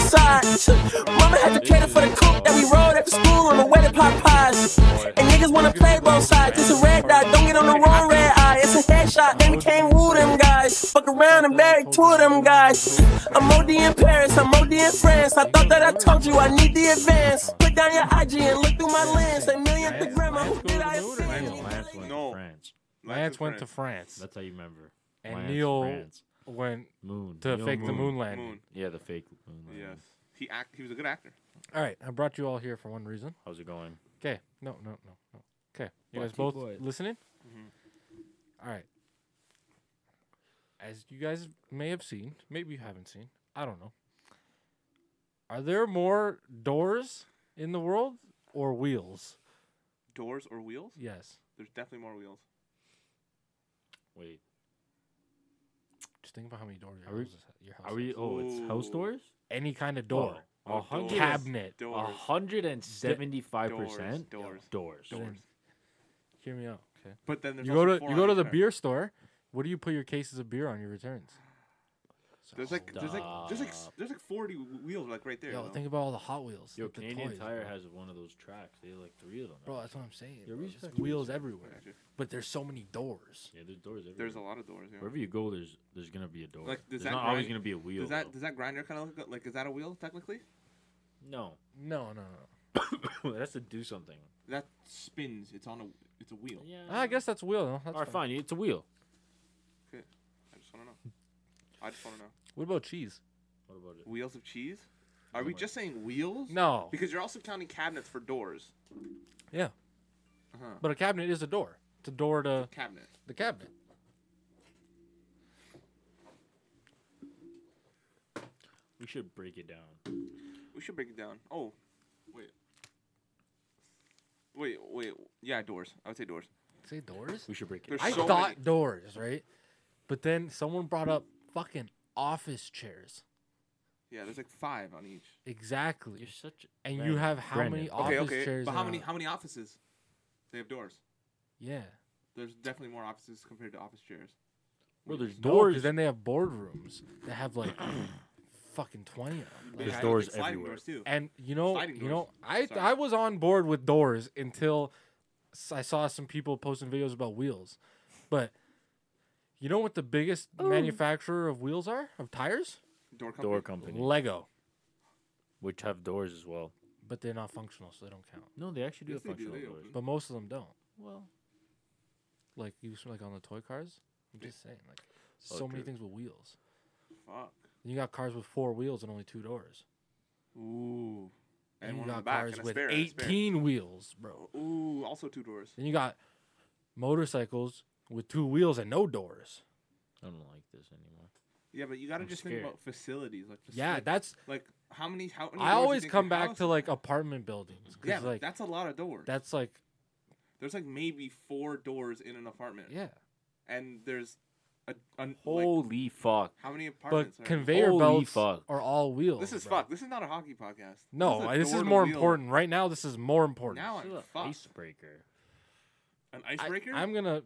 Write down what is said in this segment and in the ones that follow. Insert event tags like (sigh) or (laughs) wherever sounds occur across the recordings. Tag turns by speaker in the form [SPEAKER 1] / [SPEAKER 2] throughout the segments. [SPEAKER 1] sides. (laughs) Mama had to cater for the cook that we rode after school on the way to Popeyes. And niggas wanna play both sides. It's a red dot, don't get on the wrong red eye. It's a headshot, then we can't woo them guys. Fuck around and bury two of them guys. I'm OD in Paris, I'm OD in France. I thought that I told you I need the advance. Put down your IG and look through my lens. A millionth the grandma, who did I
[SPEAKER 2] Lance,
[SPEAKER 1] offend?
[SPEAKER 2] Lance went
[SPEAKER 3] No.
[SPEAKER 2] to France.
[SPEAKER 3] Lance went to France.
[SPEAKER 2] France.
[SPEAKER 4] That's how you remember.
[SPEAKER 2] and
[SPEAKER 4] Lance,
[SPEAKER 2] Neil
[SPEAKER 4] France.
[SPEAKER 2] went
[SPEAKER 4] Moon.
[SPEAKER 2] to
[SPEAKER 4] Neil
[SPEAKER 2] fake the moon landing.
[SPEAKER 3] Moon.
[SPEAKER 4] Yeah, the fake moon landing.
[SPEAKER 3] Yes. He act. He was a good actor.
[SPEAKER 2] All right, I brought you all here for one reason.
[SPEAKER 4] How's it going?
[SPEAKER 2] Okay, no, no, no, no. Okay, you
[SPEAKER 4] What,
[SPEAKER 2] guys
[SPEAKER 4] keep
[SPEAKER 2] both
[SPEAKER 4] quiet.
[SPEAKER 2] listening? All right. As you guys may have seen, maybe you haven't seen, I don't know. Are there more doors in the world or wheels?
[SPEAKER 3] Doors or wheels?
[SPEAKER 2] Yes.
[SPEAKER 3] There's definitely more wheels.
[SPEAKER 4] Wait,
[SPEAKER 2] Just think about how many doors your,
[SPEAKER 4] Are we-
[SPEAKER 2] house has- your house
[SPEAKER 4] are we?
[SPEAKER 2] has.
[SPEAKER 4] Oh, it's house
[SPEAKER 3] Ooh.
[SPEAKER 4] doors.
[SPEAKER 2] Any kind of door.
[SPEAKER 3] Oh,
[SPEAKER 4] A hundred
[SPEAKER 2] Cabinet.
[SPEAKER 3] Doors.
[SPEAKER 4] A hundred and seventy-five percent
[SPEAKER 3] Doors.
[SPEAKER 4] doors.
[SPEAKER 3] Doors.
[SPEAKER 2] Hear me out. Okay.
[SPEAKER 3] But then there's
[SPEAKER 2] you go
[SPEAKER 3] also
[SPEAKER 2] to
[SPEAKER 3] four
[SPEAKER 2] you
[SPEAKER 3] on
[SPEAKER 2] go to
[SPEAKER 3] each
[SPEAKER 2] the
[SPEAKER 3] pair.
[SPEAKER 2] beer store. What do you put your cases of beer on your returns?
[SPEAKER 3] (sighs) There's like there's like there's like s-
[SPEAKER 4] Stop.
[SPEAKER 3] there's like 40 w- wheels like right there.
[SPEAKER 2] Yo,
[SPEAKER 3] though.
[SPEAKER 2] think about all the Hot Wheels.
[SPEAKER 4] Yo,
[SPEAKER 2] like the
[SPEAKER 4] Canadian
[SPEAKER 2] toys,
[SPEAKER 4] Tire
[SPEAKER 2] bro.
[SPEAKER 4] has one of those tracks. They have like three of them.
[SPEAKER 2] Bro, that's what I'm saying.
[SPEAKER 4] Yo,
[SPEAKER 2] bro. There's
[SPEAKER 4] respect,
[SPEAKER 2] wheels
[SPEAKER 4] respect.
[SPEAKER 2] everywhere,
[SPEAKER 3] Gotcha.
[SPEAKER 2] but there's so many doors.
[SPEAKER 4] Yeah, there's doors everywhere.
[SPEAKER 3] There's a lot of doors. Yeah.
[SPEAKER 4] Wherever you go, there's there's gonna be a door.
[SPEAKER 3] Like, does
[SPEAKER 4] there's
[SPEAKER 3] that
[SPEAKER 4] not always
[SPEAKER 3] grind-
[SPEAKER 4] gonna be a wheel.
[SPEAKER 3] Does that
[SPEAKER 4] though.
[SPEAKER 3] does that grinder kind of look like is that a wheel technically?
[SPEAKER 4] No, (laughs)
[SPEAKER 2] No, no, no.
[SPEAKER 4] it has to do something.
[SPEAKER 3] That spins. It's on a it's a wheel.
[SPEAKER 4] Yeah.
[SPEAKER 2] Ah, I guess that's wheel. No, that's
[SPEAKER 4] All right, fine. It's a wheel.
[SPEAKER 3] Okay. I just want to know. I just want to know.
[SPEAKER 2] What about cheese?
[SPEAKER 4] What about it?
[SPEAKER 3] Wheels of cheese? Are we just saying wheels?
[SPEAKER 2] No.
[SPEAKER 3] Because you're also counting cabinets for doors.
[SPEAKER 2] Yeah.
[SPEAKER 3] Uh-huh.
[SPEAKER 2] But a cabinet is a door. It's a door to
[SPEAKER 3] Cabinet.
[SPEAKER 2] the cabinet.
[SPEAKER 4] We should break it down.
[SPEAKER 3] We should break it down. Oh, wait. Wait, wait. Yeah, doors. I would say doors.
[SPEAKER 2] Say doors.
[SPEAKER 4] We should break it.
[SPEAKER 3] There's
[SPEAKER 2] I
[SPEAKER 3] so
[SPEAKER 2] thought
[SPEAKER 3] many-
[SPEAKER 2] doors, right? But then someone brought up fucking office chairs.
[SPEAKER 3] Yeah, there's like five on each.
[SPEAKER 2] Exactly.
[SPEAKER 4] You're such.
[SPEAKER 2] and you
[SPEAKER 4] Brandon,
[SPEAKER 2] have how
[SPEAKER 4] Brandon.
[SPEAKER 2] many
[SPEAKER 3] Okay,
[SPEAKER 2] office
[SPEAKER 3] okay.
[SPEAKER 2] chairs?
[SPEAKER 3] But how
[SPEAKER 2] in a-
[SPEAKER 3] many how many offices? They have doors.
[SPEAKER 2] Yeah.
[SPEAKER 3] There's definitely more offices compared to office chairs.
[SPEAKER 4] Well, there's
[SPEAKER 2] No, 'cause
[SPEAKER 4] doors.
[SPEAKER 2] then they have boardrooms that have like fucking twenty of them.
[SPEAKER 3] Yeah,
[SPEAKER 4] There's
[SPEAKER 3] I don't
[SPEAKER 4] doors
[SPEAKER 3] think sliding
[SPEAKER 4] everywhere.
[SPEAKER 3] Doors too.
[SPEAKER 2] And you know,
[SPEAKER 3] Sliding
[SPEAKER 2] you
[SPEAKER 3] doors.
[SPEAKER 2] know, I
[SPEAKER 3] Sorry.
[SPEAKER 2] I was on board with doors until s- I saw some people posting videos about wheels. But you know what the biggest manufacturer of wheels are of tires?
[SPEAKER 3] Door company.
[SPEAKER 4] Door company,
[SPEAKER 2] Lego.
[SPEAKER 4] which have doors as well.
[SPEAKER 2] But they're not functional, so they don't count.
[SPEAKER 4] No, they actually do
[SPEAKER 3] Yes,
[SPEAKER 4] have
[SPEAKER 3] they do.
[SPEAKER 4] functional
[SPEAKER 3] They
[SPEAKER 4] doors.
[SPEAKER 3] open.
[SPEAKER 2] But most of them don't.
[SPEAKER 4] Well,
[SPEAKER 2] Like you s- like on the toy cars. I'm just saying, like
[SPEAKER 4] Oh,
[SPEAKER 2] so many
[SPEAKER 4] dude.
[SPEAKER 2] things with wheels.
[SPEAKER 3] Fuck.
[SPEAKER 2] You got cars with four wheels and only two doors.
[SPEAKER 3] Ooh. And,
[SPEAKER 2] And,
[SPEAKER 3] one
[SPEAKER 2] you got
[SPEAKER 3] in the back
[SPEAKER 2] cars
[SPEAKER 3] and a
[SPEAKER 2] with
[SPEAKER 3] spare, and a spare.
[SPEAKER 2] 18 wheels, bro.
[SPEAKER 3] Ooh, also two doors.
[SPEAKER 2] Then you got motorcycles with two wheels and no doors.
[SPEAKER 4] I don't like this anymore.
[SPEAKER 3] Yeah, but you gotta
[SPEAKER 4] I'm
[SPEAKER 3] just
[SPEAKER 4] scared.
[SPEAKER 3] think about facilities. Like faci-
[SPEAKER 2] Yeah,
[SPEAKER 3] like,
[SPEAKER 2] that's.
[SPEAKER 3] like how many how many
[SPEAKER 2] I
[SPEAKER 3] doors you
[SPEAKER 2] always
[SPEAKER 3] think
[SPEAKER 2] come
[SPEAKER 3] your
[SPEAKER 2] back
[SPEAKER 3] house
[SPEAKER 2] to
[SPEAKER 3] has?
[SPEAKER 2] like apartment buildings
[SPEAKER 3] Yeah,
[SPEAKER 2] because
[SPEAKER 3] but
[SPEAKER 2] like
[SPEAKER 3] that's a lot of doors.
[SPEAKER 2] that's like
[SPEAKER 3] There's like maybe four doors in an apartment.
[SPEAKER 2] yeah.
[SPEAKER 3] And there's a, an like,
[SPEAKER 4] Holy fuck!
[SPEAKER 3] how many apartments
[SPEAKER 2] But
[SPEAKER 3] are in-
[SPEAKER 2] conveyor
[SPEAKER 4] Holy
[SPEAKER 2] belts
[SPEAKER 4] fuck.
[SPEAKER 2] are all wheels.
[SPEAKER 3] This is
[SPEAKER 2] bro.
[SPEAKER 3] fuck. This is not a hockey podcast.
[SPEAKER 2] No, I-
[SPEAKER 3] a
[SPEAKER 2] this is,
[SPEAKER 3] door to
[SPEAKER 2] more
[SPEAKER 3] wheel.
[SPEAKER 2] important right now. This is more important.
[SPEAKER 3] Now
[SPEAKER 4] This is
[SPEAKER 3] I'm
[SPEAKER 4] a
[SPEAKER 3] fucked.
[SPEAKER 4] icebreaker.
[SPEAKER 3] An
[SPEAKER 2] I,
[SPEAKER 3] icebreaker?
[SPEAKER 2] am gonna.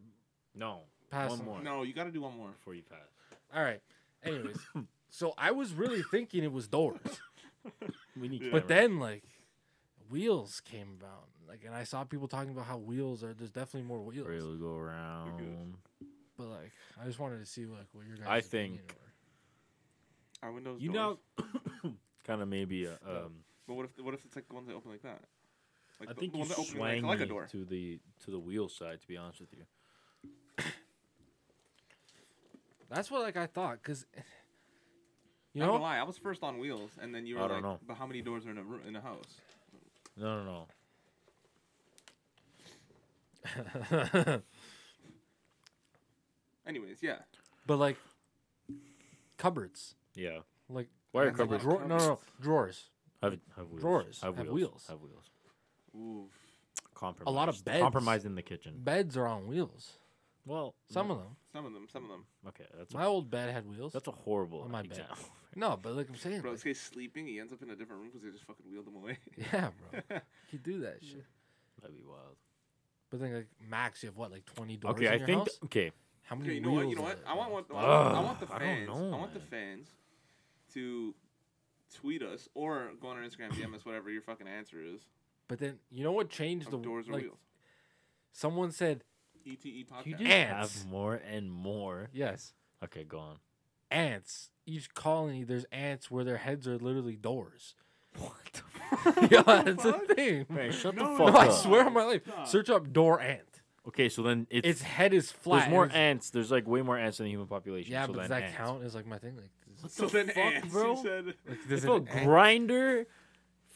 [SPEAKER 4] No,
[SPEAKER 2] Pass
[SPEAKER 4] one
[SPEAKER 2] on.
[SPEAKER 4] more
[SPEAKER 3] No, you gotta do one more.
[SPEAKER 4] before you pass.
[SPEAKER 2] All right.
[SPEAKER 4] (laughs)
[SPEAKER 2] Anyways, so I was really thinking it was doors.
[SPEAKER 4] We need.
[SPEAKER 2] But
[SPEAKER 3] (laughs)
[SPEAKER 4] cameras.
[SPEAKER 2] then like wheels came about. Like and I saw people talking about how wheels are there's definitely more wheels.
[SPEAKER 4] Really go around.
[SPEAKER 2] But like I just wanted to see like what your guys
[SPEAKER 4] I think-
[SPEAKER 3] Our windows
[SPEAKER 4] You
[SPEAKER 3] doors.
[SPEAKER 4] know, (coughs) kind of maybe a. Um,
[SPEAKER 3] But what if what if it's like the ones that open like that? Like
[SPEAKER 4] I
[SPEAKER 3] the,
[SPEAKER 4] think
[SPEAKER 3] the
[SPEAKER 4] you
[SPEAKER 3] ones that open like,
[SPEAKER 4] swang
[SPEAKER 3] like a
[SPEAKER 4] me
[SPEAKER 3] door.
[SPEAKER 4] to the to the wheel side. To be honest with you,
[SPEAKER 2] That's what like I thought cuz (sighs) you
[SPEAKER 3] Not gonna
[SPEAKER 2] know
[SPEAKER 3] lie, I was first on wheels, and then you were
[SPEAKER 4] I don't
[SPEAKER 3] like,
[SPEAKER 4] know.
[SPEAKER 3] "But how many doors are in a room, in a house?"
[SPEAKER 4] no, no, no.
[SPEAKER 3] Anyways, yeah.
[SPEAKER 2] (laughs) but like cupboards
[SPEAKER 4] Yeah,
[SPEAKER 2] like
[SPEAKER 4] why are
[SPEAKER 3] That's a lot
[SPEAKER 4] cupboards?
[SPEAKER 3] of
[SPEAKER 2] drawer no, no no drawers.
[SPEAKER 4] Have, have wheels.
[SPEAKER 2] Drawers
[SPEAKER 4] Have
[SPEAKER 2] have
[SPEAKER 4] wheels.
[SPEAKER 2] wheels.
[SPEAKER 4] Have wheels.
[SPEAKER 3] Oof.
[SPEAKER 4] Compromise.
[SPEAKER 2] of beds.
[SPEAKER 4] Compromise in the kitchen.
[SPEAKER 2] Beds are on wheels.
[SPEAKER 4] Well,
[SPEAKER 2] Some of them.
[SPEAKER 3] Some of them, some of them.
[SPEAKER 4] Okay, Mm. that's
[SPEAKER 2] My
[SPEAKER 4] a,
[SPEAKER 2] old bed had wheels.
[SPEAKER 4] that's a horrible
[SPEAKER 2] on my bed.
[SPEAKER 4] example. (laughs)
[SPEAKER 2] No, but like I'm saying
[SPEAKER 3] Bro,
[SPEAKER 2] like,
[SPEAKER 3] this guy's sleeping. He ends up in a different room because they just fucking wheeled him away.
[SPEAKER 2] yeah,
[SPEAKER 3] (laughs)
[SPEAKER 2] bro. You do that shit.
[SPEAKER 4] That'd be wild.
[SPEAKER 2] But then like max you have what like 20 doors
[SPEAKER 4] Okay,
[SPEAKER 2] in
[SPEAKER 4] I
[SPEAKER 2] your
[SPEAKER 4] think.
[SPEAKER 2] house?
[SPEAKER 4] Okay,
[SPEAKER 2] How many
[SPEAKER 3] Okay, you know what? You
[SPEAKER 2] wheels
[SPEAKER 3] know
[SPEAKER 2] are
[SPEAKER 3] what?
[SPEAKER 2] there,
[SPEAKER 3] I
[SPEAKER 2] bro?
[SPEAKER 3] want, one, I want, I
[SPEAKER 4] Ugh,
[SPEAKER 3] want the
[SPEAKER 4] I don't
[SPEAKER 3] fans. I,
[SPEAKER 4] know,
[SPEAKER 3] want the
[SPEAKER 4] man.
[SPEAKER 3] fans to tweet us or go on our Instagram DM us whatever your fucking answer is.
[SPEAKER 2] But then you know what changed
[SPEAKER 3] Of
[SPEAKER 2] the
[SPEAKER 3] doors or
[SPEAKER 2] like,
[SPEAKER 3] wheels.
[SPEAKER 2] Someone said
[SPEAKER 3] ETE podcast.
[SPEAKER 4] You just
[SPEAKER 2] Ants.
[SPEAKER 4] have more and more.
[SPEAKER 2] yes.
[SPEAKER 4] Okay, go on.
[SPEAKER 2] Ants. Each colony, there's ants where their heads are literally doors. (laughs)
[SPEAKER 4] (laughs)
[SPEAKER 2] What? yeah, that's a
[SPEAKER 3] fuck?
[SPEAKER 2] thing.
[SPEAKER 4] Hey, shut
[SPEAKER 3] No,
[SPEAKER 4] the
[SPEAKER 3] no,
[SPEAKER 2] No,
[SPEAKER 4] fuck
[SPEAKER 2] I
[SPEAKER 4] up.
[SPEAKER 2] swear on my life.
[SPEAKER 3] Stop.
[SPEAKER 2] Search up door ant.
[SPEAKER 4] Okay, so then it's,
[SPEAKER 2] Its head is flat.
[SPEAKER 4] there's
[SPEAKER 2] and
[SPEAKER 4] more
[SPEAKER 2] it's-
[SPEAKER 4] ants. There's like way more ants than the human population.
[SPEAKER 2] Yeah,
[SPEAKER 4] so
[SPEAKER 2] but does
[SPEAKER 4] then
[SPEAKER 2] that
[SPEAKER 4] ants.
[SPEAKER 2] count? Is like my thing. Like, (laughs) does-
[SPEAKER 3] So then
[SPEAKER 4] fuck,
[SPEAKER 3] ants,
[SPEAKER 4] bro?
[SPEAKER 3] You said,
[SPEAKER 2] like does
[SPEAKER 4] If a
[SPEAKER 2] an ant-
[SPEAKER 4] grinder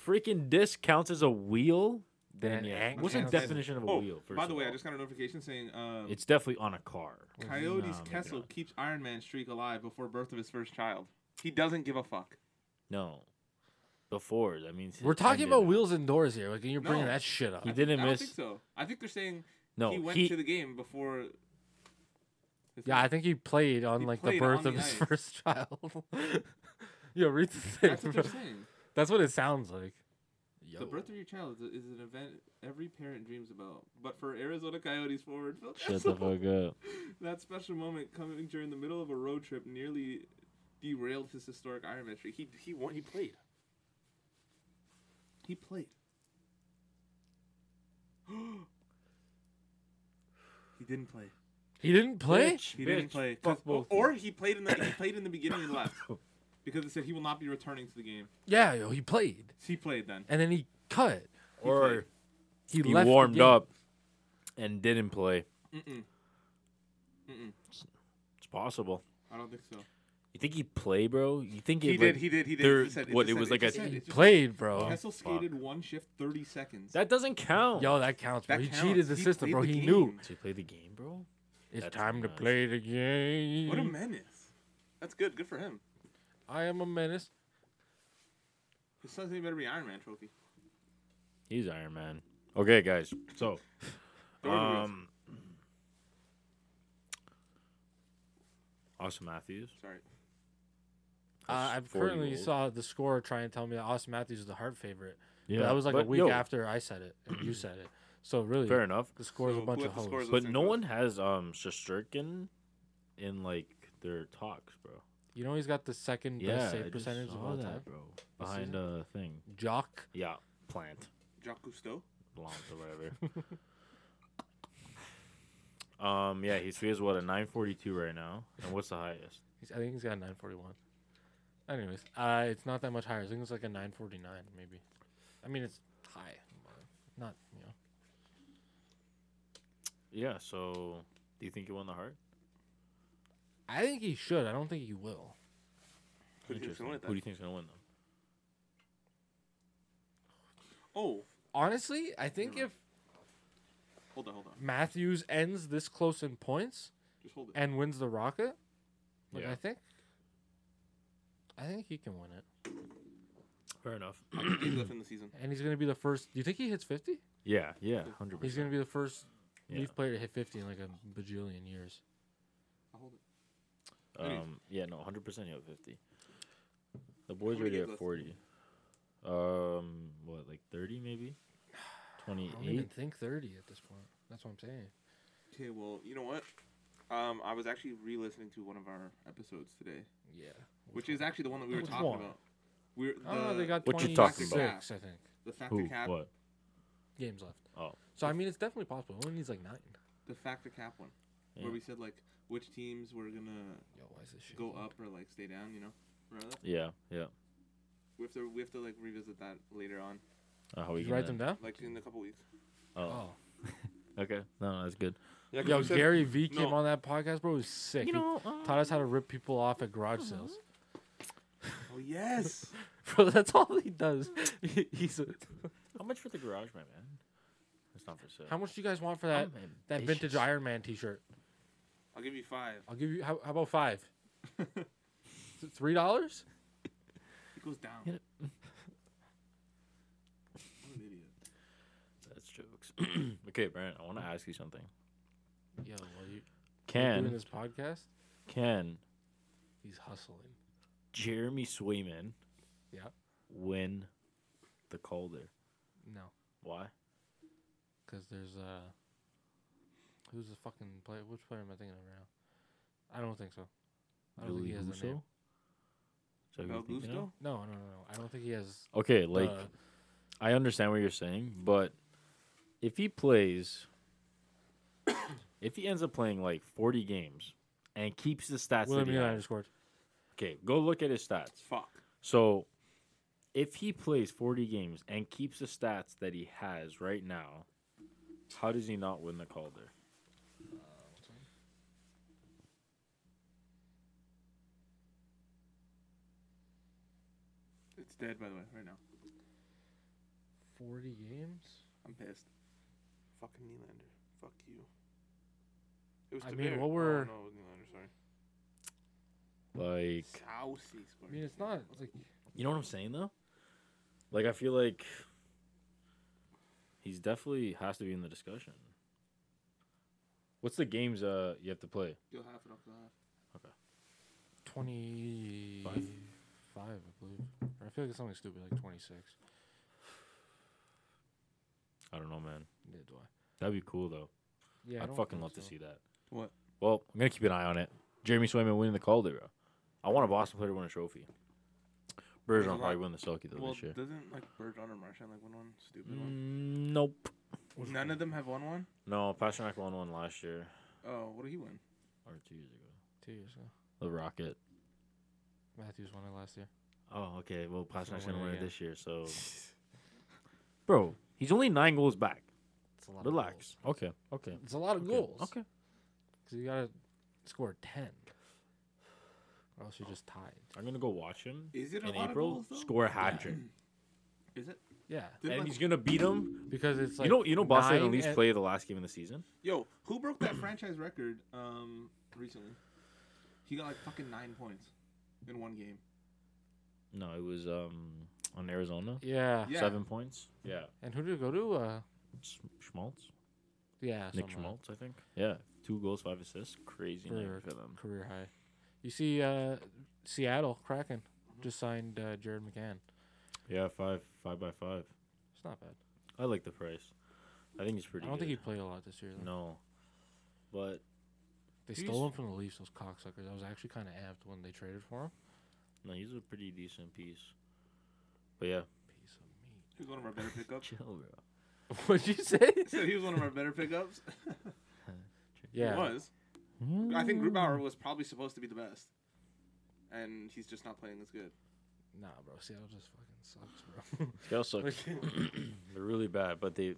[SPEAKER 4] freaking disc counts as a wheel, then
[SPEAKER 2] An
[SPEAKER 4] yeah.
[SPEAKER 2] ant
[SPEAKER 4] What's the
[SPEAKER 2] counts as a-
[SPEAKER 4] definition of a
[SPEAKER 3] oh,
[SPEAKER 4] wheel? First
[SPEAKER 3] by the
[SPEAKER 4] of
[SPEAKER 3] way, I
[SPEAKER 4] all?
[SPEAKER 3] just got a notification saying um,
[SPEAKER 4] it's definitely on a car.
[SPEAKER 3] Coyotes
[SPEAKER 4] Nah, maybe
[SPEAKER 3] Kessel
[SPEAKER 4] not.
[SPEAKER 3] keeps Iron Man streak alive before birth of his first child. He doesn't give a fuck.
[SPEAKER 4] No, before that means it
[SPEAKER 2] We're talking
[SPEAKER 4] ended.
[SPEAKER 2] about wheels and doors here. Like you're bringing
[SPEAKER 3] No.
[SPEAKER 2] that shit up.
[SPEAKER 4] He didn't
[SPEAKER 3] I don't
[SPEAKER 4] miss.
[SPEAKER 3] think so. I think they're saying
[SPEAKER 4] No,
[SPEAKER 3] he went
[SPEAKER 4] he-
[SPEAKER 3] to the game before. his-
[SPEAKER 4] (laughs)
[SPEAKER 2] Yeah, I think he played on
[SPEAKER 3] He
[SPEAKER 2] like
[SPEAKER 3] played
[SPEAKER 2] the birth
[SPEAKER 3] on
[SPEAKER 2] of
[SPEAKER 3] the
[SPEAKER 2] his
[SPEAKER 3] ice.
[SPEAKER 2] first (laughs) child. Yo, read the thing.
[SPEAKER 3] that's what
[SPEAKER 2] bro.
[SPEAKER 3] they're saying.
[SPEAKER 2] That's what it sounds like. Yo.
[SPEAKER 3] The birth of your child is, is an event every parent dreams about. But for Arizona Coyotes forward (laughs) Phil
[SPEAKER 4] Shut the
[SPEAKER 3] Kessel,
[SPEAKER 4] fuck up.
[SPEAKER 3] that special moment coming during the middle of a road trip nearly derailed his historic Iron Man streak. He he won. He played. He played. (gasps) he didn't play.
[SPEAKER 2] he didn't play.
[SPEAKER 4] Bitch,
[SPEAKER 3] He didn't
[SPEAKER 4] bitch,
[SPEAKER 3] play. 'cause-
[SPEAKER 4] Fuck both.
[SPEAKER 3] or he played in the
[SPEAKER 4] (coughs)
[SPEAKER 3] he played in the beginning and left because it said he will not be returning to the game.
[SPEAKER 2] Yeah, yo, he played,
[SPEAKER 3] He played then.
[SPEAKER 2] and then he cut.
[SPEAKER 4] or
[SPEAKER 3] played.
[SPEAKER 2] He,
[SPEAKER 4] he
[SPEAKER 2] left the
[SPEAKER 4] warmed
[SPEAKER 2] game.
[SPEAKER 4] up and didn't play.
[SPEAKER 3] Mm-mm. Mm-mm.
[SPEAKER 4] It's possible.
[SPEAKER 3] I don't think so.
[SPEAKER 4] You think he played, bro? You think
[SPEAKER 3] He
[SPEAKER 4] it,
[SPEAKER 3] did.
[SPEAKER 4] like,
[SPEAKER 3] He did. He did.
[SPEAKER 4] there-
[SPEAKER 3] It just said-
[SPEAKER 4] what,
[SPEAKER 3] just
[SPEAKER 4] it was
[SPEAKER 3] said-
[SPEAKER 4] like a-
[SPEAKER 3] just said-
[SPEAKER 2] He
[SPEAKER 3] it just-
[SPEAKER 2] played, bro.
[SPEAKER 3] Kessel
[SPEAKER 4] Oh, fuck.
[SPEAKER 3] skated one shift, thirty seconds.
[SPEAKER 4] That doesn't count.
[SPEAKER 2] Yo, that counts, bro.
[SPEAKER 3] That
[SPEAKER 2] he
[SPEAKER 3] counts.
[SPEAKER 2] cheated the
[SPEAKER 3] He
[SPEAKER 2] system,
[SPEAKER 3] played
[SPEAKER 2] bro.
[SPEAKER 3] the
[SPEAKER 2] He
[SPEAKER 3] game.
[SPEAKER 2] knew
[SPEAKER 4] Did he play the game, bro?
[SPEAKER 2] it's
[SPEAKER 4] That's
[SPEAKER 2] time to
[SPEAKER 4] nuts.
[SPEAKER 2] play the game.
[SPEAKER 3] What a menace. That's good. Good for him.
[SPEAKER 2] I am a menace.
[SPEAKER 3] His son's name better be Iron Man trophy.
[SPEAKER 4] He's Iron Man. Okay, guys. So,
[SPEAKER 3] Throw it to Wheels.
[SPEAKER 4] um, Austin Matthews.
[SPEAKER 3] Sorry.
[SPEAKER 2] Uh, I've
[SPEAKER 4] 40
[SPEAKER 2] currently
[SPEAKER 4] goals.
[SPEAKER 2] saw the scorer trying to tell me that Austin Matthews is the heart favorite. Yeah, that was like a
[SPEAKER 4] but,
[SPEAKER 2] week
[SPEAKER 4] yo,
[SPEAKER 2] after I said it and you said it. So really,
[SPEAKER 4] Fair enough.
[SPEAKER 2] the score's
[SPEAKER 3] So
[SPEAKER 2] a
[SPEAKER 3] who
[SPEAKER 2] bunch
[SPEAKER 3] had
[SPEAKER 2] of
[SPEAKER 3] the
[SPEAKER 2] hoes.
[SPEAKER 3] scores
[SPEAKER 4] But
[SPEAKER 3] Listening
[SPEAKER 4] no
[SPEAKER 3] to us.
[SPEAKER 4] one has um Shosturkin in like their talks, bro.
[SPEAKER 2] You know he's got the second
[SPEAKER 4] Yeah,
[SPEAKER 2] best
[SPEAKER 4] I
[SPEAKER 2] save
[SPEAKER 4] just
[SPEAKER 2] percentage of
[SPEAKER 4] saw
[SPEAKER 2] all
[SPEAKER 4] that,
[SPEAKER 2] time.
[SPEAKER 4] bro. Behind a thing,
[SPEAKER 2] Jock.
[SPEAKER 4] yeah, plant,
[SPEAKER 3] Jacques Cousteau.
[SPEAKER 4] plant or whatever.
[SPEAKER 2] (laughs)
[SPEAKER 4] um, yeah, he's he has what a nine forty two right now, and what's the highest?
[SPEAKER 2] He's, I think he's got a 941. Anyways, uh, it's not that much higher. I think it's like a 949 maybe. I mean, it's high, but not you know.
[SPEAKER 4] Yeah, so do you think he won the heart?
[SPEAKER 2] I think he should. I don't think he will.
[SPEAKER 3] Who do you think's gonna win it
[SPEAKER 4] Who do you
[SPEAKER 3] then?
[SPEAKER 4] think's gonna win though?
[SPEAKER 3] Oh,
[SPEAKER 2] Honestly, I think if
[SPEAKER 3] hold on, hold on.
[SPEAKER 2] Matthews ends this close in points
[SPEAKER 3] Just hold it.
[SPEAKER 2] and wins the rocket, like
[SPEAKER 4] Yeah.
[SPEAKER 2] I think, I think he can win it.
[SPEAKER 4] Fair enough.
[SPEAKER 3] He's left in the season.
[SPEAKER 2] And he's gonna be the first. Do you think he hits fifty?
[SPEAKER 4] (coughs) Yeah, yeah, hundred
[SPEAKER 2] He's
[SPEAKER 4] percent.
[SPEAKER 2] gonna be the first
[SPEAKER 4] Yeah.
[SPEAKER 2] Leaf player to hit fifty in like a bajillion years.
[SPEAKER 3] I'll hold it. gonna-
[SPEAKER 4] Um, yeah, no, hundred percent. You have fifty. The boys
[SPEAKER 3] many
[SPEAKER 4] already
[SPEAKER 3] games
[SPEAKER 4] at
[SPEAKER 3] left?
[SPEAKER 4] forty. Um, what like thirty maybe? Twenty
[SPEAKER 2] (sighs) I don't even
[SPEAKER 4] eight.
[SPEAKER 2] think thirty at this point. That's what I'm saying.
[SPEAKER 3] Okay, well, you know what? Um, I was actually re-listening to one of our episodes today,
[SPEAKER 2] Yeah.
[SPEAKER 3] which is actually the one that we were
[SPEAKER 2] Which
[SPEAKER 3] talking
[SPEAKER 2] one?
[SPEAKER 3] about. We're the,
[SPEAKER 2] I don't know. They got
[SPEAKER 4] What
[SPEAKER 2] twenty
[SPEAKER 4] you
[SPEAKER 2] six,
[SPEAKER 4] talking
[SPEAKER 3] about?
[SPEAKER 2] I think
[SPEAKER 3] the
[SPEAKER 4] Ah, Who?
[SPEAKER 3] factor cap,
[SPEAKER 4] What?
[SPEAKER 2] games left.
[SPEAKER 4] Oh,
[SPEAKER 2] So I mean, it's definitely possible. Only needs like nine.
[SPEAKER 3] the factor cap one,
[SPEAKER 4] Yeah.
[SPEAKER 3] where we said like which teams were gonna
[SPEAKER 2] Yo, why is this shit?
[SPEAKER 3] go
[SPEAKER 2] here?
[SPEAKER 3] up or like stay down. You know, Remember that?
[SPEAKER 4] yeah, yeah.
[SPEAKER 3] we have to we have to like revisit that later on,
[SPEAKER 4] Uh, how we
[SPEAKER 2] Did
[SPEAKER 4] can
[SPEAKER 2] you write them down?
[SPEAKER 3] like in a couple weeks.
[SPEAKER 4] Oh,
[SPEAKER 2] Oh.
[SPEAKER 4] okay. No, no, that's good.
[SPEAKER 3] Yeah,
[SPEAKER 2] Yo, Gary V came
[SPEAKER 3] No.
[SPEAKER 2] on that podcast, bro. It was sick.
[SPEAKER 4] You
[SPEAKER 2] He
[SPEAKER 4] know, uh,
[SPEAKER 2] taught us how to rip people off at garage sales.
[SPEAKER 3] Oh yes.
[SPEAKER 2] Bro, that's all he does. (laughs) He- He's a,
[SPEAKER 4] how much for the garage, my man? It's not for sale.
[SPEAKER 2] how much do you guys want for that
[SPEAKER 4] I'm
[SPEAKER 2] that vintage
[SPEAKER 4] ambitious.
[SPEAKER 2] Iron Man T-shirt?
[SPEAKER 3] I'll give you five.
[SPEAKER 2] I'll give you. How, how about five? Th- Three dollars?
[SPEAKER 3] It goes down.
[SPEAKER 4] Hit it.
[SPEAKER 3] What an idiot.
[SPEAKER 4] That's jokes. (clears throat) okay, Brent, I want to ask you something.
[SPEAKER 2] Yo, well, you are Mm. doing
[SPEAKER 4] Can
[SPEAKER 2] this podcast?
[SPEAKER 4] can
[SPEAKER 2] He's hustling.
[SPEAKER 4] Jeremy Swayman
[SPEAKER 2] Yeah.
[SPEAKER 4] win the Calder?
[SPEAKER 2] No,
[SPEAKER 4] Why?
[SPEAKER 2] because there's uh, who's the fucking player? Which player am I thinking of right now? I don't think so. I don't think he has a name.
[SPEAKER 4] So who you
[SPEAKER 3] Mel
[SPEAKER 4] think you know?
[SPEAKER 3] Gusto?
[SPEAKER 2] No, no, no, no. I don't think he has.
[SPEAKER 4] Okay, like
[SPEAKER 2] uh,
[SPEAKER 4] I understand what you're saying, but if he plays, (coughs) if he ends up playing like 40 games and keeps the stats, that
[SPEAKER 2] William
[SPEAKER 4] he
[SPEAKER 2] United
[SPEAKER 4] has-
[SPEAKER 2] scored.
[SPEAKER 4] okay, go look at his stats.
[SPEAKER 3] Fuck.
[SPEAKER 4] So if he plays 40 games and keeps the stats that he has right now, how does he not win the Calder?
[SPEAKER 3] It's dead, by the way, right now.
[SPEAKER 2] Forty games.
[SPEAKER 3] I'm pissed. Fucking Nylander. Fuck you. It was
[SPEAKER 2] I
[SPEAKER 3] De
[SPEAKER 2] mean,
[SPEAKER 3] Beer.
[SPEAKER 2] what
[SPEAKER 3] Oh,
[SPEAKER 2] were-
[SPEAKER 3] no, it was Nylander, sorry.
[SPEAKER 4] Like,
[SPEAKER 3] Sousy
[SPEAKER 2] I mean, it's not like
[SPEAKER 4] you know what I'm saying though? Like I feel like he's definitely has to be in the discussion. What's the games uh you have to play?
[SPEAKER 3] You'll have it off the half.
[SPEAKER 2] twenty-five, I believe. Or I feel like it's something stupid, like twenty-six.
[SPEAKER 4] I don't know, man.
[SPEAKER 2] Yeah, do I?
[SPEAKER 4] That'd be cool though.
[SPEAKER 2] Yeah, I
[SPEAKER 4] I'd
[SPEAKER 2] don't
[SPEAKER 4] fucking
[SPEAKER 2] think
[SPEAKER 4] love to
[SPEAKER 2] so.
[SPEAKER 4] see that.
[SPEAKER 3] What?
[SPEAKER 4] Well, I'm gonna keep an eye on it. Jeremy Swayman winning the Calder, bro. I want a Boston player to win a trophy. Bergeron probably win the Selkie though
[SPEAKER 3] Well,
[SPEAKER 4] this year.
[SPEAKER 3] doesn't like Bergeron or Marchand like win one stupid one?
[SPEAKER 4] Mm, nope.
[SPEAKER 3] None of them have won one.
[SPEAKER 4] No, Pasternak won one last year
[SPEAKER 3] Oh, what did he win?
[SPEAKER 4] or two years ago.
[SPEAKER 2] Two years ago,
[SPEAKER 4] The Rocket.
[SPEAKER 2] Matthews won it last year.
[SPEAKER 4] Oh, okay. Well, Pasternak's
[SPEAKER 2] win
[SPEAKER 4] gonna
[SPEAKER 2] it
[SPEAKER 4] win it
[SPEAKER 2] again.
[SPEAKER 4] this
[SPEAKER 2] (laughs)
[SPEAKER 4] year, so. Bro, he's only nine goals back.
[SPEAKER 2] It's a lot.
[SPEAKER 4] Relax. Okay. Okay.
[SPEAKER 2] It's a lot of
[SPEAKER 4] okay,
[SPEAKER 2] goals.
[SPEAKER 4] Okay.
[SPEAKER 2] Because you gotta score ten, or else you're just tied.
[SPEAKER 4] I'm gonna go watch him
[SPEAKER 3] Is it a
[SPEAKER 4] in
[SPEAKER 3] lot
[SPEAKER 4] April.
[SPEAKER 3] of goals, though?
[SPEAKER 4] score a hat trick,
[SPEAKER 3] (clears throat) Is it?
[SPEAKER 2] Yeah,
[SPEAKER 3] Did,
[SPEAKER 4] and
[SPEAKER 3] like-
[SPEAKER 4] he's gonna beat him.
[SPEAKER 2] because it's like
[SPEAKER 4] you know, you know, Boston at
[SPEAKER 2] nine
[SPEAKER 4] least
[SPEAKER 2] and-
[SPEAKER 4] play the last game of the season.
[SPEAKER 3] Yo, who broke that (clears throat) franchise record um recently? He got like fucking nine points in one game.
[SPEAKER 4] No, it was um on Arizona.
[SPEAKER 2] Yeah.
[SPEAKER 3] Yeah.
[SPEAKER 4] Seven points. Yeah.
[SPEAKER 2] and who did it go to? Uh,
[SPEAKER 4] Sch- Schmaltz.
[SPEAKER 2] yeah,
[SPEAKER 4] Nick
[SPEAKER 2] something like
[SPEAKER 4] Schmaltz, I think. Yeah. Two goals, five assists. Crazy night
[SPEAKER 2] For-
[SPEAKER 4] for them.
[SPEAKER 2] that. career high. You see, uh, Seattle Kraken just signed uh, Jared McCann.
[SPEAKER 4] Yeah, five five by five.
[SPEAKER 2] It's not bad.
[SPEAKER 4] I like the price. I think he's pretty.
[SPEAKER 2] I don't think he
[SPEAKER 4] good.
[SPEAKER 2] played a lot this year. Though.
[SPEAKER 4] No. But
[SPEAKER 2] They
[SPEAKER 4] He's-
[SPEAKER 2] stole him from the Leafs, those cocksuckers. I was actually kind of amped when they traded for him.
[SPEAKER 4] no, he's a pretty decent piece. But yeah.
[SPEAKER 2] Piece of
[SPEAKER 3] He was one of our better pickups. (laughs)
[SPEAKER 4] Chill, bro.
[SPEAKER 2] meat. (laughs) What'd you say?
[SPEAKER 3] so he was one of our better pickups.
[SPEAKER 2] Yeah.
[SPEAKER 3] He was. I think Grubauer was probably supposed to be the best, and he's just not playing as good.
[SPEAKER 2] Nah, bro. Seattle just fucking
[SPEAKER 4] They also
[SPEAKER 2] sucks, bro. (laughs)
[SPEAKER 4] they're really bad, but they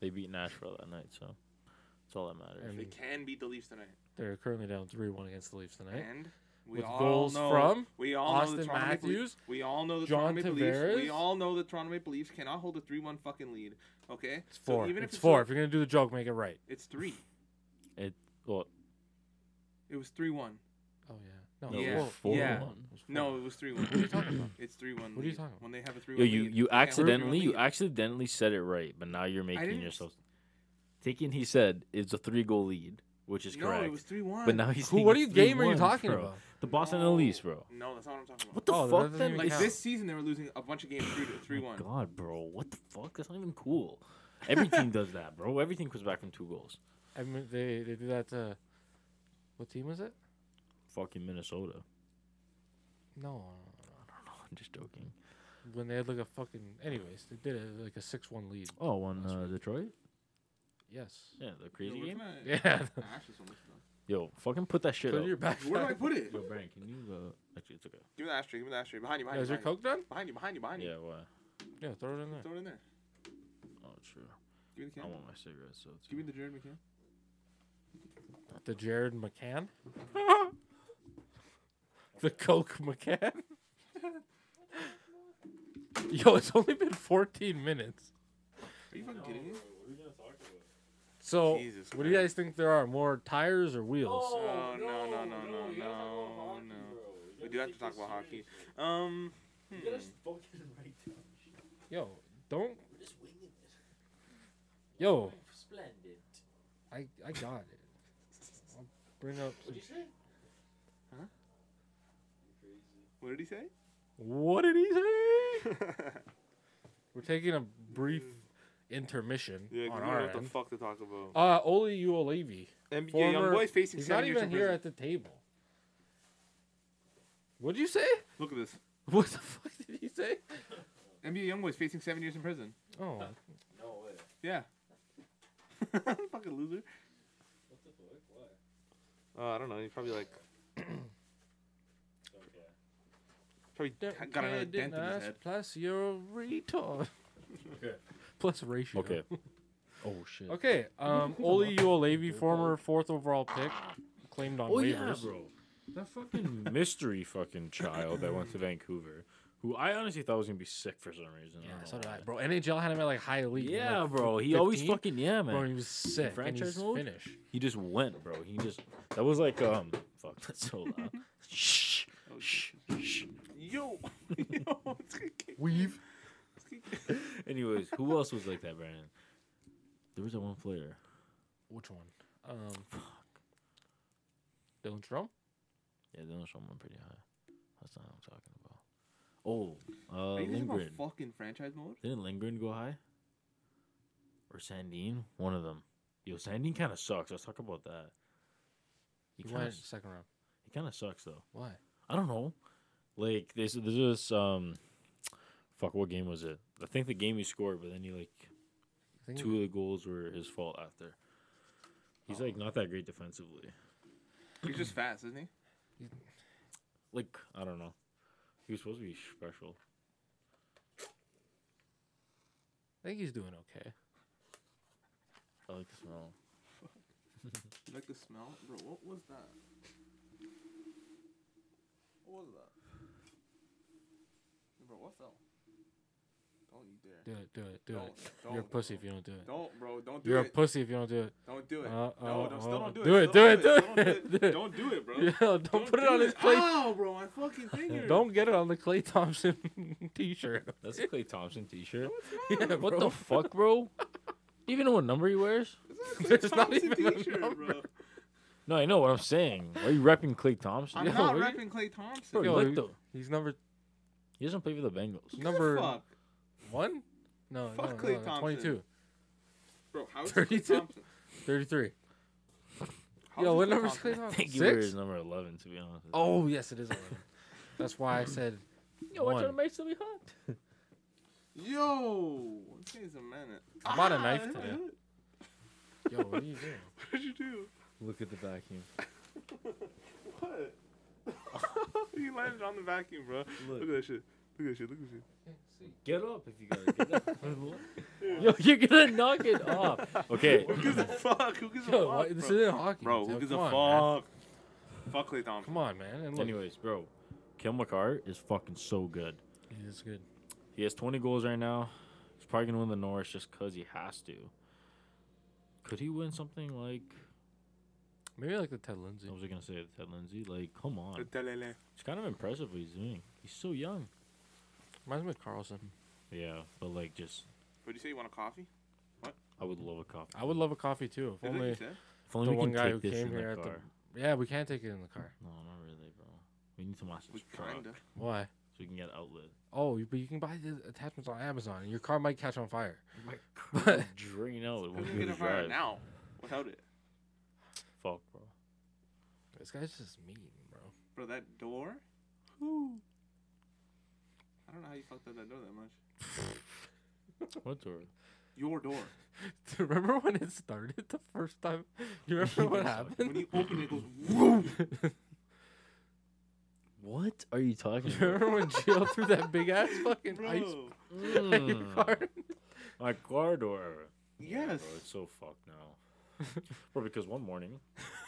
[SPEAKER 4] they beat Nashville that night, so that's all that matters.
[SPEAKER 2] And-
[SPEAKER 3] They can beat the Leafs tonight,
[SPEAKER 2] They're currently down 3 1 against the Leafs tonight.
[SPEAKER 3] and we
[SPEAKER 2] With
[SPEAKER 3] all
[SPEAKER 2] goals
[SPEAKER 3] know
[SPEAKER 2] from
[SPEAKER 3] we all know the
[SPEAKER 2] Austin
[SPEAKER 3] Toronto Maple Leafs.
[SPEAKER 2] Matthews,
[SPEAKER 3] We all know the
[SPEAKER 2] John
[SPEAKER 3] Toronto Maple Leafs. We
[SPEAKER 2] Tavares.
[SPEAKER 3] all know the Toronto Maple Leafs cannot hold a three-one fucking lead. Okay,
[SPEAKER 2] It's 4.
[SPEAKER 3] even if
[SPEAKER 2] it's
[SPEAKER 3] it's
[SPEAKER 2] 4.
[SPEAKER 3] a-
[SPEAKER 2] If you're going to do the joke, make it right.
[SPEAKER 3] It's three.
[SPEAKER 4] It well
[SPEAKER 3] It was three-one.
[SPEAKER 2] Oh, yeah. No,
[SPEAKER 4] no,
[SPEAKER 2] it's
[SPEAKER 3] Yeah.
[SPEAKER 4] it was four
[SPEAKER 3] Yeah.
[SPEAKER 4] to one.
[SPEAKER 2] It was four.
[SPEAKER 3] No, it was three-one.
[SPEAKER 2] What are you talking about?
[SPEAKER 3] It's three one.
[SPEAKER 2] What are you talking about?
[SPEAKER 3] When they have a three
[SPEAKER 4] Yo,
[SPEAKER 3] one.
[SPEAKER 4] you you accidentally you accidentally said it right, but now you're making
[SPEAKER 3] didn't-
[SPEAKER 4] yourself. Taking he said is a three goal lead, which is
[SPEAKER 3] No,
[SPEAKER 4] correct.
[SPEAKER 3] it was three one.
[SPEAKER 4] but now he's
[SPEAKER 2] Who-
[SPEAKER 4] saying
[SPEAKER 2] what
[SPEAKER 4] it's
[SPEAKER 2] are you- game are you
[SPEAKER 4] 3-1,
[SPEAKER 2] talking
[SPEAKER 4] bro.
[SPEAKER 2] about?
[SPEAKER 4] The Boston Elise, bro.
[SPEAKER 3] No, that's not what I'm talking about.
[SPEAKER 4] What the
[SPEAKER 2] Oh, that
[SPEAKER 4] fuck?
[SPEAKER 2] doesn't
[SPEAKER 4] That
[SPEAKER 2] even
[SPEAKER 4] like
[SPEAKER 3] like
[SPEAKER 2] count.
[SPEAKER 4] this?
[SPEAKER 3] this season, they were losing a bunch of games three to three one.
[SPEAKER 4] God, bro, what the fuck? That's not even cool. Every team does that, bro. Every team comes back from two goals.
[SPEAKER 2] I mean, they, they do that to. What team was it?
[SPEAKER 4] Fucking Minnesota.
[SPEAKER 2] No. uh,
[SPEAKER 4] I'm just joking.
[SPEAKER 2] When they had like a fucking. Anyways, they did it like a 6 1 lead.
[SPEAKER 4] Oh, on uh, Detroit.
[SPEAKER 2] Yes.
[SPEAKER 4] Yeah, the crazy game.
[SPEAKER 2] Yeah.
[SPEAKER 4] Yo, fucking put that shit
[SPEAKER 2] Put
[SPEAKER 4] up.
[SPEAKER 2] your back.
[SPEAKER 3] Where do I
[SPEAKER 2] back.
[SPEAKER 3] put it?
[SPEAKER 4] Yo, Brian, can you? Uh... Actually, it's okay.
[SPEAKER 3] Give me the ashtray. Give me the ashtray. Behind you.
[SPEAKER 2] Yeah,
[SPEAKER 3] Behind
[SPEAKER 2] is
[SPEAKER 3] you.
[SPEAKER 2] your coke done?
[SPEAKER 3] Behind you. Behind you. Behind you.
[SPEAKER 4] Yeah, why?
[SPEAKER 2] Yeah, throw it in there.
[SPEAKER 3] Throw it in there.
[SPEAKER 4] Oh, sure.
[SPEAKER 3] Give me the
[SPEAKER 4] I
[SPEAKER 3] can.
[SPEAKER 4] want my cigarettes. So
[SPEAKER 3] Give me the Jared McCann.
[SPEAKER 2] The Jared McCann. (laughs) the Coke McCann. (laughs) Yo, it's only been 14 minutes.
[SPEAKER 3] Are you fucking
[SPEAKER 4] Oh,
[SPEAKER 3] kidding me?
[SPEAKER 2] So,
[SPEAKER 3] Jesus
[SPEAKER 2] what do you guys think there are? More tires or wheels?
[SPEAKER 3] Oh no no no no no no. We do have to talk about hockey. Um. hmm.
[SPEAKER 2] Yo, don't. Yo,
[SPEAKER 5] Splendid.
[SPEAKER 2] I, I got it. I'll bring up. some-
[SPEAKER 3] What did he (laughs) say?
[SPEAKER 2] What did he say? We're taking a brief intermission
[SPEAKER 3] Mm. Yeah, 'cause
[SPEAKER 2] on
[SPEAKER 3] we don't know
[SPEAKER 2] our
[SPEAKER 3] what the
[SPEAKER 2] end.
[SPEAKER 3] fuck to talk about.
[SPEAKER 2] Uh, Ole Uolavi.
[SPEAKER 3] NBA
[SPEAKER 2] former-
[SPEAKER 3] young boy facing
[SPEAKER 2] He's
[SPEAKER 3] seven
[SPEAKER 2] not
[SPEAKER 3] years in
[SPEAKER 2] even here
[SPEAKER 3] prison.
[SPEAKER 2] at the table. What did you say? (laughs)
[SPEAKER 3] Look at this.
[SPEAKER 2] What the fuck did he say?
[SPEAKER 3] NBA YoungBoy's facing seven years in prison.
[SPEAKER 2] Oh,
[SPEAKER 4] No way.
[SPEAKER 3] Yeah. (laughs) Fucking loser.
[SPEAKER 4] What the fuck? Why?
[SPEAKER 3] Oh, I don't know. He probably like
[SPEAKER 4] Okay.
[SPEAKER 3] probably ha- got another dent in his head.
[SPEAKER 2] Plus, you're a retard.
[SPEAKER 4] Okay.
[SPEAKER 2] (laughs) Plus ratio.
[SPEAKER 4] Okay. (laughs) oh shit.
[SPEAKER 2] Okay.
[SPEAKER 4] (laughs)
[SPEAKER 2] Um, Oli Uolevi, former fourth overall pick, claimed on
[SPEAKER 4] Oh yeah,
[SPEAKER 2] waivers.
[SPEAKER 4] bro. That
[SPEAKER 3] (laughs)
[SPEAKER 4] fucking mystery fucking child that went to Vancouver, who I honestly thought was gonna be sick for some reason. I
[SPEAKER 2] Yeah,
[SPEAKER 4] don't
[SPEAKER 2] so
[SPEAKER 4] know
[SPEAKER 2] did I,
[SPEAKER 4] why.
[SPEAKER 2] bro. NHL had him at like high elite. in,
[SPEAKER 4] Yeah,
[SPEAKER 2] like,
[SPEAKER 4] bro. He always
[SPEAKER 2] 15.
[SPEAKER 4] fucking yeah, man.
[SPEAKER 2] Bro, he was sick. And
[SPEAKER 4] franchise
[SPEAKER 2] he's
[SPEAKER 4] mode?
[SPEAKER 2] Finnish.
[SPEAKER 4] He just went, bro. He just that was like um fuck that's so loud.
[SPEAKER 2] (laughs)
[SPEAKER 4] shh,
[SPEAKER 3] Oh,
[SPEAKER 4] shh, shh.
[SPEAKER 3] (laughs) Yo, (laughs) yo, it's gonna kick-
[SPEAKER 2] Weave.
[SPEAKER 3] it's gonna kick-
[SPEAKER 4] Anyways, who else was like that, Brandon? There was that one player.
[SPEAKER 2] Which one? Um, Dylan Strom.
[SPEAKER 4] Yeah, they don't show him pretty high. That's not what I'm talking about. Oh, uh,
[SPEAKER 3] Are you talking about
[SPEAKER 4] Lindgren.
[SPEAKER 3] fucking franchise mode?
[SPEAKER 4] Didn't Lindgren go high? Or Sandine? One of them. Yo, Sandine kind of sucks. Let's talk about that. He
[SPEAKER 2] He
[SPEAKER 4] kind
[SPEAKER 2] went
[SPEAKER 4] of
[SPEAKER 2] second round.
[SPEAKER 4] he kind of sucks though.
[SPEAKER 2] Why?
[SPEAKER 4] I don't know. Like there's there's this um, fuck. What game was it? I think the game he scored, but then he like
[SPEAKER 2] I think
[SPEAKER 4] two of the goals were his fault after. He's
[SPEAKER 3] Oh.
[SPEAKER 4] like not that great defensively.
[SPEAKER 3] He's just fast, isn't he?
[SPEAKER 4] Like I don't know. He was supposed to be special.
[SPEAKER 2] I think he's doing okay.
[SPEAKER 4] I like the smell.
[SPEAKER 3] You like the smell, bro. What was that? What was that? Bro, what fell? Don't you dare!
[SPEAKER 2] Do it. Do it. Do it.
[SPEAKER 3] Don't-
[SPEAKER 2] You're a
[SPEAKER 3] don't,
[SPEAKER 2] pussy
[SPEAKER 3] bro.
[SPEAKER 2] if you don't do it.
[SPEAKER 3] Don't, bro. Don't do
[SPEAKER 2] You're a
[SPEAKER 3] it.
[SPEAKER 2] pussy if you don't do it.
[SPEAKER 3] don't do it.
[SPEAKER 2] Uh,
[SPEAKER 3] no,
[SPEAKER 2] uh,
[SPEAKER 3] don't, still
[SPEAKER 2] uh,
[SPEAKER 3] don't do it.
[SPEAKER 2] do it, do
[SPEAKER 3] Still
[SPEAKER 2] it,
[SPEAKER 3] Don't
[SPEAKER 2] do it,
[SPEAKER 3] do it.
[SPEAKER 2] do it.
[SPEAKER 3] Don't do it, bro.
[SPEAKER 2] Yeah, (laughs) don't, put it
[SPEAKER 3] do
[SPEAKER 2] on
[SPEAKER 3] it. Ah!
[SPEAKER 2] his plate.
[SPEAKER 3] Ow, bro, my fucking finger.
[SPEAKER 2] Don't get it on the Clay Thompson (laughs) T-shirt.
[SPEAKER 3] (laughs)
[SPEAKER 4] That's a Clay Thompson T-shirt.
[SPEAKER 2] Yeah,
[SPEAKER 4] what
[SPEAKER 2] bro.
[SPEAKER 4] the fuck, bro? Do you (laughs) even know what number he wears?
[SPEAKER 3] There's not even
[SPEAKER 2] a
[SPEAKER 3] t-shirt, bro.
[SPEAKER 4] No, I know what I'm saying. Why are you repping Clay Thompson?
[SPEAKER 3] I'm
[SPEAKER 2] Yo,
[SPEAKER 3] not
[SPEAKER 2] what
[SPEAKER 3] rapping Clay Thompson.
[SPEAKER 4] Bro,
[SPEAKER 2] Yo,
[SPEAKER 4] what
[SPEAKER 2] he-
[SPEAKER 4] the-
[SPEAKER 2] He's number
[SPEAKER 4] He doesn't play for the Bengals.
[SPEAKER 3] What the
[SPEAKER 2] number
[SPEAKER 3] fuck?
[SPEAKER 2] one. No,
[SPEAKER 3] Fuck
[SPEAKER 2] no,
[SPEAKER 3] Klay
[SPEAKER 2] no,
[SPEAKER 3] Thompson.
[SPEAKER 2] 22,
[SPEAKER 3] Bro, how is
[SPEAKER 2] 32?
[SPEAKER 3] Clay Thompson?
[SPEAKER 2] 33.
[SPEAKER 3] How
[SPEAKER 2] Yo, what
[SPEAKER 3] is Klay
[SPEAKER 2] number is
[SPEAKER 3] Thompson?
[SPEAKER 2] Clay
[SPEAKER 4] I
[SPEAKER 2] Thompson?
[SPEAKER 4] think he
[SPEAKER 2] Six?
[SPEAKER 4] wears number 11, to be honest. with you.
[SPEAKER 2] Oh yes, it is. 11. That's why I said.
[SPEAKER 4] (laughs) Yo,
[SPEAKER 2] one.
[SPEAKER 4] mates to be hot.
[SPEAKER 3] Yo, he's a minute.
[SPEAKER 2] I bought a
[SPEAKER 3] Ah,
[SPEAKER 2] knife today.
[SPEAKER 3] (laughs)
[SPEAKER 2] Yo, what are you doing?
[SPEAKER 3] What did you do?
[SPEAKER 4] Look at the vacuum.
[SPEAKER 3] (laughs) What? you landed on the vacuum, bro. Look.
[SPEAKER 4] Look.
[SPEAKER 3] at that shit. Look at that shit. Look at that shit.
[SPEAKER 4] Get up if you gotta get up. (laughs) Yo, you're gonna knock it (laughs) off. Okay.
[SPEAKER 3] Who (laughs) gives a fuck? Who gives
[SPEAKER 2] (laughs)
[SPEAKER 3] a
[SPEAKER 2] Yo,
[SPEAKER 3] fuck?
[SPEAKER 2] why, this
[SPEAKER 3] bro?
[SPEAKER 2] isn't hockey.
[SPEAKER 3] Bro,
[SPEAKER 2] Yo,
[SPEAKER 3] who gives a
[SPEAKER 2] come
[SPEAKER 3] fuck?
[SPEAKER 2] on, man.
[SPEAKER 3] Fuck Clay Thompson.
[SPEAKER 2] Come on, man. And look,
[SPEAKER 4] Anyways, bro, Kel McCarr is fucking so good.
[SPEAKER 2] he is good.
[SPEAKER 4] He has 20 goals right now. He's probably gonna win the Norris just because he has to. Could he win something like?
[SPEAKER 2] Maybe like the Ted Lindsay.
[SPEAKER 4] I was gonna say Ted Lindsay. Like, come on,
[SPEAKER 3] Telele.
[SPEAKER 4] it's kind of impressive what he's doing. He's so young.
[SPEAKER 2] Reminds me of Carlson.
[SPEAKER 4] Yeah, but like, just
[SPEAKER 3] What did you say? You want a coffee?
[SPEAKER 4] I would love a coffee.
[SPEAKER 2] I would love a coffee too. If
[SPEAKER 3] Is that what
[SPEAKER 2] only.
[SPEAKER 3] you said?
[SPEAKER 4] If only
[SPEAKER 2] the
[SPEAKER 4] we
[SPEAKER 2] one
[SPEAKER 4] can
[SPEAKER 2] guy
[SPEAKER 4] take
[SPEAKER 2] who
[SPEAKER 4] this
[SPEAKER 2] came
[SPEAKER 4] in
[SPEAKER 2] here at
[SPEAKER 4] the
[SPEAKER 2] the-
[SPEAKER 4] car.
[SPEAKER 2] Yeah, we can't take it in the car.
[SPEAKER 4] No, not really, bro. We need to watch
[SPEAKER 3] We
[SPEAKER 4] this truck
[SPEAKER 3] kinda.
[SPEAKER 4] so
[SPEAKER 2] Why?
[SPEAKER 4] we can get outlet.
[SPEAKER 2] Oh, you- but you can buy the attachments on Amazon, and your car might catch on fire.
[SPEAKER 4] My
[SPEAKER 2] (laughs) But-
[SPEAKER 4] drain out. It
[SPEAKER 3] Who's
[SPEAKER 4] won't
[SPEAKER 3] gonna
[SPEAKER 4] be
[SPEAKER 3] get
[SPEAKER 4] able
[SPEAKER 3] a
[SPEAKER 4] to
[SPEAKER 3] fire
[SPEAKER 4] drive.
[SPEAKER 3] now without it?
[SPEAKER 4] Fuck, bro.
[SPEAKER 2] This guy's just mean, bro.
[SPEAKER 3] Bro, that door? Whew. I don't know how you fucked up that door that much.
[SPEAKER 4] What door?
[SPEAKER 3] Your door.
[SPEAKER 2] Do you (laughs) remember when it started the first time? (laughs) You remember
[SPEAKER 3] (laughs)
[SPEAKER 2] what
[SPEAKER 3] when
[SPEAKER 2] happened?
[SPEAKER 3] you open it, it
[SPEAKER 4] (laughs)
[SPEAKER 3] goes woo.
[SPEAKER 4] What are you talking
[SPEAKER 2] (laughs) (laughs) You remember when Jill threw that big
[SPEAKER 3] (laughs)
[SPEAKER 2] ass fucking ice
[SPEAKER 3] Bro.
[SPEAKER 2] at your car?
[SPEAKER 4] Mm. My car door.
[SPEAKER 3] Yes.
[SPEAKER 4] Bro, it's so fucked now. (laughs) bro, because one morning,
[SPEAKER 3] (laughs)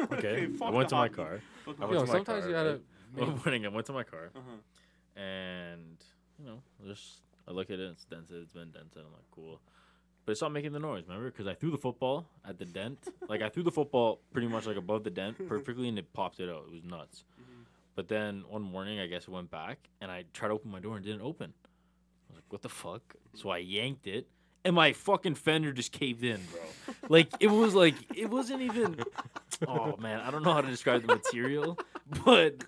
[SPEAKER 3] Okay, (laughs)
[SPEAKER 4] okay, I
[SPEAKER 3] fuck
[SPEAKER 4] went
[SPEAKER 3] the
[SPEAKER 4] to my
[SPEAKER 3] hockey. (laughs)
[SPEAKER 4] car.
[SPEAKER 3] Fuck
[SPEAKER 4] I
[SPEAKER 3] off.
[SPEAKER 4] went
[SPEAKER 2] Yo,
[SPEAKER 4] to my
[SPEAKER 2] sometimes
[SPEAKER 4] car,
[SPEAKER 2] you gotta.
[SPEAKER 4] right?
[SPEAKER 2] (laughs) make-
[SPEAKER 4] One morning, I went to my car,
[SPEAKER 3] Uh-huh.
[SPEAKER 4] and you know, just I look at it, it's dented. It's been dented. I'm like, cool. But it stopped making the noise, remember? Because I threw the football at the dent. like I threw the football pretty much like above the dent perfectly, and it popped it out. It was nuts. But then one morning, I guess it went back, and I tried to open my door and it didn't open. I was like, what the fuck? So I yanked it, and my fucking fender just caved in, bro. like it was like it wasn't even. Oh man, I don't know how to describe the material, but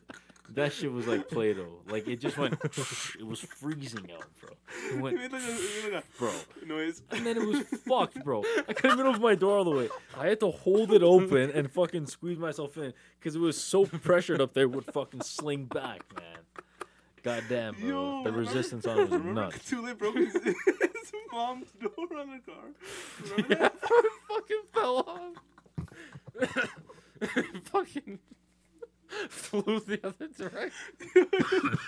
[SPEAKER 4] That shit was like Play-Doh. Like it just went. (laughs) it was freezing out, bro.
[SPEAKER 3] (laughs)
[SPEAKER 4] It
[SPEAKER 3] It made
[SPEAKER 4] went,
[SPEAKER 3] like a, it made like
[SPEAKER 4] bro.
[SPEAKER 3] a noise.
[SPEAKER 4] And then it was fucked, bro. I couldn't even open my door all the way. I had to hold it open and fucking squeeze myself in because it was so pressured up there. It would fucking sling back, man. Goddamn, bro.
[SPEAKER 3] Yo,
[SPEAKER 4] the
[SPEAKER 3] remember-
[SPEAKER 4] resistance on it was
[SPEAKER 3] remember
[SPEAKER 4] (laughs) nuts.
[SPEAKER 3] Tule broke his, (laughs) his mom's door on the car. Remember
[SPEAKER 2] I
[SPEAKER 3] that?
[SPEAKER 2] fucking fell off. (laughs) fucking (laughs) flew the other (laughs) direction.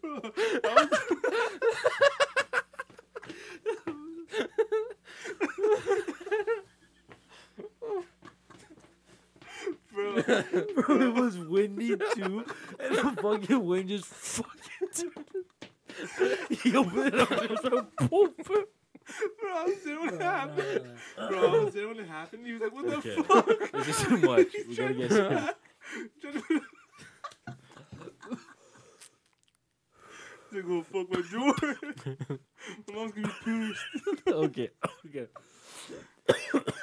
[SPEAKER 3] Bro, that was- Bro,
[SPEAKER 4] Bro, it was windy too, and the fucking wind just fucking. (laughs) he opened it up and (laughs) it was like, boom.
[SPEAKER 3] bro, I was there when it happened. Bro, I was there when it happened. He was like, "What the
[SPEAKER 4] (laughs) Okay.
[SPEAKER 3] fuck?"
[SPEAKER 4] This is too much. We
[SPEAKER 3] He's
[SPEAKER 4] gotta
[SPEAKER 3] trying
[SPEAKER 4] get.
[SPEAKER 3] to-
[SPEAKER 4] some-
[SPEAKER 3] trying to- They gonna fuck my door. my mom's gonna be pissed. (laughs)
[SPEAKER 4] (laughs) Okay. Okay.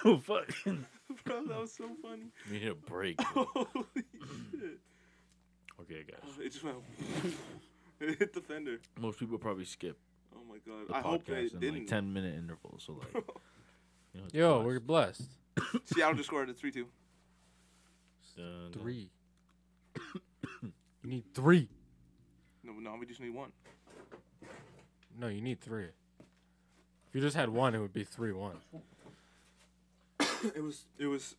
[SPEAKER 4] oh (coughs) fuck. (coughs)
[SPEAKER 3] Bro, that was so funny. (laughs)
[SPEAKER 4] We need a break.
[SPEAKER 3] Holy shit.
[SPEAKER 4] (coughs) Okay, guys.
[SPEAKER 3] It just went. (laughs) it hit the fender.
[SPEAKER 4] Most people probably skip
[SPEAKER 3] Oh my god.
[SPEAKER 4] the
[SPEAKER 3] I hope
[SPEAKER 4] podcast
[SPEAKER 3] it
[SPEAKER 4] in
[SPEAKER 3] didn't.
[SPEAKER 4] like ten minute intervals. So
[SPEAKER 3] (laughs)
[SPEAKER 4] like. You know, it's
[SPEAKER 2] Yo,
[SPEAKER 4] nice.
[SPEAKER 2] we're blessed.
[SPEAKER 3] Seattle just scored a 3 2.
[SPEAKER 4] Dun, dun.
[SPEAKER 2] Three. (coughs) you need three.
[SPEAKER 3] No, no, we just need one.
[SPEAKER 2] No, you need three. If you just had one, it would be three one.
[SPEAKER 3] (clears throat) It was. It was.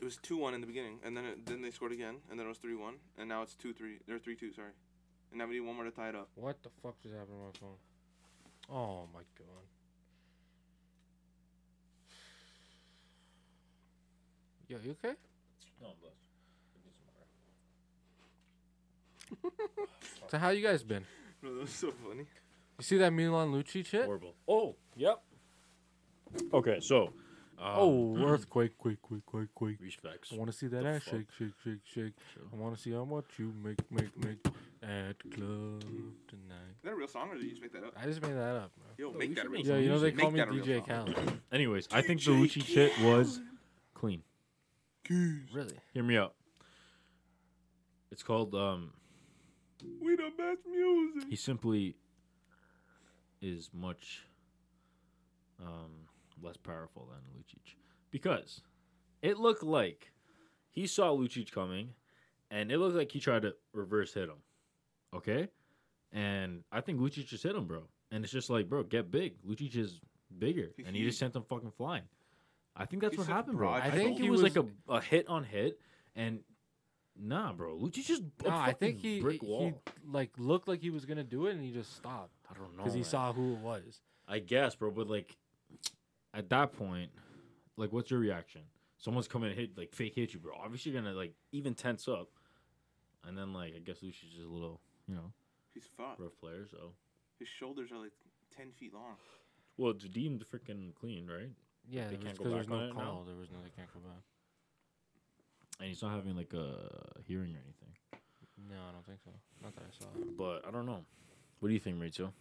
[SPEAKER 3] It was two one in the beginning, and then it, then they scored again, and then it was three one, and now it's two three. They're three two, sorry, and now we need one more to tie it up.
[SPEAKER 2] What the fuck just happened on my phone? Oh my god. Yo, you okay?
[SPEAKER 4] No, I'm blessed. It doesn't matter.
[SPEAKER 2] So how you guys been?
[SPEAKER 3] Bro, that was so funny.
[SPEAKER 2] You see that Milan Lucic shit?
[SPEAKER 4] Horrible. Oh, yep. Okay, so. Um,
[SPEAKER 2] oh, earthquake, quake, quake, quake, quake.
[SPEAKER 4] Respects.
[SPEAKER 2] I want to see that
[SPEAKER 4] the
[SPEAKER 2] ass
[SPEAKER 4] fuck?
[SPEAKER 2] shake, shake, shake, shake.
[SPEAKER 4] Sure.
[SPEAKER 2] I want to see how much you make, make, make at the club tonight.
[SPEAKER 3] Is that a real song, or did you just make that up?
[SPEAKER 2] I just made that up, man.
[SPEAKER 3] Yo,
[SPEAKER 4] No,
[SPEAKER 3] make
[SPEAKER 4] we
[SPEAKER 3] that
[SPEAKER 4] should
[SPEAKER 3] a
[SPEAKER 4] make
[SPEAKER 3] real
[SPEAKER 4] some
[SPEAKER 2] Yeah, you know they
[SPEAKER 4] music.
[SPEAKER 3] Make
[SPEAKER 2] call me
[SPEAKER 3] that a real
[SPEAKER 2] DJ
[SPEAKER 3] song.
[SPEAKER 2] Khaled.
[SPEAKER 4] Anyways, I think the
[SPEAKER 3] DJ
[SPEAKER 4] Lucci shit was clean.
[SPEAKER 2] (clears throat) really?
[SPEAKER 4] Hear me out. It's called um
[SPEAKER 3] We the best music.
[SPEAKER 4] he simply is much um less powerful than Lucic because it looked like he saw Lucic coming and it looked like he tried to reverse hit him. Okay? And I think Lucic just hit him, bro. And it's just like, bro, get big. Lucic is bigger and he just sent him fucking flying. I think that's
[SPEAKER 3] He's
[SPEAKER 4] what
[SPEAKER 3] such a
[SPEAKER 4] happened, bro.
[SPEAKER 3] broad
[SPEAKER 4] I think
[SPEAKER 2] shoulder.
[SPEAKER 4] it was,
[SPEAKER 2] He was-
[SPEAKER 4] like a, a hit on hit and nah, bro. Lucic just a
[SPEAKER 2] No, I think
[SPEAKER 4] fucking
[SPEAKER 2] he,
[SPEAKER 4] brick
[SPEAKER 2] he-
[SPEAKER 4] wall.
[SPEAKER 2] he like looked like he was gonna do it and he just stopped
[SPEAKER 4] I don't know.
[SPEAKER 2] because he
[SPEAKER 4] man.
[SPEAKER 2] saw who it was.
[SPEAKER 4] I guess, bro. But like, at that point, like, what's your reaction? Someone's coming to hit, like, fake hit you, bro. Obviously, you're gonna like even tense up, and then like, I guess Lucius is a little, you know,
[SPEAKER 3] He's fucked.
[SPEAKER 4] rough player. So,
[SPEAKER 3] His shoulders are like ten feet long.
[SPEAKER 4] well, it's deemed freaking clean, right?
[SPEAKER 2] Yeah,
[SPEAKER 4] They
[SPEAKER 2] because
[SPEAKER 4] can't go
[SPEAKER 2] there was
[SPEAKER 4] back on
[SPEAKER 2] no
[SPEAKER 4] it now?
[SPEAKER 2] call. There was no. They can't go back.
[SPEAKER 4] And he's not having like a hearing or anything.
[SPEAKER 2] No, I don't think so. Not that I saw.
[SPEAKER 4] But I don't know. What do you think, Rachel?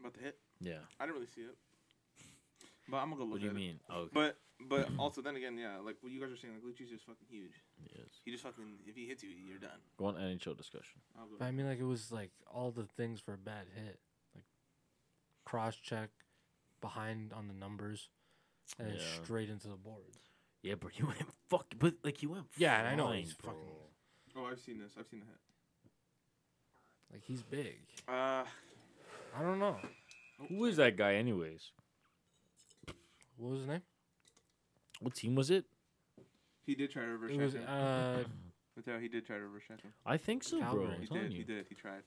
[SPEAKER 3] About to hit.
[SPEAKER 4] Yeah.
[SPEAKER 3] I didn't really see it, but I'm gonna go look
[SPEAKER 4] What do you
[SPEAKER 3] at it.
[SPEAKER 4] mean? Oh, okay.
[SPEAKER 3] But but also then again, yeah, like what you guys are saying, like Lucci's just fucking huge.
[SPEAKER 4] yes.
[SPEAKER 3] He just fucking if he hits you, you're done.
[SPEAKER 4] Go on NHL discussion.
[SPEAKER 3] I'll go.
[SPEAKER 2] But I mean, like it was like all the things for a bad hit, like cross check, behind on the numbers, and then
[SPEAKER 4] Yeah.
[SPEAKER 2] straight into the boards.
[SPEAKER 4] Yeah, bro. You went fuck, but like you went.
[SPEAKER 2] Yeah, and I know
[SPEAKER 4] flying,
[SPEAKER 2] he's
[SPEAKER 4] bro.
[SPEAKER 2] fucking-
[SPEAKER 3] Oh, I've seen this. I've seen the hit.
[SPEAKER 2] Like he's big.
[SPEAKER 3] Uh,
[SPEAKER 2] I don't know.
[SPEAKER 4] Who is that guy, anyways?
[SPEAKER 2] What was his name?
[SPEAKER 4] What team was it?
[SPEAKER 3] he did try to reverse
[SPEAKER 2] It was
[SPEAKER 3] check him.
[SPEAKER 2] uh
[SPEAKER 4] (laughs)
[SPEAKER 3] That's how he did try to reverse check him.
[SPEAKER 4] I think so, bro.
[SPEAKER 2] Calgary.
[SPEAKER 4] I'm
[SPEAKER 2] He
[SPEAKER 3] He
[SPEAKER 4] telling
[SPEAKER 3] did.
[SPEAKER 4] you.
[SPEAKER 3] He did. He tried.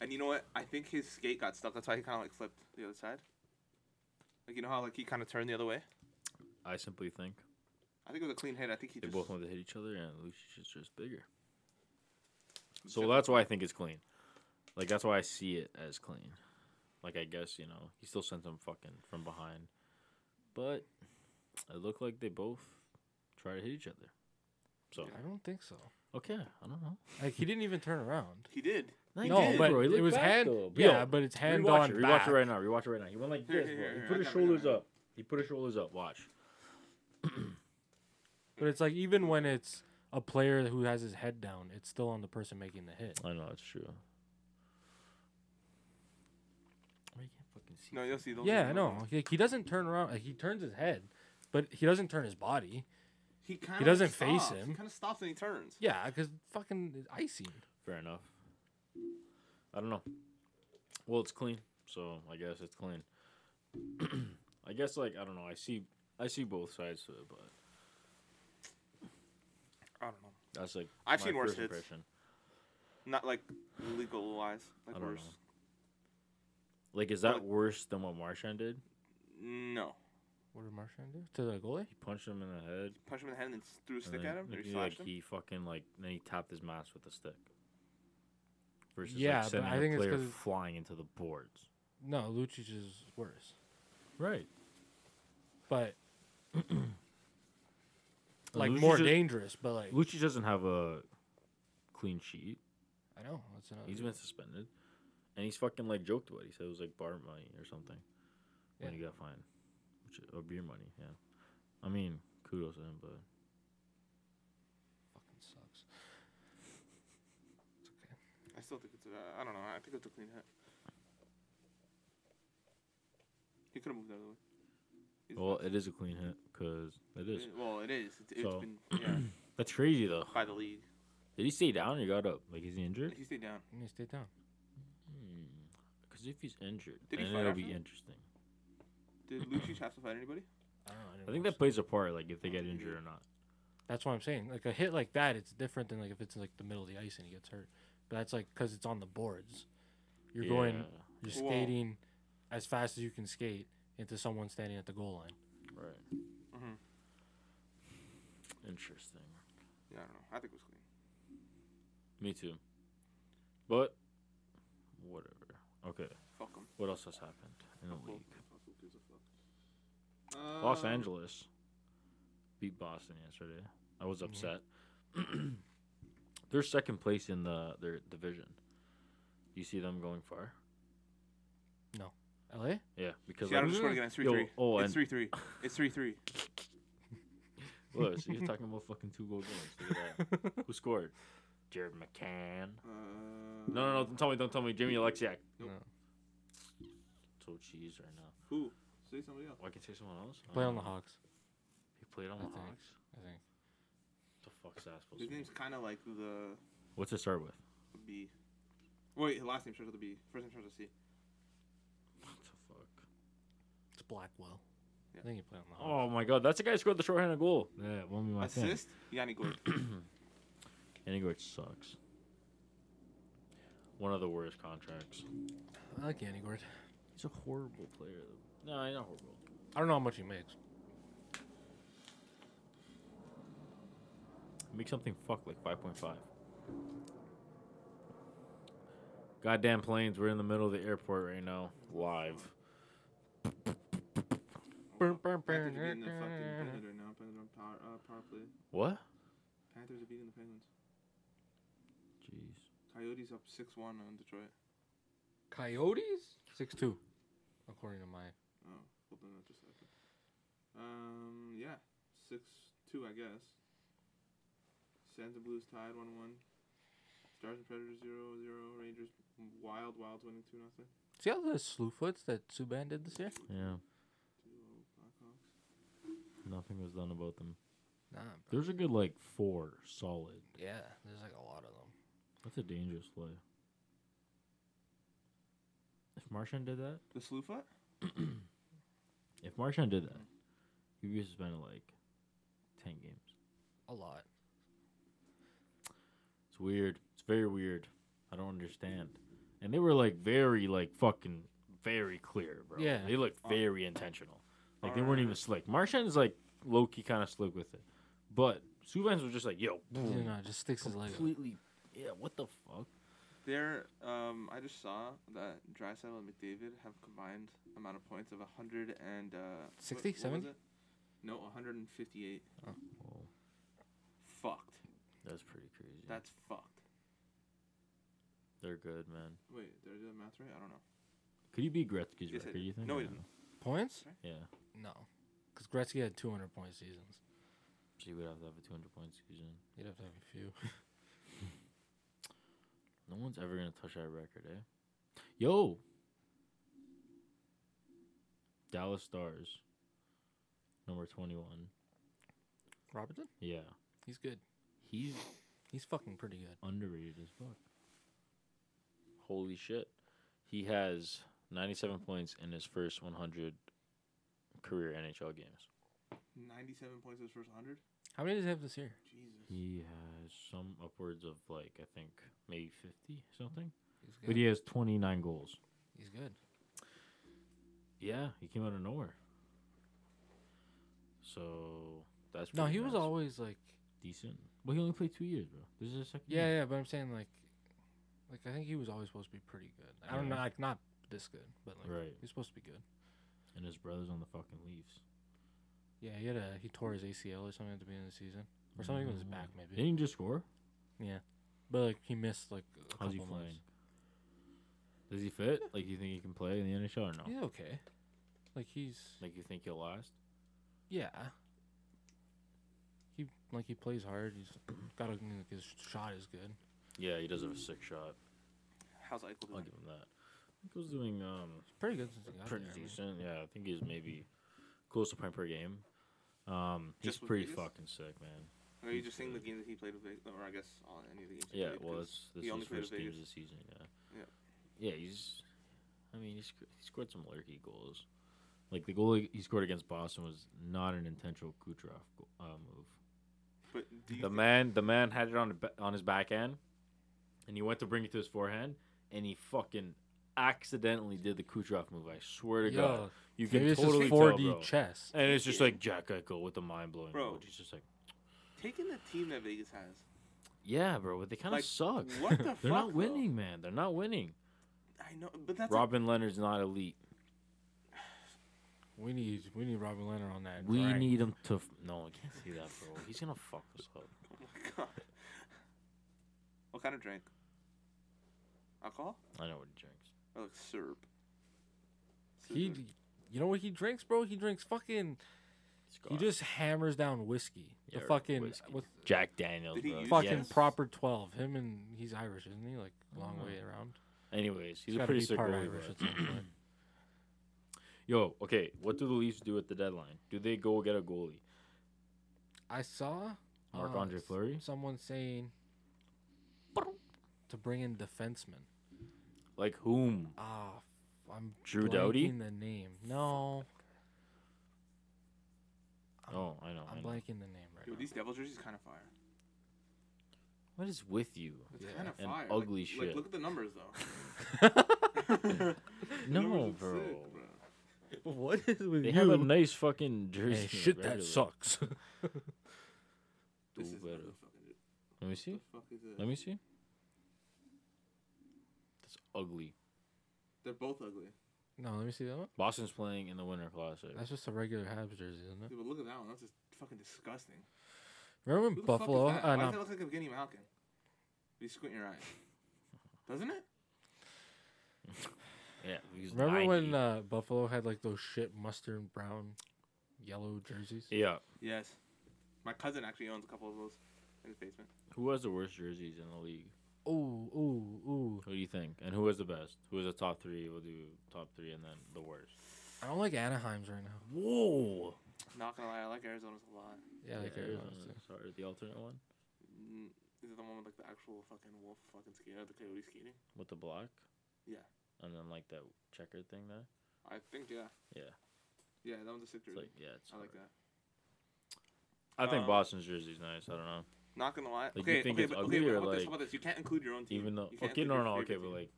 [SPEAKER 3] And you know what? I think his skate got stuck. That's why he kind of like flipped the other side. Like you know how like he kind of turned the other way.
[SPEAKER 4] I simply think
[SPEAKER 3] I think it was a clean hit. I think he
[SPEAKER 4] they
[SPEAKER 3] just.
[SPEAKER 4] both wanted to hit each other, and Lucius is just bigger. So that's why I think it's clean. Like that's why I see it as clean. Like I guess you know he still sent them fucking from behind, but it looked like they both try to hit each other. So
[SPEAKER 2] I don't think so.
[SPEAKER 4] okay, I don't know.
[SPEAKER 2] Like he didn't even turn around.
[SPEAKER 3] He did.
[SPEAKER 4] he
[SPEAKER 2] no,
[SPEAKER 4] did,
[SPEAKER 2] but
[SPEAKER 4] bro. He
[SPEAKER 2] it
[SPEAKER 4] looked
[SPEAKER 2] was
[SPEAKER 4] back,
[SPEAKER 2] hand.
[SPEAKER 4] though.
[SPEAKER 2] Yeah,
[SPEAKER 4] Yo,
[SPEAKER 2] but it's hand
[SPEAKER 4] rewatch
[SPEAKER 2] on
[SPEAKER 4] it.
[SPEAKER 2] back.
[SPEAKER 4] Rewatch it right now. Rewatch it right now. He went like
[SPEAKER 3] Here,
[SPEAKER 4] this,
[SPEAKER 3] here,
[SPEAKER 4] bro.
[SPEAKER 3] here,
[SPEAKER 4] He
[SPEAKER 3] I got
[SPEAKER 4] put his
[SPEAKER 3] it, I got
[SPEAKER 4] shoulders
[SPEAKER 3] it.
[SPEAKER 4] up. He put his shoulders up. Watch.
[SPEAKER 2] But it's like even when it's a player who has his head down. It's still on the person making the hit.
[SPEAKER 4] I know it's true. Well, you can't fucking see.
[SPEAKER 3] No, you'll see. they'll
[SPEAKER 2] Yeah,
[SPEAKER 3] see
[SPEAKER 2] I
[SPEAKER 3] it.
[SPEAKER 2] know. Like, he doesn't turn around. Like, he turns his head, but he doesn't turn his body.
[SPEAKER 3] He kind of
[SPEAKER 2] doesn't face
[SPEAKER 3] He
[SPEAKER 2] him.
[SPEAKER 3] kind of stops and he turns.
[SPEAKER 2] Yeah, because fucking it's icy.
[SPEAKER 4] Fair enough. I don't know. Well, it's clean, so I guess it's clean. (clears throat) I guess like I don't know. I see I see both sides to it, but
[SPEAKER 3] I don't know.
[SPEAKER 4] that's like
[SPEAKER 3] I've
[SPEAKER 4] my
[SPEAKER 3] seen worse
[SPEAKER 4] first
[SPEAKER 3] hits.
[SPEAKER 4] impression.
[SPEAKER 3] Not like legal wise, like
[SPEAKER 4] I don't
[SPEAKER 3] worse.
[SPEAKER 4] Like, is that
[SPEAKER 3] Like-
[SPEAKER 4] worse than what Marshawn did?
[SPEAKER 3] No,
[SPEAKER 2] What did Marshawn do to the goalie?
[SPEAKER 4] He punched him in the head.
[SPEAKER 3] punch him in the head and then s- threw a
[SPEAKER 4] and
[SPEAKER 3] stick
[SPEAKER 4] then,
[SPEAKER 3] at him. Or
[SPEAKER 4] like,
[SPEAKER 3] he
[SPEAKER 4] he, like,
[SPEAKER 3] slashed him.
[SPEAKER 4] he fucking like then he tapped his mask with a stick. Versus
[SPEAKER 2] Yeah,
[SPEAKER 4] like,
[SPEAKER 2] but
[SPEAKER 4] sending
[SPEAKER 2] I
[SPEAKER 4] a
[SPEAKER 2] think it's
[SPEAKER 4] player
[SPEAKER 2] 'cause-
[SPEAKER 4] flying into the boards.
[SPEAKER 2] No, Lucic is worse.
[SPEAKER 4] Right.
[SPEAKER 2] But
[SPEAKER 4] Uh,
[SPEAKER 2] like more
[SPEAKER 4] dangerous.
[SPEAKER 2] dangerous. But like
[SPEAKER 4] Lucci doesn't have a clean sheet.
[SPEAKER 2] I know that's another.
[SPEAKER 4] He's been suspended, and he's fucking like joked about. It. He said it was like bar money or something
[SPEAKER 2] Yeah.
[SPEAKER 4] when he got fined, which or beer money. Yeah, I mean kudos to him, but
[SPEAKER 2] fucking sucks.
[SPEAKER 3] I still think it's. Uh, I don't know. I think it's a clean hit. He could have moved out of the way. He's Mm.
[SPEAKER 4] well, it is a clean hit because it is.
[SPEAKER 3] It- well, it is. It's, it's
[SPEAKER 4] So-
[SPEAKER 3] been yeah,
[SPEAKER 4] That's crazy though.
[SPEAKER 3] by the league.
[SPEAKER 4] Did he stay down or he got up? Like is he injured?
[SPEAKER 3] He stayed down.
[SPEAKER 2] And he stayed down.
[SPEAKER 4] Because if he's injured,
[SPEAKER 3] Did he
[SPEAKER 4] then
[SPEAKER 3] fight
[SPEAKER 4] it'll
[SPEAKER 3] after
[SPEAKER 4] be
[SPEAKER 3] that?
[SPEAKER 4] interesting.
[SPEAKER 3] Did Lucic have to fight anybody?
[SPEAKER 2] I don't know. didn't
[SPEAKER 4] I think
[SPEAKER 2] watch
[SPEAKER 4] that plays a part, like if they get
[SPEAKER 3] Mhm.
[SPEAKER 4] injured or not.
[SPEAKER 2] That's what I'm saying. Like a hit like that, it's different than like if it's like the middle of the ice and he gets hurt. But that's like because it's on the boards. You're going,
[SPEAKER 4] Yeah,
[SPEAKER 2] you're
[SPEAKER 3] Well-
[SPEAKER 2] skating as fast as you can skate into someone standing at the goal line.
[SPEAKER 4] right.
[SPEAKER 3] Mhm.
[SPEAKER 4] Interesting.
[SPEAKER 3] Yeah, I don't know. I think it was clean.
[SPEAKER 4] Me too. But whatever. Okay.
[SPEAKER 3] Fuck him.
[SPEAKER 4] What else has happened in the league?
[SPEAKER 3] Who gives a fuck? Uh,
[SPEAKER 4] Los Angeles beat Boston yesterday. I was upset. (clears throat) They're second place in the their division. You see them going far?
[SPEAKER 2] LA?
[SPEAKER 4] Yeah, because
[SPEAKER 3] Seattle
[SPEAKER 4] like-
[SPEAKER 3] just
[SPEAKER 4] (laughs)
[SPEAKER 3] scored again. It's three
[SPEAKER 4] Yo,
[SPEAKER 3] three.
[SPEAKER 4] Oh,
[SPEAKER 3] it's
[SPEAKER 4] and
[SPEAKER 3] three three. It's three three.
[SPEAKER 4] Look, so you're talking about fucking two goal games. Look at that. Who scored? Jared McCann.
[SPEAKER 3] Uh,
[SPEAKER 4] (laughs) No, no, no! Don't tell me! Don't tell me! Jimmy Alexiak.
[SPEAKER 2] No.
[SPEAKER 4] So cheese right now.
[SPEAKER 3] Who? Say somebody else.
[SPEAKER 4] Oh, I can say someone else.
[SPEAKER 2] Play on
[SPEAKER 4] Oh,
[SPEAKER 2] the Hawks,
[SPEAKER 4] He played on the
[SPEAKER 2] I think.
[SPEAKER 4] Hawks.
[SPEAKER 2] I think.
[SPEAKER 4] What the fuck's that supposed
[SPEAKER 3] His
[SPEAKER 4] to mean?
[SPEAKER 3] name's kind of like the
[SPEAKER 4] What's it start with?
[SPEAKER 3] B. Wait, his last name starts with a B. First name starts with a C.
[SPEAKER 4] What the fuck?
[SPEAKER 2] It's Blackwell.
[SPEAKER 3] Yeah.
[SPEAKER 2] I think he played on the Hawks.
[SPEAKER 4] Oh my god, that's the guy who scored the shorthanded goal. Yeah, won me my thing.
[SPEAKER 3] Assist? Yanni Gord.
[SPEAKER 4] Andy Gorch sucks. One of the worst contracts.
[SPEAKER 2] I like Yanni Gord.
[SPEAKER 4] He's a horrible player. though. No, he's not horrible.
[SPEAKER 2] I don't know how much he makes.
[SPEAKER 4] Make something fuck like 5.5. Goddamn planes, we're in the middle of the airport right now. Live.
[SPEAKER 3] Panthers are beating the fucking Predator now. Predator on power, uh, power play.
[SPEAKER 4] What?
[SPEAKER 3] Panthers are beating the Penguins.
[SPEAKER 4] Jeez.
[SPEAKER 3] Coyotes up 6 1 on Detroit.
[SPEAKER 2] Coyotes? Six two, according to my.
[SPEAKER 3] Oh, hold on, that just happened. Um, yeah. 6 2, I guess. Santa Blues tied 1 1. Stars and Predators 0 0. Rangers Wild, Wilds winning 2 0.
[SPEAKER 2] See all the slew foots that Subban did this year?
[SPEAKER 4] Yeah,
[SPEAKER 3] 2 0. oh, Blackhawks.
[SPEAKER 4] nothing was done about them.
[SPEAKER 2] Nah. bro.
[SPEAKER 4] There's a good, like, four solid.
[SPEAKER 2] Yeah, there's like a lot of them.
[SPEAKER 4] That's a dangerous play. If Martian did that,
[SPEAKER 3] The slew foot?
[SPEAKER 4] if Martian did that, he'd be suspended like 10 games.
[SPEAKER 2] A lot.
[SPEAKER 4] It's weird. It's very weird. I don't understand. And they were like very like fucking very clear, bro.
[SPEAKER 2] Yeah.
[SPEAKER 4] They looked
[SPEAKER 3] Uh,
[SPEAKER 4] very intentional. Like they weren't even
[SPEAKER 3] alright.
[SPEAKER 4] slick. Marchand's like low key kind of slick with it, but Subban's was just like yo, boom,
[SPEAKER 2] You know, it just sticks his leg. out.
[SPEAKER 4] completely. Yeah, what the fuck?
[SPEAKER 3] There, um, I just saw that Drysdale and McDavid have combined amount of points of 100 and uh, what-
[SPEAKER 2] 60?
[SPEAKER 3] what was
[SPEAKER 2] 70?
[SPEAKER 3] it? No, 158.
[SPEAKER 4] Well,
[SPEAKER 3] Fucked.
[SPEAKER 4] that's pretty crazy.
[SPEAKER 3] That's fucked.
[SPEAKER 4] They're good, man.
[SPEAKER 3] Wait, did I do the math right? I don't know.
[SPEAKER 4] Could he be Gretzky's
[SPEAKER 3] Yes, I
[SPEAKER 4] record?
[SPEAKER 3] did.
[SPEAKER 4] You think?
[SPEAKER 3] No,
[SPEAKER 4] or
[SPEAKER 3] he didn't.
[SPEAKER 2] Points?
[SPEAKER 4] Yeah.
[SPEAKER 2] No, because Gretzky had 200 point seasons.
[SPEAKER 4] So you would have to have a 200 point season.
[SPEAKER 2] You'd have to have a few.
[SPEAKER 4] No one's ever gonna touch that record, eh? Yo, Dallas Stars, number 21.
[SPEAKER 2] Robertson?
[SPEAKER 4] Yeah,
[SPEAKER 2] He's good.
[SPEAKER 4] he's
[SPEAKER 2] He's fucking pretty good.
[SPEAKER 4] underrated as fuck. Holy shit, he has 97 points in his first 100 career NHL games.
[SPEAKER 3] 97 points in his first 100?
[SPEAKER 2] How many does he have this year?
[SPEAKER 3] Jesus.
[SPEAKER 4] He has some upwards of like I think maybe 50 something,
[SPEAKER 2] He's
[SPEAKER 4] but he has 29 goals.
[SPEAKER 2] He's good.
[SPEAKER 4] Yeah, he came out of nowhere. So that's
[SPEAKER 2] No,
[SPEAKER 4] pretty
[SPEAKER 2] he was
[SPEAKER 4] nuts.
[SPEAKER 2] always like
[SPEAKER 4] decent. But he only played two years, bro. This is his second.
[SPEAKER 2] Yeah,
[SPEAKER 4] year.
[SPEAKER 2] yeah, but I'm saying like like I think he was always supposed to be pretty good. I don't
[SPEAKER 4] Yeah.
[SPEAKER 2] know like not this good, but like
[SPEAKER 4] Right.
[SPEAKER 2] he's supposed to be good.
[SPEAKER 4] And his brother's on the fucking Leafs.
[SPEAKER 2] Yeah, he had a he tore his ACL or something at the beginning of the season. Or something with his back maybe.
[SPEAKER 4] Didn't he just score?
[SPEAKER 2] But like he missed like a
[SPEAKER 4] How's he
[SPEAKER 2] couple months.
[SPEAKER 4] playing? Does he fit? Like, you think he can play in the NHL or no?
[SPEAKER 2] He's okay. Like he's
[SPEAKER 4] Like, you think he'll last?
[SPEAKER 2] yeah. He like he plays hard. He's got a, like, his shot is good.
[SPEAKER 4] Yeah, he does have a sick shot.
[SPEAKER 3] How's Eichel
[SPEAKER 4] I'll
[SPEAKER 3] doing?
[SPEAKER 4] give him that. I think he was doing um
[SPEAKER 2] It's pretty good since he got
[SPEAKER 4] pretty
[SPEAKER 2] there, I mean.
[SPEAKER 4] decent. Yeah, I think he's maybe close to point per game. Um, he's
[SPEAKER 3] Just with
[SPEAKER 4] pretty
[SPEAKER 3] Vegas?
[SPEAKER 4] fucking sick, man.
[SPEAKER 3] Are you just saying the game that he played with Vegas? Or I guess all, any of the games he
[SPEAKER 4] Yeah,
[SPEAKER 3] played,
[SPEAKER 4] well,
[SPEAKER 3] 'cause
[SPEAKER 4] that's this
[SPEAKER 3] he
[SPEAKER 4] is
[SPEAKER 3] only
[SPEAKER 4] his
[SPEAKER 3] played with
[SPEAKER 4] first game of
[SPEAKER 3] Vegas.
[SPEAKER 4] the season. Yeah.
[SPEAKER 3] Yeah.
[SPEAKER 4] Yeah. he's. I mean, he, sc- he scored some lurky goals. Like the goal he scored against Boston was not an intentional Kucherov go- uh, move.
[SPEAKER 3] But do you
[SPEAKER 4] The
[SPEAKER 3] thi-
[SPEAKER 4] man, the man had it on the ba- on his back end, and he went to bring it to his forehand, and he fucking accidentally did the Kucherov move. I swear to God,
[SPEAKER 2] Yo,
[SPEAKER 4] you
[SPEAKER 2] maybe
[SPEAKER 4] can
[SPEAKER 2] it's just
[SPEAKER 4] totally
[SPEAKER 2] 4D
[SPEAKER 4] tell, bro.
[SPEAKER 2] chess.
[SPEAKER 4] And it's just like Jack Eichel with the mind blowing.
[SPEAKER 3] Bro.
[SPEAKER 4] move. He's just like,
[SPEAKER 3] taking the team that Vegas has,
[SPEAKER 4] yeah, bro, but they kind of
[SPEAKER 3] Like,
[SPEAKER 4] suck.
[SPEAKER 3] what the
[SPEAKER 4] (laughs) They're not
[SPEAKER 3] fuck, though?
[SPEAKER 4] winning, man. They're not winning.
[SPEAKER 3] I know, but that's a
[SPEAKER 4] Robin Leonard's not elite.
[SPEAKER 2] We need we need Robin Leonard on that.
[SPEAKER 4] We
[SPEAKER 2] grind.
[SPEAKER 4] need him to. F- no, I can't see that, bro. He's gonna fuck us up.
[SPEAKER 3] Oh my god. (laughs) What kind of drink? Alcohol?
[SPEAKER 4] I know what he drinks.
[SPEAKER 3] Or like syrup?
[SPEAKER 2] he. You know what he drinks, bro? He drinks fucking. He
[SPEAKER 4] Scotch.
[SPEAKER 2] just hammers down whiskey.
[SPEAKER 4] Yeah,
[SPEAKER 2] the fucking
[SPEAKER 4] whiskey.
[SPEAKER 2] with
[SPEAKER 4] Jack Daniels,
[SPEAKER 3] Did he
[SPEAKER 4] bro.
[SPEAKER 3] use
[SPEAKER 2] fucking
[SPEAKER 3] Yes.
[SPEAKER 2] proper twelve. Him and he's Irish, isn't he? Like long
[SPEAKER 4] Oh.
[SPEAKER 2] way around.
[SPEAKER 4] Anyways, he's
[SPEAKER 2] gotta
[SPEAKER 4] a pretty sick goalie, bro.
[SPEAKER 2] at some (clears throat)
[SPEAKER 4] (clears throat)
[SPEAKER 2] point.
[SPEAKER 4] Yo, okay. What do the Leafs do at the deadline? Do they go get a goalie?
[SPEAKER 2] I saw
[SPEAKER 4] Marc
[SPEAKER 2] uh,
[SPEAKER 4] Andre
[SPEAKER 2] s-
[SPEAKER 4] Fleury?
[SPEAKER 2] Someone saying to bring in defensemen.
[SPEAKER 4] Like whom?
[SPEAKER 2] Ah, f- I'm
[SPEAKER 4] Drew Doughty?
[SPEAKER 2] blanking The name? No, I'm-
[SPEAKER 4] oh, I know. I
[SPEAKER 2] I'm
[SPEAKER 4] know.
[SPEAKER 2] blanking the name right
[SPEAKER 3] Dude,
[SPEAKER 2] now.
[SPEAKER 3] these devil jerseys kind of fire.
[SPEAKER 4] What is with
[SPEAKER 3] (laughs)
[SPEAKER 4] you?
[SPEAKER 3] It's
[SPEAKER 2] Yeah,
[SPEAKER 3] kind of
[SPEAKER 4] and
[SPEAKER 3] fire.
[SPEAKER 4] ugly
[SPEAKER 3] like,
[SPEAKER 4] shit.
[SPEAKER 3] Like, look at the numbers (laughs) though.
[SPEAKER 4] No,
[SPEAKER 3] Numbers look
[SPEAKER 4] bro.
[SPEAKER 3] sick, bro.
[SPEAKER 2] What is with
[SPEAKER 4] They have a nice fucking jersey.
[SPEAKER 2] Hey,
[SPEAKER 4] and
[SPEAKER 2] shit, that
[SPEAKER 4] regular.
[SPEAKER 2] sucks. (laughs)
[SPEAKER 3] This
[SPEAKER 4] Do
[SPEAKER 3] is
[SPEAKER 4] better.
[SPEAKER 3] motherfucking-
[SPEAKER 4] Let me see.
[SPEAKER 3] The fuck is this?
[SPEAKER 4] Let me see. That's ugly.
[SPEAKER 3] They're both ugly.
[SPEAKER 2] no, let me see that one.
[SPEAKER 4] Boston's playing in the Winter Classic.
[SPEAKER 2] That's just a regular Habs jersey, isn't it?
[SPEAKER 3] Dude, but look at that one. That's just fucking disgusting.
[SPEAKER 2] Remember when
[SPEAKER 3] Who the
[SPEAKER 2] Buffalo?
[SPEAKER 3] fuck is that?
[SPEAKER 2] Uh,
[SPEAKER 3] Why does that
[SPEAKER 2] no,
[SPEAKER 3] look like Evgeny Malkin? You squint your eyes. Doesn't it?
[SPEAKER 4] Yeah. he's
[SPEAKER 2] remember when
[SPEAKER 4] 90.
[SPEAKER 2] uh, Buffalo had like those shit mustard and brown, yellow jerseys?
[SPEAKER 4] yeah.
[SPEAKER 3] Yes. My cousin actually owns a couple of those in his basement.
[SPEAKER 4] Who has the worst jerseys in the league?
[SPEAKER 2] Ooh, ooh, ooh!
[SPEAKER 4] Who do you think? And who is the best? Who is the top three? We'll do top three and then the worst.
[SPEAKER 2] I don't like Anaheim's right now.
[SPEAKER 4] Whoa.
[SPEAKER 3] Not gonna lie, I like Arizona's a lot.
[SPEAKER 2] Yeah, I like Arizona's too.
[SPEAKER 4] Sorry, the alternate one
[SPEAKER 3] Mm, Is it the one with like the actual fucking wolf fucking skater, the coyote skating?
[SPEAKER 4] with the block.
[SPEAKER 3] Yeah.
[SPEAKER 4] And then like that checkered thing there.
[SPEAKER 3] I think yeah.
[SPEAKER 4] Yeah.
[SPEAKER 3] Yeah, that one's a sick
[SPEAKER 4] It's
[SPEAKER 3] jersey.
[SPEAKER 4] like yeah, it's.
[SPEAKER 3] I like
[SPEAKER 4] hard.
[SPEAKER 3] that.
[SPEAKER 4] I think
[SPEAKER 3] Um,
[SPEAKER 4] Boston's jersey's nice. I don't know.
[SPEAKER 3] Not gonna lie.
[SPEAKER 4] you
[SPEAKER 3] okay,
[SPEAKER 4] think
[SPEAKER 3] okay,
[SPEAKER 4] it's
[SPEAKER 3] but,
[SPEAKER 4] ugly
[SPEAKER 3] okay, but
[SPEAKER 4] or,
[SPEAKER 3] how about this?
[SPEAKER 4] like,
[SPEAKER 3] How about this? You can't include your own team.
[SPEAKER 4] Even though
[SPEAKER 3] You can't
[SPEAKER 4] okay,
[SPEAKER 3] include
[SPEAKER 4] no,
[SPEAKER 3] your
[SPEAKER 4] no, okay,
[SPEAKER 3] favorite
[SPEAKER 4] but
[SPEAKER 3] team.
[SPEAKER 4] like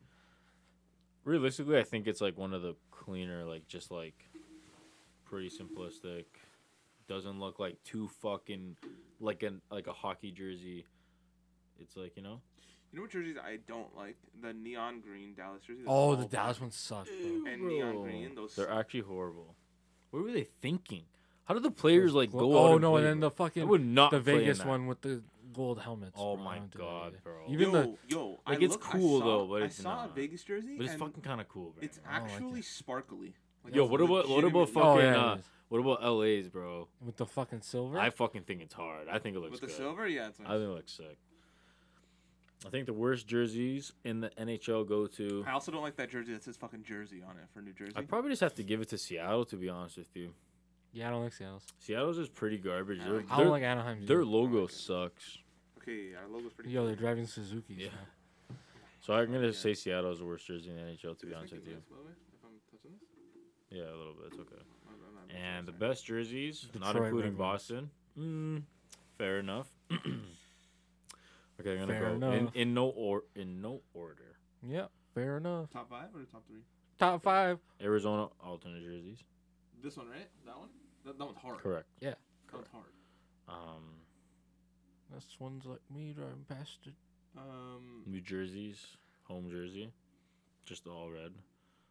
[SPEAKER 4] realistically, I think it's like one of the cleaner, like just like pretty simplistic. Doesn't look like too fucking like an like a hockey jersey. It's like you know.
[SPEAKER 3] you know what jerseys I don't like? The neon green Dallas jersey. that's
[SPEAKER 2] Oh,
[SPEAKER 3] all
[SPEAKER 2] the
[SPEAKER 3] black.
[SPEAKER 2] Dallas one sucked. Bro.
[SPEAKER 3] And neon
[SPEAKER 4] Bro,
[SPEAKER 3] green, those-
[SPEAKER 4] They're actually horrible. What were they thinking? How did the players like go? out
[SPEAKER 2] Oh no,
[SPEAKER 4] play,
[SPEAKER 2] and then
[SPEAKER 4] bro?
[SPEAKER 2] the fucking
[SPEAKER 4] I would not
[SPEAKER 2] the
[SPEAKER 4] play in
[SPEAKER 2] Vegas
[SPEAKER 4] that.
[SPEAKER 2] one with the gold helmets.
[SPEAKER 4] Oh
[SPEAKER 2] bro, I
[SPEAKER 4] my
[SPEAKER 2] don't do that
[SPEAKER 4] God,
[SPEAKER 2] either.
[SPEAKER 4] bro.
[SPEAKER 2] Even
[SPEAKER 3] yo,
[SPEAKER 2] the
[SPEAKER 3] yo,
[SPEAKER 4] like,
[SPEAKER 3] I
[SPEAKER 4] it's
[SPEAKER 3] look, I
[SPEAKER 4] cool,
[SPEAKER 3] saw,
[SPEAKER 4] though, but
[SPEAKER 3] I
[SPEAKER 4] it's
[SPEAKER 3] saw
[SPEAKER 4] not.
[SPEAKER 3] a Vegas jersey.
[SPEAKER 4] But it's
[SPEAKER 3] and
[SPEAKER 4] fucking kind of cool, bro.
[SPEAKER 3] It's
[SPEAKER 2] I don't like
[SPEAKER 3] actually
[SPEAKER 2] it.
[SPEAKER 3] sparkly. Like,
[SPEAKER 4] Yo,
[SPEAKER 3] that's
[SPEAKER 4] what about what
[SPEAKER 3] legitimate-
[SPEAKER 4] about fucking
[SPEAKER 2] Oh, yeah, it
[SPEAKER 4] uh,
[SPEAKER 2] is.
[SPEAKER 4] what about LA's, bro?
[SPEAKER 2] with the fucking silver.
[SPEAKER 4] I fucking think it's hard. I think it looks
[SPEAKER 3] with the
[SPEAKER 4] good.
[SPEAKER 3] silver? Yeah, it's nice.
[SPEAKER 4] I think it looks sick. I think the worst jerseys in the NHL go to.
[SPEAKER 3] I also don't like that jersey that says fucking Jersey on it for New Jersey.
[SPEAKER 4] I probably just have to give it to Seattle to be honest with you.
[SPEAKER 2] yeah, I don't like Seattle's.
[SPEAKER 4] Seattle's is pretty garbage.
[SPEAKER 3] I
[SPEAKER 4] Their,
[SPEAKER 3] don't
[SPEAKER 2] I
[SPEAKER 4] their,
[SPEAKER 2] don't like Anaheim's.
[SPEAKER 4] their
[SPEAKER 2] either.
[SPEAKER 4] logo sucks.
[SPEAKER 3] okay, our logo's pretty.
[SPEAKER 2] Yo,
[SPEAKER 3] cool.
[SPEAKER 2] they're driving Suzuki.
[SPEAKER 4] Yeah.
[SPEAKER 2] Yeah.
[SPEAKER 4] So I'm gonna
[SPEAKER 3] Yeah.
[SPEAKER 4] say Seattle's the worst jersey in the NHL to
[SPEAKER 3] Is
[SPEAKER 4] be
[SPEAKER 3] this
[SPEAKER 4] honest with
[SPEAKER 3] making
[SPEAKER 4] you.
[SPEAKER 3] noise, by the way, if I'm touching this?
[SPEAKER 4] Yeah, a little bit. It's okay.
[SPEAKER 3] I'm not- I'm not-
[SPEAKER 4] And the
[SPEAKER 3] sorry.
[SPEAKER 4] best jerseys, not
[SPEAKER 2] Detroit
[SPEAKER 4] including
[SPEAKER 2] Red Wings.
[SPEAKER 4] Boston. Mm, fair enough. (clears throat) okay, I'm gonna
[SPEAKER 2] Fair
[SPEAKER 4] go in,
[SPEAKER 2] enough.
[SPEAKER 4] in no or in no order.
[SPEAKER 2] Yep. Fair enough.
[SPEAKER 3] Top five or top three?
[SPEAKER 2] Top five.
[SPEAKER 4] Arizona alternate jerseys.
[SPEAKER 3] This one, right? That one? That, that one's hard.
[SPEAKER 4] Correct.
[SPEAKER 3] That one's hard.
[SPEAKER 4] Um,
[SPEAKER 2] That's one's like me driving past it.
[SPEAKER 3] Um,
[SPEAKER 4] New Jersey's home jersey, just all red.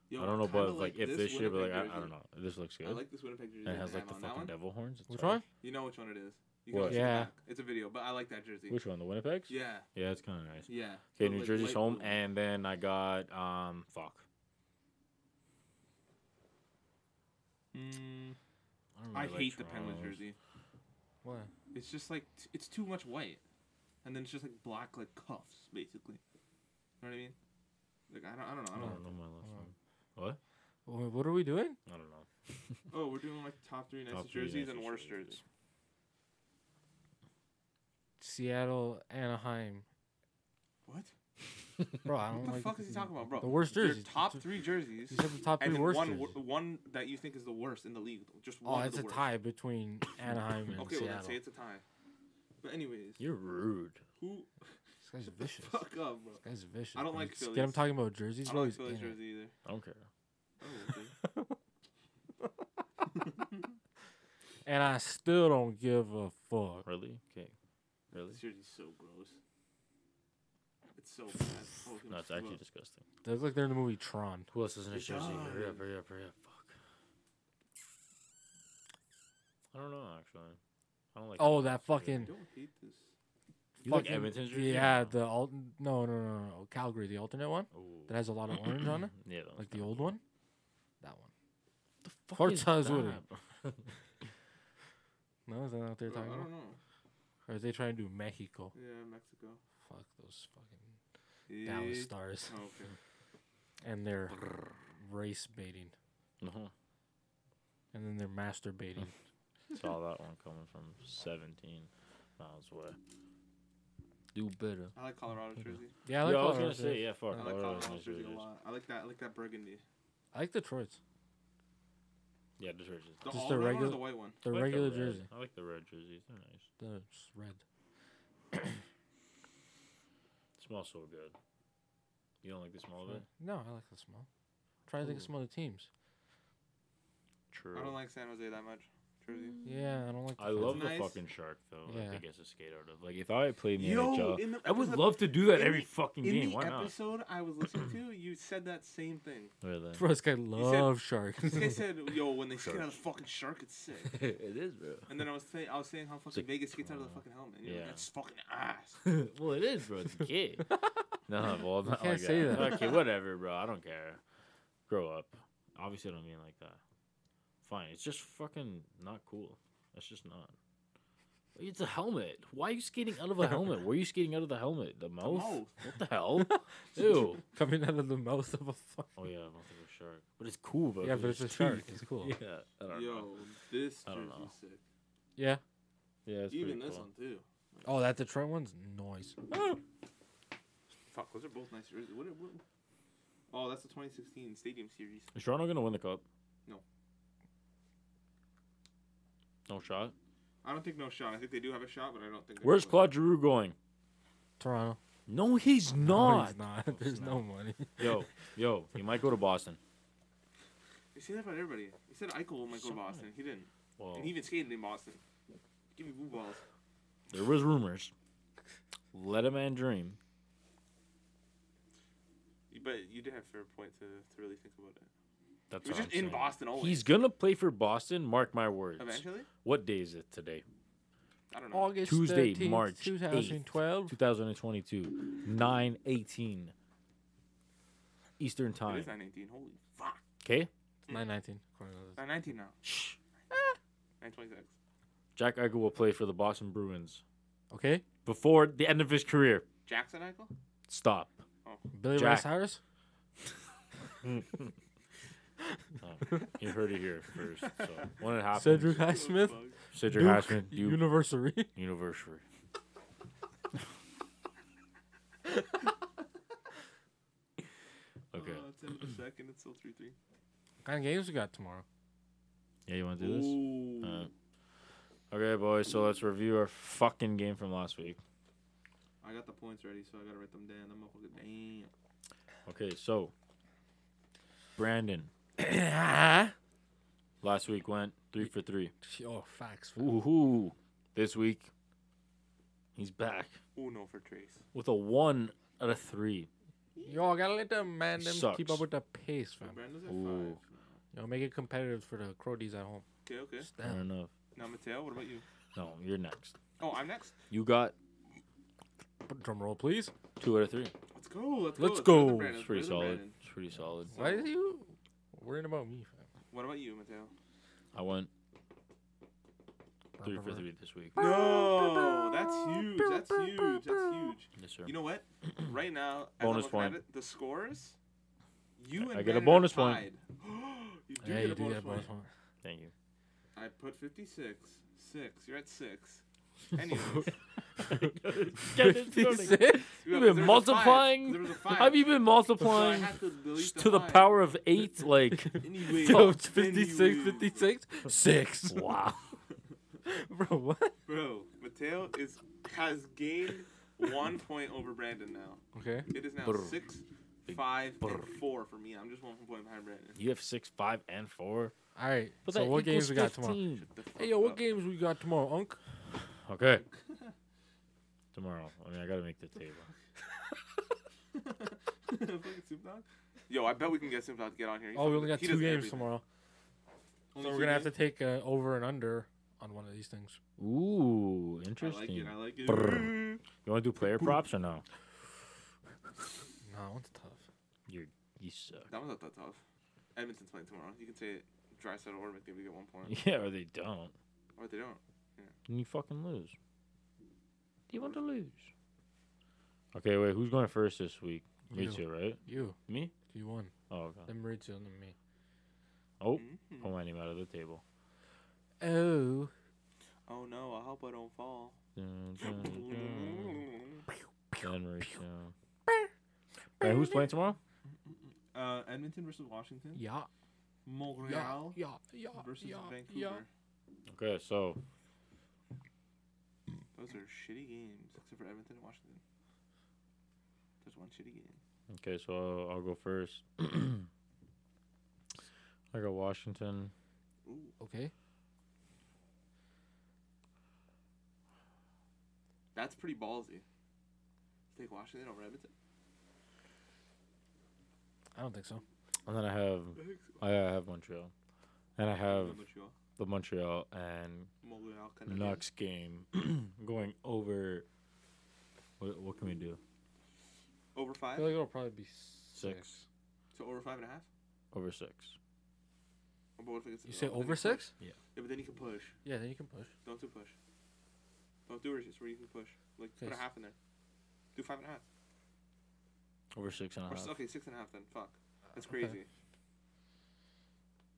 [SPEAKER 3] yo,
[SPEAKER 4] I don't know,
[SPEAKER 3] kinda
[SPEAKER 4] but like, if this year, but like
[SPEAKER 3] Winnipeg
[SPEAKER 4] I,
[SPEAKER 3] jersey.
[SPEAKER 4] I don't know. This looks good.
[SPEAKER 3] I like this Winnipeg jersey.
[SPEAKER 4] and it has
[SPEAKER 3] they have
[SPEAKER 4] like the
[SPEAKER 3] on
[SPEAKER 4] fucking
[SPEAKER 3] that one.
[SPEAKER 4] devil horns. It's
[SPEAKER 2] Which
[SPEAKER 4] hard.
[SPEAKER 2] one?
[SPEAKER 3] You know which one it is. You
[SPEAKER 4] What?
[SPEAKER 3] watch it
[SPEAKER 2] Yeah.
[SPEAKER 3] back. It's a video, but I like that jersey.
[SPEAKER 4] Which one? The Winnipeg?
[SPEAKER 3] Yeah,
[SPEAKER 4] Yeah, it's kind of nice.
[SPEAKER 3] yeah.
[SPEAKER 4] Okay,
[SPEAKER 3] So,
[SPEAKER 4] New
[SPEAKER 3] like,
[SPEAKER 4] Jersey's
[SPEAKER 3] light
[SPEAKER 4] home,
[SPEAKER 3] blue.
[SPEAKER 4] and then I got um, fuck.
[SPEAKER 3] Mm,
[SPEAKER 4] I, don't
[SPEAKER 3] I
[SPEAKER 4] really like
[SPEAKER 3] hate the Penguins
[SPEAKER 4] Toronto's.
[SPEAKER 3] jersey.
[SPEAKER 2] What?
[SPEAKER 3] It's just like t- it's too much white, and then it's just like black like cuffs basically. You know what I mean? Like I don't, I don't know. I
[SPEAKER 4] I
[SPEAKER 3] don't,
[SPEAKER 4] don't know my last
[SPEAKER 2] Oh.
[SPEAKER 4] one. What?
[SPEAKER 2] Wha- What are we doing?
[SPEAKER 4] I don't know.
[SPEAKER 3] know. Oh, we're doing like top three nicest
[SPEAKER 4] Top three
[SPEAKER 3] jerseys and
[SPEAKER 4] nicest
[SPEAKER 3] worst
[SPEAKER 4] jerseys.
[SPEAKER 3] jerseys.
[SPEAKER 2] Seattle, Anaheim.
[SPEAKER 3] What?
[SPEAKER 2] Bro, I don't
[SPEAKER 3] What the
[SPEAKER 2] like
[SPEAKER 3] fuck is he talking about, bro?
[SPEAKER 2] The worst
[SPEAKER 3] Your
[SPEAKER 2] jerseys.
[SPEAKER 3] top three jerseys.
[SPEAKER 2] These are the top
[SPEAKER 3] and
[SPEAKER 2] three
[SPEAKER 3] then
[SPEAKER 2] worst.
[SPEAKER 3] one,
[SPEAKER 2] jerseys.
[SPEAKER 3] wor- one that you think is the worst in the league. Just one.
[SPEAKER 2] Oh,
[SPEAKER 3] of
[SPEAKER 2] it's
[SPEAKER 3] the
[SPEAKER 2] a
[SPEAKER 3] worst.
[SPEAKER 2] tie between Anaheim and
[SPEAKER 3] (laughs) Okay, well
[SPEAKER 2] Seattle.
[SPEAKER 3] let's say it's a tie. But anyways,
[SPEAKER 4] (laughs) You're rude.
[SPEAKER 2] (laughs)
[SPEAKER 3] who? (laughs)
[SPEAKER 2] this guy's vicious.
[SPEAKER 3] Fuck up, bro.
[SPEAKER 2] This guy's vicious.
[SPEAKER 3] I don't
[SPEAKER 2] bro.
[SPEAKER 3] like
[SPEAKER 2] Just Get him
[SPEAKER 3] Phillies.
[SPEAKER 2] talking about jerseys.
[SPEAKER 3] I
[SPEAKER 2] bro,
[SPEAKER 3] don't like
[SPEAKER 2] he's
[SPEAKER 3] Phillies
[SPEAKER 2] in it.
[SPEAKER 3] jersey either.
[SPEAKER 4] I don't care.
[SPEAKER 3] Oh, okay. (laughs)
[SPEAKER 2] And I still don't give a fuck.
[SPEAKER 4] Really? Okay. Really?
[SPEAKER 3] This jersey's so gross. It's so bad. Oh,
[SPEAKER 4] No, it's actually disgusting.
[SPEAKER 2] They look like they're in the movie Tron.
[SPEAKER 4] Who else is in
[SPEAKER 3] It
[SPEAKER 4] this jersey? Hurry
[SPEAKER 3] does.
[SPEAKER 4] up! Hurry up! Hurry up! Fuck. I don't know actually. I don't like.
[SPEAKER 2] Oh, that
[SPEAKER 3] I
[SPEAKER 2] fucking.
[SPEAKER 3] don't hate this.
[SPEAKER 4] You like
[SPEAKER 2] fucking-
[SPEAKER 4] Edmonton's jersey or
[SPEAKER 2] Yeah,
[SPEAKER 4] no?
[SPEAKER 2] the alt. No, no, no, no, no. Calgary, the alternate one
[SPEAKER 4] Ooh.
[SPEAKER 2] that has a lot of orange
[SPEAKER 4] (clears throat)
[SPEAKER 2] on it,
[SPEAKER 4] Yeah, that
[SPEAKER 2] like
[SPEAKER 4] one's
[SPEAKER 2] the
[SPEAKER 4] kinda
[SPEAKER 2] old
[SPEAKER 4] cool.
[SPEAKER 2] one. That one. Forza's with it.
[SPEAKER 4] (laughs) that?
[SPEAKER 2] No, is that what they're
[SPEAKER 3] Bro, I
[SPEAKER 2] talking about?
[SPEAKER 3] don't know.
[SPEAKER 2] Or are they trying to do Mexico?
[SPEAKER 3] Yeah, Mexico.
[SPEAKER 2] Fuck those fucking Dallas
[SPEAKER 3] Yeah.
[SPEAKER 2] Stars
[SPEAKER 3] Oh, okay.
[SPEAKER 2] and their race baiting
[SPEAKER 4] No,
[SPEAKER 2] and then their masturbating.
[SPEAKER 4] saw that one coming from 17 miles away. (laughs) Do better.
[SPEAKER 3] I like Colorado jersey.
[SPEAKER 2] Yeah,
[SPEAKER 4] I,
[SPEAKER 2] I like,
[SPEAKER 4] I was gonna
[SPEAKER 2] Colorado's
[SPEAKER 4] say
[SPEAKER 2] jerseys.
[SPEAKER 4] yeah, fuck.
[SPEAKER 3] I like
[SPEAKER 4] Colorado's
[SPEAKER 3] Colorado
[SPEAKER 4] nice
[SPEAKER 3] jersey a
[SPEAKER 4] jerseys.
[SPEAKER 3] lot. I like that. I like that burgundy.
[SPEAKER 2] I like Detroit's.
[SPEAKER 4] Yeah, Detroit's just.
[SPEAKER 3] The
[SPEAKER 2] Just
[SPEAKER 3] all
[SPEAKER 2] the
[SPEAKER 3] red one or
[SPEAKER 2] regular-
[SPEAKER 3] the white one.
[SPEAKER 4] I
[SPEAKER 2] Their
[SPEAKER 4] like the
[SPEAKER 2] regular
[SPEAKER 4] red-
[SPEAKER 2] jersey.
[SPEAKER 4] I like the red jerseys. They're nice.
[SPEAKER 2] The it's red.
[SPEAKER 4] Smells so good. You don't like the smell of it?
[SPEAKER 2] No, I like the smell. Try to think of
[SPEAKER 4] Ooh.
[SPEAKER 2] some other teams.
[SPEAKER 4] True.
[SPEAKER 3] I don't like San Jose that much. Jersey.
[SPEAKER 2] Yeah, I don't like. The
[SPEAKER 4] I love
[SPEAKER 2] Phillies.
[SPEAKER 4] the
[SPEAKER 3] Nice.
[SPEAKER 4] fucking shark though.
[SPEAKER 2] Yeah.
[SPEAKER 4] I think it's a skate out of. Like if I played in the
[SPEAKER 3] Yo,
[SPEAKER 4] NHL,
[SPEAKER 3] in the
[SPEAKER 4] I would
[SPEAKER 3] episode-
[SPEAKER 4] love to do that
[SPEAKER 3] in
[SPEAKER 4] every
[SPEAKER 3] the-
[SPEAKER 4] fucking
[SPEAKER 3] In
[SPEAKER 4] game.
[SPEAKER 3] the
[SPEAKER 4] Why not?
[SPEAKER 3] episode I was listening
[SPEAKER 4] (clears throat)
[SPEAKER 3] to, you said that same thing.
[SPEAKER 4] Really?
[SPEAKER 2] Bro, this guy (laughs) loves sharks.
[SPEAKER 3] This guy
[SPEAKER 4] (laughs)
[SPEAKER 3] said, "Yo, when they skate
[SPEAKER 4] Shark.
[SPEAKER 3] out of the fucking shark, it's sick."
[SPEAKER 4] (laughs) it is, bro. (laughs)
[SPEAKER 3] And then I was saying, I was saying how fucking
[SPEAKER 4] like,
[SPEAKER 3] Vegas skates out of the
[SPEAKER 4] uh,
[SPEAKER 3] fucking helmet. And you're like,
[SPEAKER 4] yeah.
[SPEAKER 3] "That's fucking ass."
[SPEAKER 4] well, it is, bro. It's (laughs) a kid. no, well, I'm not
[SPEAKER 2] can't
[SPEAKER 4] like
[SPEAKER 2] say
[SPEAKER 4] that.
[SPEAKER 2] that.
[SPEAKER 4] Okay, whatever, bro. I don't care. Grow up. Obviously, I don't mean like that. Fine. It's just fucking not cool. That's just not. It's a helmet. Why are you skating out of a (laughs) helmet? Where are you skating out of the helmet? The mouth?
[SPEAKER 3] mouth.
[SPEAKER 4] What the (laughs) hell? Ew.
[SPEAKER 2] Coming out of the mouth of a fuck.
[SPEAKER 4] Oh yeah, I don't think it's shark. But it's cool, bro.
[SPEAKER 2] Yeah,
[SPEAKER 4] 'cause
[SPEAKER 2] but it's a
[SPEAKER 4] teeth.
[SPEAKER 2] shark. It's cool.
[SPEAKER 4] Yeah, I don't
[SPEAKER 3] Yo,
[SPEAKER 4] know.
[SPEAKER 3] this
[SPEAKER 4] I don't know.
[SPEAKER 3] jersey's sick.
[SPEAKER 2] Yeah.
[SPEAKER 4] Yeah, it's
[SPEAKER 3] Even
[SPEAKER 4] pretty
[SPEAKER 3] this
[SPEAKER 4] cool.
[SPEAKER 3] one too.
[SPEAKER 2] Oh, that Detroit one's noise.
[SPEAKER 4] Ah!
[SPEAKER 3] Fuck, those are both nice jerseys. What, are- what? Oh, that's the 2016 Stadium Series.
[SPEAKER 4] Is Toronto gonna win the cup?
[SPEAKER 3] No.
[SPEAKER 4] No shot.
[SPEAKER 3] I don't think no shot. I think they do have a shot, but I don't think. they're
[SPEAKER 4] Where's
[SPEAKER 3] gonna
[SPEAKER 4] Claude Giroux going?
[SPEAKER 2] Toronto.
[SPEAKER 4] No, he's
[SPEAKER 2] No,
[SPEAKER 4] not. Oh,
[SPEAKER 2] it's not. There's no money.
[SPEAKER 4] Yo, yo, he might go to Boston.
[SPEAKER 3] win. You say that about everybody. You said Eichel might go to Boston. He didn't,
[SPEAKER 4] Well,
[SPEAKER 3] and he even skated in Boston. Give me blue balls.
[SPEAKER 4] there was rumors. Let a man dream.
[SPEAKER 3] But you did have a fair point to, to really think about it.
[SPEAKER 4] That's
[SPEAKER 3] He was
[SPEAKER 4] all
[SPEAKER 3] just
[SPEAKER 4] I'm
[SPEAKER 3] in
[SPEAKER 4] saying.
[SPEAKER 3] Boston always.
[SPEAKER 4] He's gonna play for Boston. Mark my words.
[SPEAKER 3] Eventually,
[SPEAKER 4] What day is it today?
[SPEAKER 3] I don't
[SPEAKER 2] (laughs)
[SPEAKER 3] know.
[SPEAKER 2] August
[SPEAKER 4] Tuesday,
[SPEAKER 2] 13th,
[SPEAKER 4] March 8th.
[SPEAKER 2] 2012.
[SPEAKER 4] 2022, 9:18 Eastern
[SPEAKER 3] It
[SPEAKER 4] time.
[SPEAKER 3] is 918. Holy fuck.
[SPEAKER 4] Okay,
[SPEAKER 2] Nine nineteen. according to this.
[SPEAKER 3] Uh, 19 now. Ah. 926.
[SPEAKER 4] Jack Eichel will play for the Boston Bruins
[SPEAKER 2] Okay.
[SPEAKER 4] before the end of his career.
[SPEAKER 3] Jackson
[SPEAKER 4] (laughs)
[SPEAKER 3] Eichel?
[SPEAKER 4] Stop.
[SPEAKER 2] Billy Ray
[SPEAKER 4] Jack.
[SPEAKER 2] Cyrus.
[SPEAKER 4] Oh, you heard it here first. So when it happens,
[SPEAKER 2] Cedric
[SPEAKER 4] Cedric,
[SPEAKER 2] Highsmith.
[SPEAKER 3] Oh,
[SPEAKER 4] Cedric
[SPEAKER 2] Duke
[SPEAKER 4] Hashman, Duke
[SPEAKER 2] University. (laughs)
[SPEAKER 4] University. okay.
[SPEAKER 3] Oh, it's in the second. It's still 3 3.
[SPEAKER 2] what kind of games we got
[SPEAKER 4] (laughs)
[SPEAKER 2] tomorrow?
[SPEAKER 4] Yeah, you want to do this?
[SPEAKER 3] Ooh.
[SPEAKER 4] Uh, okay, boys. So let's review our fucking game from last week.
[SPEAKER 3] I got the points ready, so I gotta write them down. I'm gonna fucking damn.
[SPEAKER 4] Okay, so Brandon
[SPEAKER 2] oh,
[SPEAKER 4] last week went three for three.
[SPEAKER 2] facts.
[SPEAKER 4] Ooh, this week he's back
[SPEAKER 3] Oh no, for Trace.
[SPEAKER 4] with a one out of three.
[SPEAKER 2] Yo, gotta let them man them keep
[SPEAKER 4] Sucks.
[SPEAKER 2] up with the pace,
[SPEAKER 3] So
[SPEAKER 2] fam.
[SPEAKER 3] Brandon's at
[SPEAKER 4] Ooh.
[SPEAKER 3] five. now.
[SPEAKER 2] Yo, make it competitive for the Crowdies at home.
[SPEAKER 3] Okay, okay.
[SPEAKER 2] Just
[SPEAKER 4] Fair
[SPEAKER 2] them.
[SPEAKER 4] enough.
[SPEAKER 3] Now, Mateo, what about you?
[SPEAKER 4] No, you're next.
[SPEAKER 3] Oh, I'm next.
[SPEAKER 4] You got
[SPEAKER 2] Drum roll, please.
[SPEAKER 4] two out of three.
[SPEAKER 3] Let's go.
[SPEAKER 2] Let's
[SPEAKER 3] Let's go. play with the
[SPEAKER 2] go.
[SPEAKER 3] Brandon,
[SPEAKER 4] It's
[SPEAKER 3] let's play with
[SPEAKER 4] pretty
[SPEAKER 3] the
[SPEAKER 4] solid.
[SPEAKER 3] Brandon.
[SPEAKER 4] It's pretty solid.
[SPEAKER 2] Why are you worrying about me, fam?
[SPEAKER 3] What about you, Mateo?
[SPEAKER 4] I went three for three this week.
[SPEAKER 3] No, that's huge. That's huge. That's huge.
[SPEAKER 4] Yes, sir.
[SPEAKER 3] You know
[SPEAKER 4] (clears throat)
[SPEAKER 3] what? Right now, as I'm
[SPEAKER 4] Bonus
[SPEAKER 3] looking at
[SPEAKER 4] point.
[SPEAKER 3] it, the scores. You and
[SPEAKER 4] I get a
[SPEAKER 3] Brandon are
[SPEAKER 4] bonus point.
[SPEAKER 3] tied. (gasps) you do
[SPEAKER 2] Yeah,
[SPEAKER 3] get
[SPEAKER 2] you do
[SPEAKER 3] a bonus
[SPEAKER 2] that
[SPEAKER 3] point.
[SPEAKER 2] bonus (laughs) one.
[SPEAKER 3] (laughs)
[SPEAKER 4] Thank you.
[SPEAKER 3] I put 56. Six. You're at six. Anyways,
[SPEAKER 4] Get it, Tony.
[SPEAKER 2] Fifty-six.
[SPEAKER 3] You
[SPEAKER 4] You've been multiplying.
[SPEAKER 3] There was a five.
[SPEAKER 4] Have you been multiplying
[SPEAKER 3] So I had to delete
[SPEAKER 4] to the
[SPEAKER 3] five.
[SPEAKER 4] power of eight?
[SPEAKER 2] (laughs)
[SPEAKER 4] Like,
[SPEAKER 3] Anyway,
[SPEAKER 2] (laughs) Yo, 56,
[SPEAKER 3] anyway.
[SPEAKER 2] 56, 6.
[SPEAKER 4] wow.
[SPEAKER 2] Bro, what?
[SPEAKER 3] Bro, Mateo is has gained one point over Brandon now.
[SPEAKER 2] Okay.
[SPEAKER 3] It is now
[SPEAKER 4] Brr.
[SPEAKER 3] six, five, and
[SPEAKER 4] brr.
[SPEAKER 3] four for me. I'm just one point behind Brandon.
[SPEAKER 4] You have six, five, and four.
[SPEAKER 2] All right.
[SPEAKER 4] But
[SPEAKER 2] so
[SPEAKER 4] that
[SPEAKER 2] what games we
[SPEAKER 4] equals
[SPEAKER 2] got tomorrow?
[SPEAKER 4] 15.
[SPEAKER 3] The fuck
[SPEAKER 2] Hey, yo, what
[SPEAKER 3] up.
[SPEAKER 2] games we got tomorrow, Unc?
[SPEAKER 4] Okay.
[SPEAKER 3] (laughs)
[SPEAKER 4] Tomorrow. I mean, I gotta make the table.
[SPEAKER 3] (laughs) Fucking Snoop Dogg? Yo, I bet we can get Snoop Dogg to get on here. He
[SPEAKER 2] Oh, we
[SPEAKER 3] fucking-
[SPEAKER 2] only got
[SPEAKER 3] he
[SPEAKER 2] two
[SPEAKER 3] does
[SPEAKER 2] games
[SPEAKER 3] everything.
[SPEAKER 2] tomorrow. So
[SPEAKER 3] Only
[SPEAKER 2] we're
[SPEAKER 3] two
[SPEAKER 2] going to have to
[SPEAKER 3] games?
[SPEAKER 2] take uh, over and under on one of these things.
[SPEAKER 4] Ooh,
[SPEAKER 3] I
[SPEAKER 4] interesting.
[SPEAKER 3] like it. I like it.
[SPEAKER 4] Brr. You want to do player props or no?
[SPEAKER 2] No, that one's tough.
[SPEAKER 4] You you suck. (laughs)
[SPEAKER 3] That was not that tough. Edmonton's playing tomorrow. You can say dry set or maybe get one
[SPEAKER 2] (laughs)
[SPEAKER 3] point.
[SPEAKER 4] Yeah, or they don't.
[SPEAKER 3] Or they don't.
[SPEAKER 4] And you fucking lose. Do you want to lose? Okay, wait. Who's going first this week? Me
[SPEAKER 2] You.
[SPEAKER 4] too, right?
[SPEAKER 2] You.
[SPEAKER 4] Me?
[SPEAKER 2] You won.
[SPEAKER 4] Oh, okay.
[SPEAKER 2] Then Maurizio and then me.
[SPEAKER 4] Oh,
[SPEAKER 3] Mhm.
[SPEAKER 4] pull my name out of the table.
[SPEAKER 2] Oh.
[SPEAKER 3] Oh no, I hope I don't fall.
[SPEAKER 4] Dun, dun, dun.
[SPEAKER 2] Mm-hmm.
[SPEAKER 4] Dun, right now. Wait, who's playing tomorrow?
[SPEAKER 3] (laughs) Uh, Edmonton versus Washington.
[SPEAKER 2] Yeah. Yeah.
[SPEAKER 3] Montreal
[SPEAKER 2] Yeah. Yeah.
[SPEAKER 3] versus
[SPEAKER 2] yeah,
[SPEAKER 3] Vancouver.
[SPEAKER 2] yeah.
[SPEAKER 4] Okay, so
[SPEAKER 3] Those are shitty games, except for Edmonton and Washington. There's one shitty game.
[SPEAKER 4] Okay, so I'll, I'll go first. (clears throat) I got Washington.
[SPEAKER 3] Ooh,
[SPEAKER 2] Okay.
[SPEAKER 3] that's pretty ballsy. Take Washington over Edmonton.
[SPEAKER 2] I don't think so.
[SPEAKER 4] And then I have I have Montreal. And I have
[SPEAKER 3] Montreal.
[SPEAKER 4] the Montreal and
[SPEAKER 3] Montreal kind of
[SPEAKER 4] Canucks game (clears throat) going over. What, what can we do?
[SPEAKER 3] over
[SPEAKER 2] I
[SPEAKER 3] five.
[SPEAKER 2] feel like it'll probably be six.
[SPEAKER 4] Six.
[SPEAKER 3] So over five and a half.
[SPEAKER 4] Over six.
[SPEAKER 3] Or both if it's-
[SPEAKER 2] You say
[SPEAKER 3] but then
[SPEAKER 2] over
[SPEAKER 3] push.
[SPEAKER 2] six?
[SPEAKER 3] Yeah, but then you can push.
[SPEAKER 2] Yeah, then you can push.
[SPEAKER 3] Don't do push. Don't do reaches where you can push. Like put a
[SPEAKER 2] Yes.
[SPEAKER 3] half in there. Do five and a half.
[SPEAKER 4] Over six and a
[SPEAKER 3] Or s
[SPEAKER 4] half.
[SPEAKER 3] okay, six and a half then. Fuck. That's
[SPEAKER 2] Okay.
[SPEAKER 3] crazy.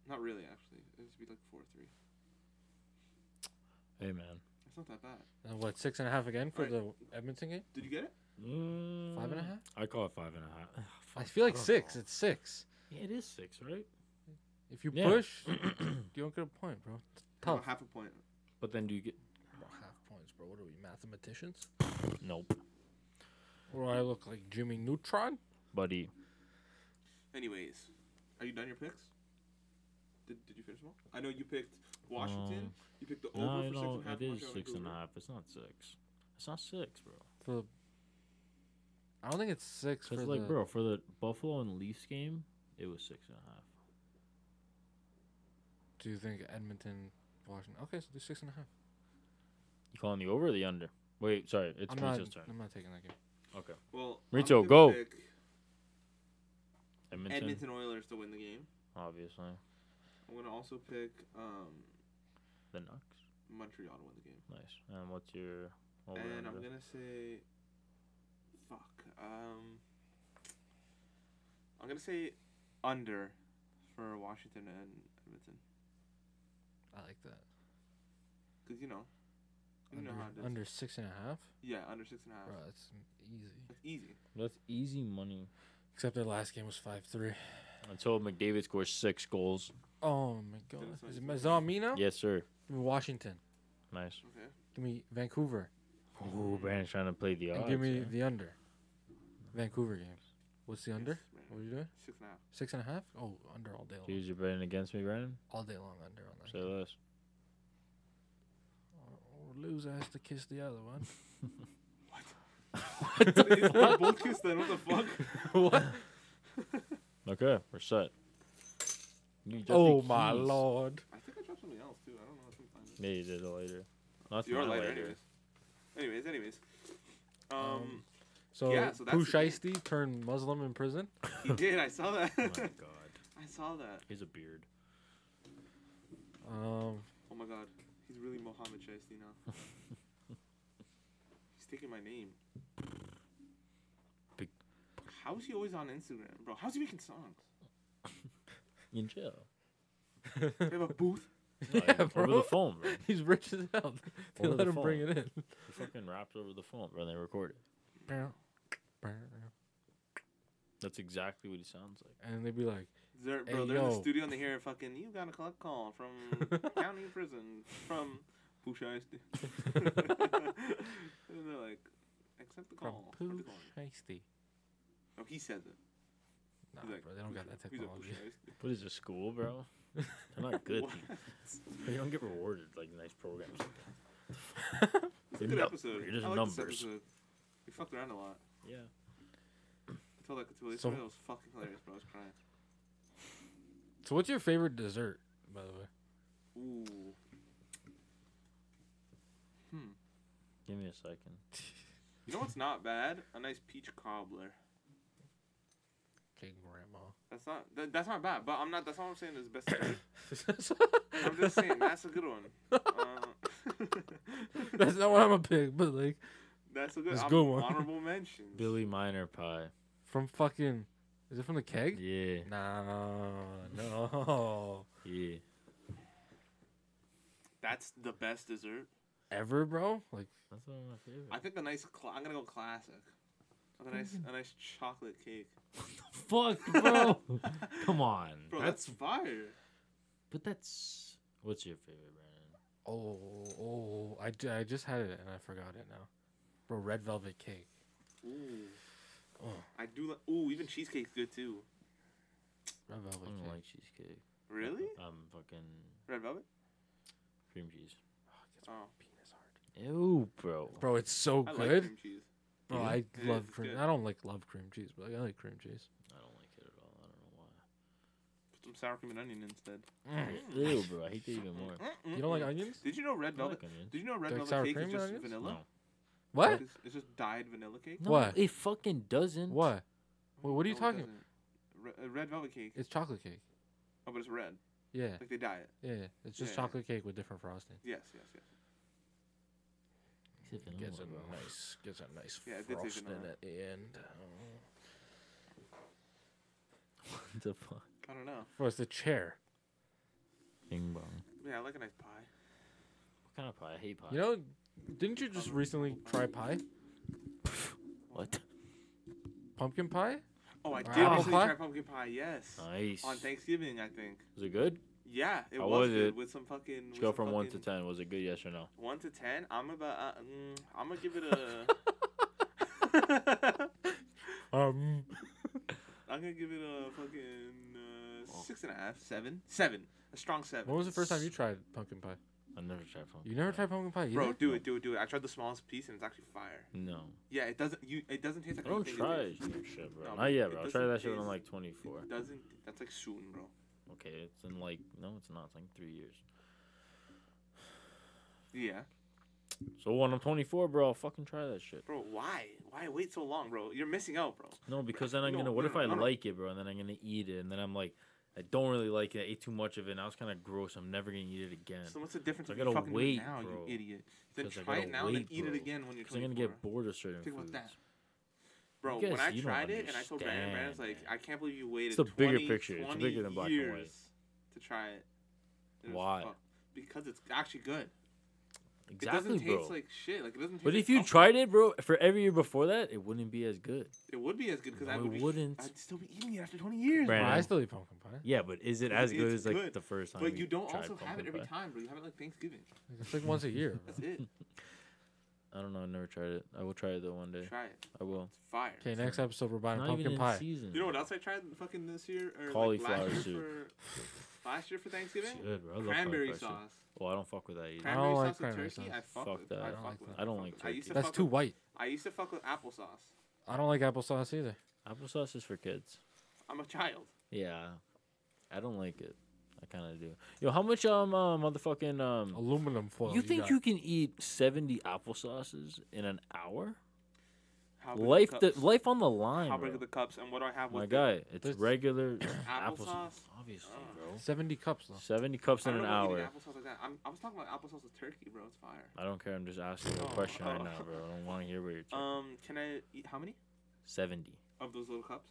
[SPEAKER 3] Not really, actually. It should be like four three.
[SPEAKER 4] Hey, man.
[SPEAKER 3] It's not that bad.
[SPEAKER 2] And Uh, what, six and a half again for
[SPEAKER 3] Alright.
[SPEAKER 2] the Edmonton game?
[SPEAKER 3] Did you get it?
[SPEAKER 2] Five and a
[SPEAKER 4] Mm, Oh.
[SPEAKER 2] half?
[SPEAKER 4] I call it five and a half. (sighs)
[SPEAKER 2] I
[SPEAKER 4] Fuck,
[SPEAKER 2] feel like
[SPEAKER 4] don't
[SPEAKER 2] six.
[SPEAKER 4] know.
[SPEAKER 2] It's six.
[SPEAKER 4] Yeah, it is six, right?
[SPEAKER 2] If you
[SPEAKER 4] Yeah.
[SPEAKER 2] push,
[SPEAKER 4] (clears throat)
[SPEAKER 2] you don't get a point, bro. It's tough.
[SPEAKER 3] How about half a point.
[SPEAKER 4] But then do you get. (sniffs)
[SPEAKER 2] Bro, half points, bro. What are we, mathematicians?
[SPEAKER 4] Nope.
[SPEAKER 2] Or I look like Jimmy Neutron?
[SPEAKER 4] Buddy.
[SPEAKER 3] Anyways, are you done your picks? Did, did you finish them all? I know you picked Washington.
[SPEAKER 4] Um,
[SPEAKER 3] you picked the
[SPEAKER 4] No,
[SPEAKER 3] over for six
[SPEAKER 4] no,
[SPEAKER 3] and a half.
[SPEAKER 4] it is
[SPEAKER 3] Montreal,
[SPEAKER 4] six and a
[SPEAKER 3] Vancouver.
[SPEAKER 4] half. It's not six. It's not six, bro.
[SPEAKER 2] For the... I don't think it's six for
[SPEAKER 4] Because like,
[SPEAKER 2] the...
[SPEAKER 4] bro, for the Buffalo and Leafs game, it was six and a half.
[SPEAKER 2] Do you think Edmonton, Washington? Okay, so do six and a half.
[SPEAKER 4] You calling the over or the under? Wait, sorry, it's
[SPEAKER 2] I'm not,
[SPEAKER 4] Mitchell's turn.
[SPEAKER 2] I'm not taking that game.
[SPEAKER 4] Okay,
[SPEAKER 3] Well,
[SPEAKER 4] Rito,
[SPEAKER 3] gonna
[SPEAKER 4] go.
[SPEAKER 3] pick
[SPEAKER 4] Edmonton,
[SPEAKER 3] Edmonton Oilers to win the game.
[SPEAKER 4] obviously.
[SPEAKER 3] I'm gonna also pick um,
[SPEAKER 4] The Knox.
[SPEAKER 3] Montreal to win the game.
[SPEAKER 4] Nice. And what's your? over
[SPEAKER 3] and I'm
[SPEAKER 4] under?
[SPEAKER 3] gonna say, fuck. Um, I'm gonna say under for Washington and Edmonton
[SPEAKER 2] I like that.
[SPEAKER 3] because you know, you
[SPEAKER 2] Under,
[SPEAKER 3] know how it is.
[SPEAKER 2] under six and a half?
[SPEAKER 3] Yeah, under six and a half.
[SPEAKER 2] Bro, that's easy.
[SPEAKER 3] That's easy.
[SPEAKER 4] That's easy money.
[SPEAKER 2] Except their last game was 5 3.
[SPEAKER 4] Until McDavid scores six goals.
[SPEAKER 2] Oh my god.
[SPEAKER 3] that's what
[SPEAKER 2] Is
[SPEAKER 3] I
[SPEAKER 2] it,
[SPEAKER 3] said.
[SPEAKER 2] is it on me now?
[SPEAKER 4] Yes, sir.
[SPEAKER 2] Give me Washington.
[SPEAKER 4] Nice.
[SPEAKER 3] Okay.
[SPEAKER 2] Give me Vancouver.
[SPEAKER 4] Ooh, Brandon's trying to play the odds.
[SPEAKER 2] and give me
[SPEAKER 4] eh?
[SPEAKER 2] the under. Vancouver game. What's the under?
[SPEAKER 3] Yes,
[SPEAKER 2] What are
[SPEAKER 3] Brandon.
[SPEAKER 2] you doing?
[SPEAKER 3] Six
[SPEAKER 2] (laughs)
[SPEAKER 3] and a half.
[SPEAKER 2] Six and a half? Oh, under all day long.
[SPEAKER 4] Dude, you're betting against me, Brandon.
[SPEAKER 2] All day long under on that.
[SPEAKER 4] Say less.
[SPEAKER 2] Or lose Oh, has to kiss the other one.
[SPEAKER 3] It's not both kiss then.
[SPEAKER 2] (laughs)
[SPEAKER 3] What the fuck?
[SPEAKER 2] what?
[SPEAKER 4] Okay, we're set. You dropped
[SPEAKER 2] Oh
[SPEAKER 4] the
[SPEAKER 2] my
[SPEAKER 4] keys.
[SPEAKER 2] lord.
[SPEAKER 3] I think I dropped something else too. I don't know if I'm finding
[SPEAKER 4] Yeah, you did it later. No,
[SPEAKER 3] it.
[SPEAKER 4] that's
[SPEAKER 3] You're
[SPEAKER 4] my
[SPEAKER 3] lighter, anyways. Anyways, anyways. Um,
[SPEAKER 2] Um, So,
[SPEAKER 3] Yeah, so that's
[SPEAKER 2] Pooh
[SPEAKER 3] the game.
[SPEAKER 2] Shiesty turned Muslim in prison?
[SPEAKER 3] he did. I
[SPEAKER 2] (laughs)
[SPEAKER 3] saw that.
[SPEAKER 4] (laughs) Oh my
[SPEAKER 3] I
[SPEAKER 4] god,
[SPEAKER 3] saw that.
[SPEAKER 4] he's a beard.
[SPEAKER 2] Um, (laughs)
[SPEAKER 3] Oh my god, he's really Mohammed Shiesty now. (laughs) he's taking my name.
[SPEAKER 4] Big-
[SPEAKER 3] How is he always on Instagram, bro? How's he making songs?
[SPEAKER 4] In jail.
[SPEAKER 2] (laughs)
[SPEAKER 3] They have a booth.
[SPEAKER 4] Like, Over
[SPEAKER 2] bro.
[SPEAKER 4] the phone, bro.
[SPEAKER 2] he's rich as hell. They
[SPEAKER 4] Over
[SPEAKER 2] let
[SPEAKER 4] the
[SPEAKER 2] him bring it in.
[SPEAKER 4] He fucking raps over the phone, bro. And they record it. That's exactly what he sounds like.
[SPEAKER 2] And they'd be like,
[SPEAKER 3] They're,
[SPEAKER 2] Hey,
[SPEAKER 3] bro, they're in the
[SPEAKER 2] yo.
[SPEAKER 3] studio and they hear a fucking. You got a collect call
[SPEAKER 2] (laughs)
[SPEAKER 3] from county prison from
[SPEAKER 2] (laughs)
[SPEAKER 3] Pooh Shiesty. and they're like, accept the
[SPEAKER 2] from
[SPEAKER 3] call. accept
[SPEAKER 2] Pooh
[SPEAKER 3] the call."
[SPEAKER 2] Shiesty.
[SPEAKER 3] No, he says it.
[SPEAKER 2] Nah,
[SPEAKER 3] He's like,
[SPEAKER 2] Ah, bro, they don't got
[SPEAKER 3] "Who's
[SPEAKER 2] that
[SPEAKER 3] a- who's a Pooh
[SPEAKER 2] technology.
[SPEAKER 3] Shiesty?"
[SPEAKER 4] What is this school, bro? They're
[SPEAKER 3] (laughs)
[SPEAKER 4] not good.
[SPEAKER 3] What?
[SPEAKER 4] You don't get rewarded like nice (laughs) programs. like that.
[SPEAKER 3] Good episode.
[SPEAKER 4] You're just
[SPEAKER 3] I like
[SPEAKER 4] numbers.
[SPEAKER 3] this episode. We fucked around a lot.
[SPEAKER 4] Yeah.
[SPEAKER 3] I told that to Tilly.
[SPEAKER 2] So-
[SPEAKER 3] That was fucking hilarious, bro. I was crying.
[SPEAKER 2] So, what's your favorite dessert, by the
[SPEAKER 3] (laughs)
[SPEAKER 2] way?
[SPEAKER 3] Ooh. Hmm.
[SPEAKER 4] Give me a second.
[SPEAKER 3] You know what's not bad? A nice peach cobbler.
[SPEAKER 2] Okay, grandma. (laughs)
[SPEAKER 3] That's not that, that's not bad, but I'm not. That's not what I'm saying is best. dessert. I'm just saying that's a good one. (laughs) Uh,
[SPEAKER 2] (laughs) That's not what I'm gonna pick, but like
[SPEAKER 3] that's a good,
[SPEAKER 2] That's a
[SPEAKER 3] hon-
[SPEAKER 2] good one.
[SPEAKER 3] honorable mention.
[SPEAKER 4] Billy Minor pie.
[SPEAKER 2] from fucking, is it from the keg?
[SPEAKER 4] Yeah.
[SPEAKER 2] Nah, no, (laughs)
[SPEAKER 4] Yeah.
[SPEAKER 3] That's the best dessert.
[SPEAKER 2] ever, bro. Like
[SPEAKER 4] That's one of my favorites.
[SPEAKER 3] I think a nice. Cl- I'm gonna go classic. Like a nice, a nice chocolate
[SPEAKER 2] (laughs)
[SPEAKER 3] cake.
[SPEAKER 4] (laughs) Fuck, bro.
[SPEAKER 3] (laughs)
[SPEAKER 4] Come on.
[SPEAKER 3] Bro,
[SPEAKER 4] that's,
[SPEAKER 3] that's, fire.
[SPEAKER 4] but that's what's your favorite, Brandon?
[SPEAKER 2] oh, oh, I, ju- I just had it and I forgot it now, bro. Red velvet cake.
[SPEAKER 3] Ooh.
[SPEAKER 2] Oh.
[SPEAKER 3] I do like. Ooh, even cheesecake's good too.
[SPEAKER 2] Red
[SPEAKER 4] I
[SPEAKER 2] velvet
[SPEAKER 3] Mm,
[SPEAKER 4] don't
[SPEAKER 2] cake.
[SPEAKER 4] like cheesecake.
[SPEAKER 3] Really?
[SPEAKER 4] I'm fucking
[SPEAKER 3] Red velvet?
[SPEAKER 4] cream cheese.
[SPEAKER 3] Oh,
[SPEAKER 2] Penis hard.
[SPEAKER 4] Ew, bro.
[SPEAKER 2] Bro, it's so
[SPEAKER 3] I
[SPEAKER 2] good.
[SPEAKER 3] like cream cheese.
[SPEAKER 2] bro,
[SPEAKER 4] Yeah.
[SPEAKER 2] I
[SPEAKER 3] is,
[SPEAKER 2] love
[SPEAKER 3] it's
[SPEAKER 2] cream.
[SPEAKER 3] good.
[SPEAKER 2] I don't like love cream cheese, but like, I like cream cheese.
[SPEAKER 4] I don't like it at all. I don't know why.
[SPEAKER 3] Put some sour cream and onion instead.
[SPEAKER 4] Ew, bro. I hate that even
[SPEAKER 3] (laughs)
[SPEAKER 4] more.
[SPEAKER 2] You don't like onions?
[SPEAKER 3] Did Mm. you know red
[SPEAKER 4] I like
[SPEAKER 3] velvet?
[SPEAKER 4] onions.
[SPEAKER 3] Did you know red
[SPEAKER 2] Like sour
[SPEAKER 3] velvet cake
[SPEAKER 2] cream and
[SPEAKER 3] is just
[SPEAKER 2] onions?
[SPEAKER 3] vanilla?
[SPEAKER 4] No.
[SPEAKER 2] What?
[SPEAKER 3] It's, it's just dyed vanilla cake.
[SPEAKER 4] No,
[SPEAKER 2] What?
[SPEAKER 4] It fucking doesn't.
[SPEAKER 2] What? Wait, what are you
[SPEAKER 3] No, it
[SPEAKER 2] talking?
[SPEAKER 3] doesn't. Re- uh, red velvet cake.
[SPEAKER 2] It's chocolate cake.
[SPEAKER 3] Oh, but it's red.
[SPEAKER 2] Yeah,
[SPEAKER 3] Like they dye it.
[SPEAKER 2] yeah. It's just
[SPEAKER 3] Yeah.
[SPEAKER 2] chocolate cake with different frosting.
[SPEAKER 3] Yes, yes, yes.
[SPEAKER 4] It's vanilla,
[SPEAKER 2] Gets a
[SPEAKER 4] (laughs) bro.
[SPEAKER 2] nice, gets a nice
[SPEAKER 3] Yeah, it did say
[SPEAKER 2] frosting
[SPEAKER 3] vanilla.
[SPEAKER 2] at the end. Oh.
[SPEAKER 4] What the fuck?
[SPEAKER 3] I don't know.
[SPEAKER 2] Bro, Oh, it's the chair.
[SPEAKER 4] Bing bong.
[SPEAKER 3] Yeah, I like a nice pie.
[SPEAKER 4] What kind of pie? I hate pie.
[SPEAKER 2] You know, didn't you just recently try pie? (laughs)
[SPEAKER 4] what?
[SPEAKER 2] Pumpkin pie?
[SPEAKER 3] Oh, I did
[SPEAKER 2] Apple
[SPEAKER 3] recently
[SPEAKER 2] pie?
[SPEAKER 3] try pumpkin pie. Yes.
[SPEAKER 4] Nice.
[SPEAKER 3] On Thanksgiving, I think.
[SPEAKER 4] Was it good?
[SPEAKER 3] Yeah, it
[SPEAKER 4] How
[SPEAKER 3] was
[SPEAKER 4] was
[SPEAKER 3] good
[SPEAKER 4] it?
[SPEAKER 3] with some fucking.
[SPEAKER 4] Let's
[SPEAKER 3] with
[SPEAKER 4] go
[SPEAKER 3] some
[SPEAKER 4] from one to
[SPEAKER 3] fucking-
[SPEAKER 4] ten. Was it good? Yes or no?
[SPEAKER 3] One to ten. I'm about. Uh, mm, I'm gonna give
[SPEAKER 2] (laughs)
[SPEAKER 3] it a. (laughs)
[SPEAKER 2] Um,
[SPEAKER 3] I'm gonna give it a fucking
[SPEAKER 4] Oh.
[SPEAKER 3] uh, six and a half, seven, seven, a strong seven.
[SPEAKER 2] when was the first time you tried pumpkin pie?
[SPEAKER 4] I never tried pumpkin.
[SPEAKER 2] You never
[SPEAKER 4] pie.
[SPEAKER 2] tried pumpkin pie, either?
[SPEAKER 3] Bro, do it, do it, do it. I tried the smallest piece and it's actually fire.
[SPEAKER 4] No.
[SPEAKER 3] Yeah, it doesn't. You, it doesn't taste like.
[SPEAKER 4] I don't
[SPEAKER 3] anything it
[SPEAKER 4] try
[SPEAKER 3] is.
[SPEAKER 4] new shit, bro.
[SPEAKER 3] No,
[SPEAKER 4] Not yet,
[SPEAKER 3] it
[SPEAKER 4] bro. I tried
[SPEAKER 3] doesn't
[SPEAKER 4] that shit when I'm
[SPEAKER 3] taste-
[SPEAKER 4] like 24.
[SPEAKER 3] It doesn't. That's like soon, bro.
[SPEAKER 4] Okay, it's in like no, it's not. It's like three years.
[SPEAKER 3] Yeah,
[SPEAKER 4] So when I'm 24, bro, I'll fucking try that shit.
[SPEAKER 3] bro. Why? Why wait so long, bro? You're missing out, bro.
[SPEAKER 4] No, because then I'm
[SPEAKER 3] No,
[SPEAKER 4] gonna. What
[SPEAKER 3] no,
[SPEAKER 4] if I
[SPEAKER 3] no, no.
[SPEAKER 4] like it, bro? And then I'm gonna eat it, and then I'm like, I don't really like it. I ate too much of it. Now it's kind of gross. I'm never gonna eat it again.
[SPEAKER 3] So what's the difference
[SPEAKER 4] I
[SPEAKER 3] if you
[SPEAKER 4] gotta
[SPEAKER 3] fucking
[SPEAKER 4] wait,
[SPEAKER 3] do it now,
[SPEAKER 4] bro.
[SPEAKER 3] you idiot? Then
[SPEAKER 4] 'Cause I
[SPEAKER 3] try
[SPEAKER 4] gotta
[SPEAKER 3] it now and then
[SPEAKER 4] wait,
[SPEAKER 3] eat it
[SPEAKER 4] bro.
[SPEAKER 3] again when you're
[SPEAKER 4] 'Cause I'm
[SPEAKER 3] 24.
[SPEAKER 4] gonna get bored of certain
[SPEAKER 3] Think about
[SPEAKER 4] foods.
[SPEAKER 3] that. Bro,
[SPEAKER 4] guess
[SPEAKER 3] when I
[SPEAKER 4] you don't
[SPEAKER 3] tried it and I told Brandon, Brandon's like,
[SPEAKER 4] understand,
[SPEAKER 3] I can't believe you waited.
[SPEAKER 4] It's a bigger
[SPEAKER 3] 20
[SPEAKER 4] picture. It's
[SPEAKER 3] 20
[SPEAKER 4] bigger than black and
[SPEAKER 3] years
[SPEAKER 4] white.
[SPEAKER 3] To try it. It was
[SPEAKER 4] Why?
[SPEAKER 3] fucked. Because it's actually good.
[SPEAKER 4] Exactly,
[SPEAKER 3] it doesn't
[SPEAKER 4] bro.
[SPEAKER 3] taste like shit. Like it doesn't. Taste
[SPEAKER 4] but
[SPEAKER 3] like
[SPEAKER 4] if you
[SPEAKER 3] awful.
[SPEAKER 4] tried it, bro, for every year before that, it wouldn't be as good.
[SPEAKER 3] it would be as good because I
[SPEAKER 4] No,
[SPEAKER 3] would
[SPEAKER 4] it
[SPEAKER 3] be,
[SPEAKER 4] wouldn't.
[SPEAKER 3] I'd still be eating it after 20 years.
[SPEAKER 4] Brandon,
[SPEAKER 2] I
[SPEAKER 4] Brandon.
[SPEAKER 2] still eat pumpkin pie.
[SPEAKER 4] Yeah, but is it
[SPEAKER 3] It-
[SPEAKER 4] as good
[SPEAKER 3] it's
[SPEAKER 4] as like
[SPEAKER 3] good,
[SPEAKER 4] the first time?
[SPEAKER 3] But
[SPEAKER 4] we
[SPEAKER 3] you don't
[SPEAKER 4] tried
[SPEAKER 3] also have it
[SPEAKER 4] pumpkin
[SPEAKER 3] every
[SPEAKER 4] pie?
[SPEAKER 3] time, bro. You have it like Thanksgiving.
[SPEAKER 2] It's like once a year.
[SPEAKER 3] That's it.
[SPEAKER 4] (laughs) I don't know. I never tried it. I will try it though one day.
[SPEAKER 3] Try it.
[SPEAKER 4] I will.
[SPEAKER 3] It's fire.
[SPEAKER 2] Okay, next episode we're buying
[SPEAKER 4] Not even
[SPEAKER 2] pumpkin
[SPEAKER 4] in
[SPEAKER 2] pie.
[SPEAKER 4] season.
[SPEAKER 3] You know what else I tried fucking this year or
[SPEAKER 4] Cauliflower
[SPEAKER 3] like last year
[SPEAKER 4] soup.
[SPEAKER 3] for last year for Thanksgiving?
[SPEAKER 4] It's good, bro. I love
[SPEAKER 3] Cranberry
[SPEAKER 4] cauliflower soup.
[SPEAKER 3] sauce.
[SPEAKER 4] Well, I don't fuck with that either.
[SPEAKER 2] Cran-
[SPEAKER 3] Cranberry
[SPEAKER 2] don't
[SPEAKER 3] sauce
[SPEAKER 2] like
[SPEAKER 3] with
[SPEAKER 2] cranberry
[SPEAKER 3] turkey.
[SPEAKER 2] sauce.
[SPEAKER 3] I fuck,
[SPEAKER 4] Fuck
[SPEAKER 3] with.
[SPEAKER 4] that.
[SPEAKER 3] I,
[SPEAKER 4] I
[SPEAKER 2] don't
[SPEAKER 3] fuck
[SPEAKER 2] like
[SPEAKER 3] with.
[SPEAKER 2] that.
[SPEAKER 4] I don't
[SPEAKER 3] fuck
[SPEAKER 4] like
[SPEAKER 3] with. I used to
[SPEAKER 2] That's
[SPEAKER 3] fuck
[SPEAKER 2] too
[SPEAKER 3] with,
[SPEAKER 2] white.
[SPEAKER 3] I used to fuck with applesauce.
[SPEAKER 2] I don't like applesauce either.
[SPEAKER 4] Applesauce is for kids.
[SPEAKER 3] I'm a child.
[SPEAKER 4] Yeah, I don't like it. I kind of do. Yo, how much um uh, motherfucking um?
[SPEAKER 2] Aluminum foil.
[SPEAKER 4] You think
[SPEAKER 2] got.
[SPEAKER 4] you can eat seventy applesauces in an hour?
[SPEAKER 3] How big are
[SPEAKER 4] Life
[SPEAKER 3] the
[SPEAKER 4] the
[SPEAKER 3] cups?
[SPEAKER 4] life on the line,
[SPEAKER 3] How
[SPEAKER 4] bro.
[SPEAKER 3] big are the cups and what do I have
[SPEAKER 4] My
[SPEAKER 3] with it?
[SPEAKER 4] guy, it's
[SPEAKER 2] That's-
[SPEAKER 4] regular applesauce.
[SPEAKER 3] Applesauce? Oh.
[SPEAKER 4] Obviously,
[SPEAKER 3] Ugh.
[SPEAKER 4] bro.
[SPEAKER 2] seventy cups though?
[SPEAKER 4] Seventy cups
[SPEAKER 3] I
[SPEAKER 4] in
[SPEAKER 3] don't
[SPEAKER 4] an
[SPEAKER 3] know about eating
[SPEAKER 4] hour.
[SPEAKER 3] Applesauce like that. I'm, I was talking about applesauce with turkey, bro. It's fire.
[SPEAKER 4] I don't care. I'm just asking you a
[SPEAKER 3] Oh.
[SPEAKER 4] question right now, bro. I don't want to hear where you're. talking.
[SPEAKER 3] Um, can I eat how many
[SPEAKER 4] Seventy.
[SPEAKER 3] of those little cups?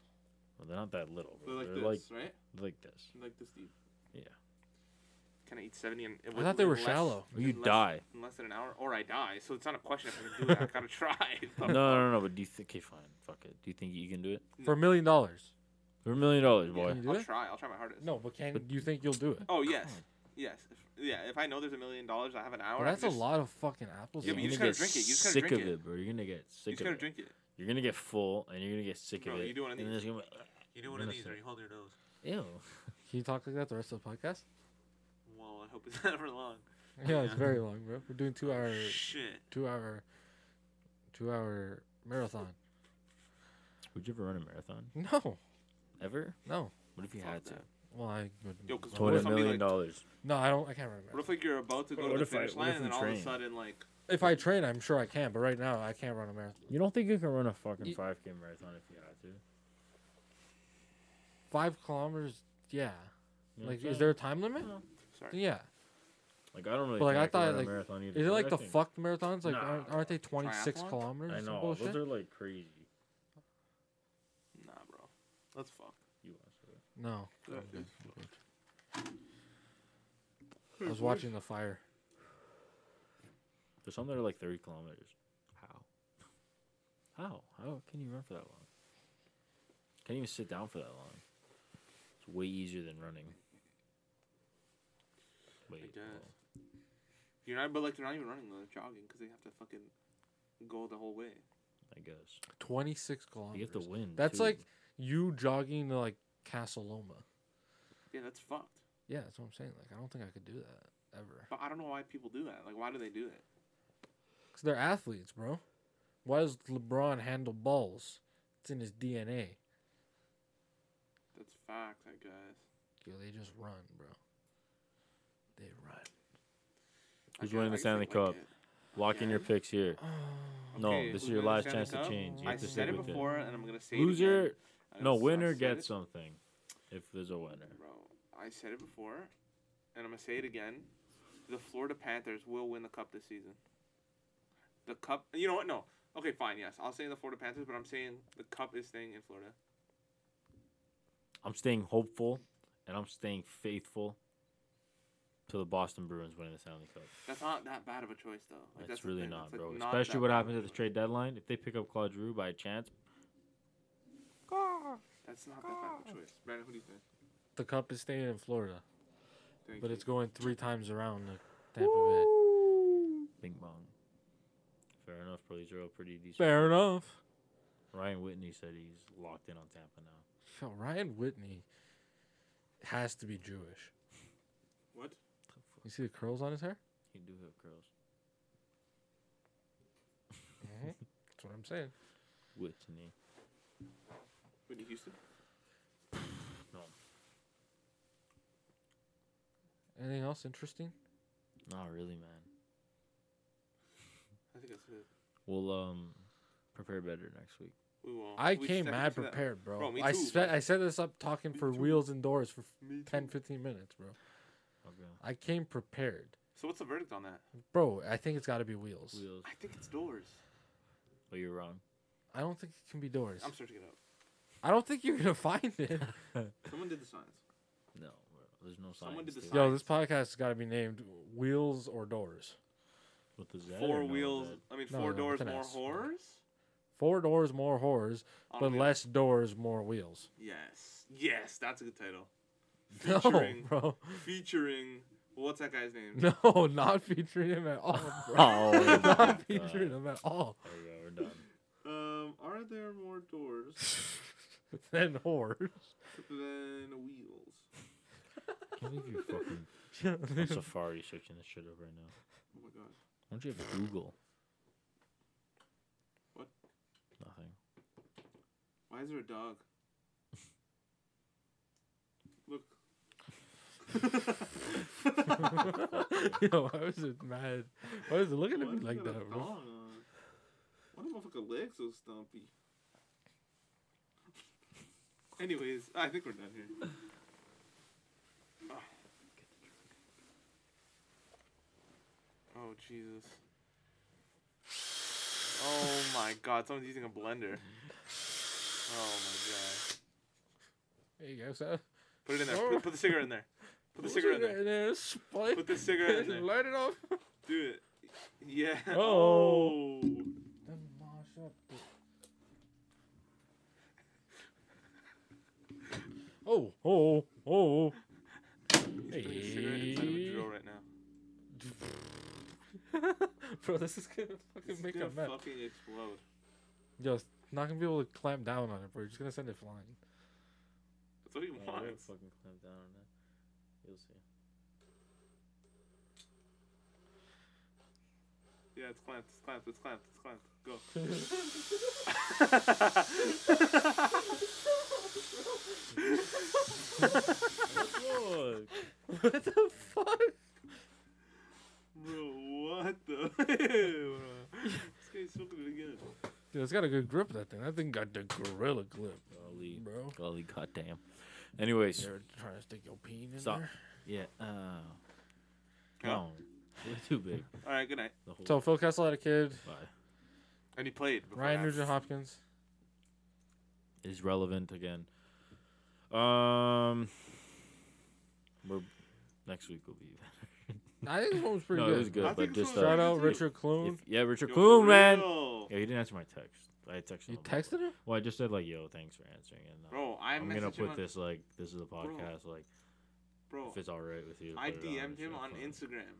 [SPEAKER 4] Well, they're not that little.
[SPEAKER 3] They're
[SPEAKER 4] Bro.
[SPEAKER 3] like
[SPEAKER 4] They're
[SPEAKER 3] this,
[SPEAKER 4] like
[SPEAKER 3] right?
[SPEAKER 4] they're like
[SPEAKER 3] (laughs)
[SPEAKER 4] this.
[SPEAKER 3] Like this deep.
[SPEAKER 4] Yeah.
[SPEAKER 3] Can I eat seventy? And
[SPEAKER 2] I thought they were shallow.
[SPEAKER 4] You die.
[SPEAKER 3] In less than an hour, or I die. So it's not a question if I can do it. I gotta (laughs)
[SPEAKER 4] (laughs)
[SPEAKER 3] try.
[SPEAKER 4] No, no, no. But do you think? Okay, fine. Fuck it. Do you think you can do it
[SPEAKER 2] For a million dollars.
[SPEAKER 4] for a million dollars, boy?
[SPEAKER 2] Can you do
[SPEAKER 3] I'll
[SPEAKER 2] it?
[SPEAKER 3] try. I'll try my hardest.
[SPEAKER 2] No, but can you think you'll do it?
[SPEAKER 3] Oh yes, yes, if, yeah. If I know there's a million dollars, I have an hour.
[SPEAKER 2] Well,
[SPEAKER 3] I
[SPEAKER 2] that's
[SPEAKER 3] can
[SPEAKER 2] a
[SPEAKER 3] just-
[SPEAKER 2] lot of fucking apples.
[SPEAKER 3] Yeah, but you
[SPEAKER 4] You're
[SPEAKER 3] just
[SPEAKER 4] gonna
[SPEAKER 3] gotta drink
[SPEAKER 4] get
[SPEAKER 3] it. You just gotta
[SPEAKER 4] sick
[SPEAKER 3] drink
[SPEAKER 4] of
[SPEAKER 3] it.
[SPEAKER 4] it, bro. You're gonna get
[SPEAKER 3] You
[SPEAKER 4] sick
[SPEAKER 3] just
[SPEAKER 4] of
[SPEAKER 3] gotta
[SPEAKER 4] it.
[SPEAKER 3] drink it.
[SPEAKER 4] You're gonna get full, and you're gonna get sick
[SPEAKER 3] Bro,
[SPEAKER 4] of it.
[SPEAKER 3] you do one of
[SPEAKER 4] and
[SPEAKER 3] these.
[SPEAKER 4] it's gonna be,
[SPEAKER 3] You do
[SPEAKER 4] one of these or you
[SPEAKER 3] hold your nose.
[SPEAKER 4] ew.
[SPEAKER 2] Can you talk like that the rest of the podcast?
[SPEAKER 3] Well, I hope it's (laughs) never long.
[SPEAKER 2] Yeah, it's
[SPEAKER 3] Yeah.
[SPEAKER 2] very long, bro. We're doing two hour,
[SPEAKER 3] Shit.
[SPEAKER 2] two hour, two hour marathon.
[SPEAKER 4] Would you ever run a marathon
[SPEAKER 2] No,
[SPEAKER 4] ever?
[SPEAKER 2] no.
[SPEAKER 4] What if you
[SPEAKER 3] Fuck
[SPEAKER 4] had to?
[SPEAKER 3] that.
[SPEAKER 2] Well, I would.
[SPEAKER 3] Yo, 'cause
[SPEAKER 4] What
[SPEAKER 3] What
[SPEAKER 4] a
[SPEAKER 3] if somebody,
[SPEAKER 4] million
[SPEAKER 3] like-
[SPEAKER 4] dollars.
[SPEAKER 2] no, I don't. I can't remember.
[SPEAKER 3] What if like you're about to go
[SPEAKER 4] What
[SPEAKER 3] to the
[SPEAKER 4] if I-
[SPEAKER 3] finish
[SPEAKER 4] what
[SPEAKER 3] line
[SPEAKER 4] if
[SPEAKER 3] and then
[SPEAKER 4] you
[SPEAKER 3] all of a
[SPEAKER 4] train?
[SPEAKER 3] sudden like
[SPEAKER 2] If I train, I'm sure I can. But right now, I can't run a marathon.
[SPEAKER 4] You don't think you can run a fucking
[SPEAKER 2] You-
[SPEAKER 4] 5k marathon if you had to?
[SPEAKER 2] Five kilometers. Yeah.
[SPEAKER 4] You know
[SPEAKER 2] like,
[SPEAKER 4] what I'm
[SPEAKER 2] is there a time limit?
[SPEAKER 4] No.
[SPEAKER 3] sorry.
[SPEAKER 2] Yeah.
[SPEAKER 4] saying? Like I don't really.
[SPEAKER 2] But, like,
[SPEAKER 4] think
[SPEAKER 2] I
[SPEAKER 4] I, could
[SPEAKER 2] thought,
[SPEAKER 4] run
[SPEAKER 2] like,
[SPEAKER 4] a marathon either.
[SPEAKER 2] Is it
[SPEAKER 4] but
[SPEAKER 2] like
[SPEAKER 4] I
[SPEAKER 2] the
[SPEAKER 4] think-
[SPEAKER 2] fucked marathons? Like,
[SPEAKER 4] Nah,
[SPEAKER 2] aren't, aren't they 26
[SPEAKER 3] Triathlon?
[SPEAKER 2] kilometers?
[SPEAKER 4] I
[SPEAKER 2] or some
[SPEAKER 4] know
[SPEAKER 2] bullshit?
[SPEAKER 4] those are like crazy.
[SPEAKER 3] Nah, bro. That's fuck.
[SPEAKER 4] You watch
[SPEAKER 2] No.
[SPEAKER 4] Oh,
[SPEAKER 3] That is
[SPEAKER 2] I was watching the fire.
[SPEAKER 4] There's some that are like 30 kilometers. How? How? How can you run for that long? Can't even sit down for that long. It's way easier than running. Wait.
[SPEAKER 3] guess.
[SPEAKER 4] well,
[SPEAKER 3] You're not, but like they're not even running. They're jogging because they have to fucking go the whole way.
[SPEAKER 4] I guess.
[SPEAKER 2] 26 kilometers.
[SPEAKER 4] You have to win.
[SPEAKER 2] That's
[SPEAKER 4] too.
[SPEAKER 2] like you jogging to like Casa Loma.
[SPEAKER 3] Yeah, that's fucked.
[SPEAKER 2] Yeah, that's what I'm saying. Like, I don't think I could do that ever.
[SPEAKER 3] But I don't know why people do that. Like, why do they do that?
[SPEAKER 2] Because they're athletes, bro. Why does LeBron handle balls? It's in his DNA.
[SPEAKER 3] That's facts, I guess.
[SPEAKER 2] Yo, they just run, bro. They run.
[SPEAKER 4] Who's
[SPEAKER 3] Okay,
[SPEAKER 4] winning
[SPEAKER 3] why
[SPEAKER 4] the
[SPEAKER 3] do you
[SPEAKER 4] Stanley
[SPEAKER 3] think like
[SPEAKER 4] Cup?
[SPEAKER 3] that?
[SPEAKER 4] Lock in your
[SPEAKER 3] Again?
[SPEAKER 4] picks here.
[SPEAKER 3] (sighs) Okay,
[SPEAKER 4] no, this
[SPEAKER 3] who's
[SPEAKER 4] is your
[SPEAKER 3] winning the
[SPEAKER 4] last
[SPEAKER 3] Stanley
[SPEAKER 4] chance to
[SPEAKER 3] Cup?
[SPEAKER 4] change. You
[SPEAKER 3] I
[SPEAKER 4] have to
[SPEAKER 3] said
[SPEAKER 4] stick
[SPEAKER 3] it
[SPEAKER 4] with
[SPEAKER 3] before,
[SPEAKER 4] it.
[SPEAKER 3] and I'm gonna say it
[SPEAKER 4] Loser,
[SPEAKER 3] again. I
[SPEAKER 4] no
[SPEAKER 3] s- I
[SPEAKER 4] winner
[SPEAKER 3] said
[SPEAKER 4] gets
[SPEAKER 3] it,
[SPEAKER 4] something. If there's a winner,
[SPEAKER 3] Bro, I said it before, and I'm gonna say it again. The Florida Panthers will win the cup this season. The cup. You know what? No. Okay, fine. Yes, I'll say the Florida Panthers, but I'm saying the cup is staying in Florida.
[SPEAKER 4] I'm staying hopeful, and I'm staying faithful to the Boston Bruins winning the Stanley Cup.
[SPEAKER 3] That's not that bad of a choice, though. Like,
[SPEAKER 4] That's,
[SPEAKER 3] the
[SPEAKER 4] really
[SPEAKER 3] thing,
[SPEAKER 4] not,
[SPEAKER 3] that's, like,
[SPEAKER 4] bro.
[SPEAKER 3] not
[SPEAKER 4] Especially
[SPEAKER 3] that
[SPEAKER 4] what
[SPEAKER 3] bad of
[SPEAKER 4] happens
[SPEAKER 3] a
[SPEAKER 4] at the
[SPEAKER 3] choice.
[SPEAKER 4] trade deadline. If they pick up Claude Drew by chance,
[SPEAKER 3] That's not that bad of a choice. Brandon, who do you think?
[SPEAKER 2] The cup is staying in Florida,
[SPEAKER 3] Thank
[SPEAKER 2] but
[SPEAKER 3] you.
[SPEAKER 2] it's going three times around the Tampa
[SPEAKER 4] bing bong. Fair enough, bro. These are all pretty decent.
[SPEAKER 2] Bay. Fair enough.
[SPEAKER 4] Ryan Whitney said he's locked in on Tampa now.
[SPEAKER 2] Yo, Ryan Whitney has to be Jewish.
[SPEAKER 3] What?
[SPEAKER 2] You see the curls on his hair?
[SPEAKER 4] He do have curls.
[SPEAKER 2] Mm-hmm. That's what I'm saying.
[SPEAKER 4] Whitney.
[SPEAKER 3] Whitney Houston.
[SPEAKER 2] Anything else interesting?
[SPEAKER 4] Not really, man.
[SPEAKER 3] I think that's it.
[SPEAKER 4] We'll um prepare better next week.
[SPEAKER 3] We won't.
[SPEAKER 2] I
[SPEAKER 3] We
[SPEAKER 2] came
[SPEAKER 3] stuck
[SPEAKER 2] mad
[SPEAKER 3] to that.
[SPEAKER 2] prepared, bro.
[SPEAKER 3] Bro, me
[SPEAKER 2] I
[SPEAKER 3] too.
[SPEAKER 2] spent I set this up talking
[SPEAKER 3] Me
[SPEAKER 2] for
[SPEAKER 3] too.
[SPEAKER 2] wheels and doors for
[SPEAKER 3] Me too.
[SPEAKER 2] 10, 15 minutes, bro.
[SPEAKER 4] Okay.
[SPEAKER 2] I came prepared,
[SPEAKER 3] So what's the verdict on that?
[SPEAKER 2] bro. I think it's got to be wheels.
[SPEAKER 4] Wheels.
[SPEAKER 3] I think it's doors.
[SPEAKER 4] But you're wrong.
[SPEAKER 2] I don't think it can be doors.
[SPEAKER 3] I'm searching it up.
[SPEAKER 2] I don't think you're gonna (laughs) find it.
[SPEAKER 3] Someone did the science.
[SPEAKER 4] No, bro. There's no sign.
[SPEAKER 3] Someone did the
[SPEAKER 2] Yo, this podcast has got to be named Wheels or Doors.
[SPEAKER 4] With the Z or no
[SPEAKER 3] Four
[SPEAKER 4] with
[SPEAKER 3] wheels.
[SPEAKER 4] that?
[SPEAKER 3] I mean,
[SPEAKER 2] No,
[SPEAKER 3] four
[SPEAKER 2] no,
[SPEAKER 3] doors,
[SPEAKER 2] with an
[SPEAKER 3] more
[SPEAKER 2] S.
[SPEAKER 3] whores.
[SPEAKER 2] Four doors, more horrors,
[SPEAKER 3] On
[SPEAKER 2] but
[SPEAKER 3] wheels.
[SPEAKER 2] less doors, more wheels. (laughs)
[SPEAKER 3] Yes, yes, that's a good title.
[SPEAKER 2] No,
[SPEAKER 3] Featuring,
[SPEAKER 2] bro.
[SPEAKER 3] featuring. What's that guy's name?
[SPEAKER 2] No, (laughs) not featuring him at all, bro.
[SPEAKER 4] (laughs)
[SPEAKER 3] (laughs)
[SPEAKER 4] Oh, my
[SPEAKER 2] (laughs)
[SPEAKER 4] God.
[SPEAKER 2] not featuring him at all. (laughs)
[SPEAKER 4] There we go. We're done.
[SPEAKER 3] Um, are there more doors
[SPEAKER 2] then horrors. (laughs)
[SPEAKER 3] than wheels?
[SPEAKER 4] Can't believe you
[SPEAKER 2] (laughs)
[SPEAKER 4] fucking on
[SPEAKER 2] Dude,
[SPEAKER 4] Safari searching this shit up right now.
[SPEAKER 3] Oh my god.
[SPEAKER 4] Why don't you have Google?
[SPEAKER 3] What?
[SPEAKER 4] Nothing.
[SPEAKER 3] (laughs) Why is there a (laughs) dog? (laughs) Look.
[SPEAKER 2] Yo, I was just mad. Why is it looking at
[SPEAKER 3] Why
[SPEAKER 2] me
[SPEAKER 3] is
[SPEAKER 2] like
[SPEAKER 3] there a
[SPEAKER 2] that, bro?
[SPEAKER 3] dog on? Why the motherfucker legs so stumpy? Anyways, I think we're done here. Oh Jesus. Oh my god, someone's using
[SPEAKER 2] (laughs)
[SPEAKER 3] a blender. Oh my god.
[SPEAKER 2] There you go, sir.
[SPEAKER 3] Put it in there.
[SPEAKER 2] Sure.
[SPEAKER 3] Put, put the cigarette in there. Put the cigarette in
[SPEAKER 2] (laughs)
[SPEAKER 3] there.
[SPEAKER 2] Split.
[SPEAKER 3] Put the cigarette in there.
[SPEAKER 2] Light it off.
[SPEAKER 3] Do it. Yeah.
[SPEAKER 2] Oh.
[SPEAKER 3] Oh.
[SPEAKER 2] Oh, oh, oh.
[SPEAKER 3] He's putting a cigarette inside of a drill right now.
[SPEAKER 2] (laughs) Bro, this is gonna
[SPEAKER 3] This
[SPEAKER 2] fucking
[SPEAKER 3] is
[SPEAKER 2] make
[SPEAKER 3] gonna
[SPEAKER 2] a mess.
[SPEAKER 3] fucking explode.
[SPEAKER 2] Yo, it's not gonna be able to clamp down on it, bro. You're just gonna send it flying.
[SPEAKER 3] That's what he
[SPEAKER 4] Oh, Yeah, we're
[SPEAKER 3] wants.
[SPEAKER 4] fucking clamp down on that. You'll see.
[SPEAKER 3] Yeah, it's clamped. It's clamped. It's clamped. It's clamped. Go.
[SPEAKER 4] Look.
[SPEAKER 2] (laughs) what the fuck?
[SPEAKER 3] Bro, what the? (laughs) this guy's smoking it again.
[SPEAKER 2] Dude, it's got a good grip, that thing. That thing got the gorilla grip,
[SPEAKER 4] Golly.
[SPEAKER 2] bro.
[SPEAKER 4] Golly, goddamn. Anyways,
[SPEAKER 2] They're trying to stick your peen in
[SPEAKER 4] Stop.
[SPEAKER 2] there.
[SPEAKER 4] yeah. Uh,
[SPEAKER 3] Yeah.
[SPEAKER 4] no. Way too big.
[SPEAKER 3] All right. Good night.
[SPEAKER 4] The whole
[SPEAKER 2] So Phil Kessel had a kid.
[SPEAKER 4] Bye.
[SPEAKER 3] And he played. before
[SPEAKER 2] Ryan
[SPEAKER 3] that.
[SPEAKER 2] Nugent Hopkins.
[SPEAKER 4] is relevant again. Um, we're, next week will be
[SPEAKER 2] I think this one was pretty
[SPEAKER 4] No,
[SPEAKER 2] good.
[SPEAKER 4] it was
[SPEAKER 3] I
[SPEAKER 4] good,
[SPEAKER 3] think
[SPEAKER 4] but
[SPEAKER 3] it's
[SPEAKER 4] just
[SPEAKER 3] really
[SPEAKER 4] uh,
[SPEAKER 2] Shout out
[SPEAKER 3] Dude.
[SPEAKER 2] Richard Clune.
[SPEAKER 4] if, yeah, Richard
[SPEAKER 3] Yo,
[SPEAKER 4] Coon,
[SPEAKER 3] for
[SPEAKER 4] man.
[SPEAKER 3] real.
[SPEAKER 4] Yeah, he didn't answer my text. I texted him.
[SPEAKER 2] You
[SPEAKER 4] about
[SPEAKER 2] texted him?
[SPEAKER 4] Well, I just said like, "Yo, thanks for answering." And uh,
[SPEAKER 3] Bro, I
[SPEAKER 4] I'm gonna
[SPEAKER 3] messaged him
[SPEAKER 4] put
[SPEAKER 3] on-
[SPEAKER 4] this like, this is a podcast. Like,
[SPEAKER 3] Bro,
[SPEAKER 4] if it's all right with you,
[SPEAKER 3] I
[SPEAKER 4] put it on
[SPEAKER 3] DM'd
[SPEAKER 4] if
[SPEAKER 3] him
[SPEAKER 4] you're
[SPEAKER 3] on
[SPEAKER 4] fine.
[SPEAKER 3] Instagram,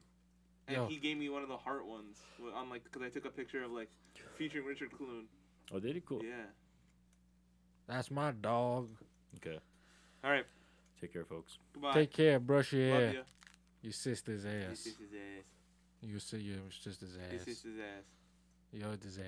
[SPEAKER 3] and
[SPEAKER 2] Yo.
[SPEAKER 3] he gave me one of the heart ones. w- On like, cause I took a picture of like featuring Richard Clune.
[SPEAKER 4] Oh, did he? Cool.
[SPEAKER 3] Yeah.
[SPEAKER 2] That's my dog.
[SPEAKER 4] Okay.
[SPEAKER 3] All right.
[SPEAKER 4] Take care, folks.
[SPEAKER 3] Goodbye.
[SPEAKER 2] Take care, brush your
[SPEAKER 3] Love
[SPEAKER 2] hair.
[SPEAKER 3] you.
[SPEAKER 2] Your sister's
[SPEAKER 3] This
[SPEAKER 2] ass.
[SPEAKER 3] is his ass.
[SPEAKER 2] You see your sister's
[SPEAKER 3] This
[SPEAKER 2] ass.
[SPEAKER 3] is his ass.
[SPEAKER 2] Your disaster.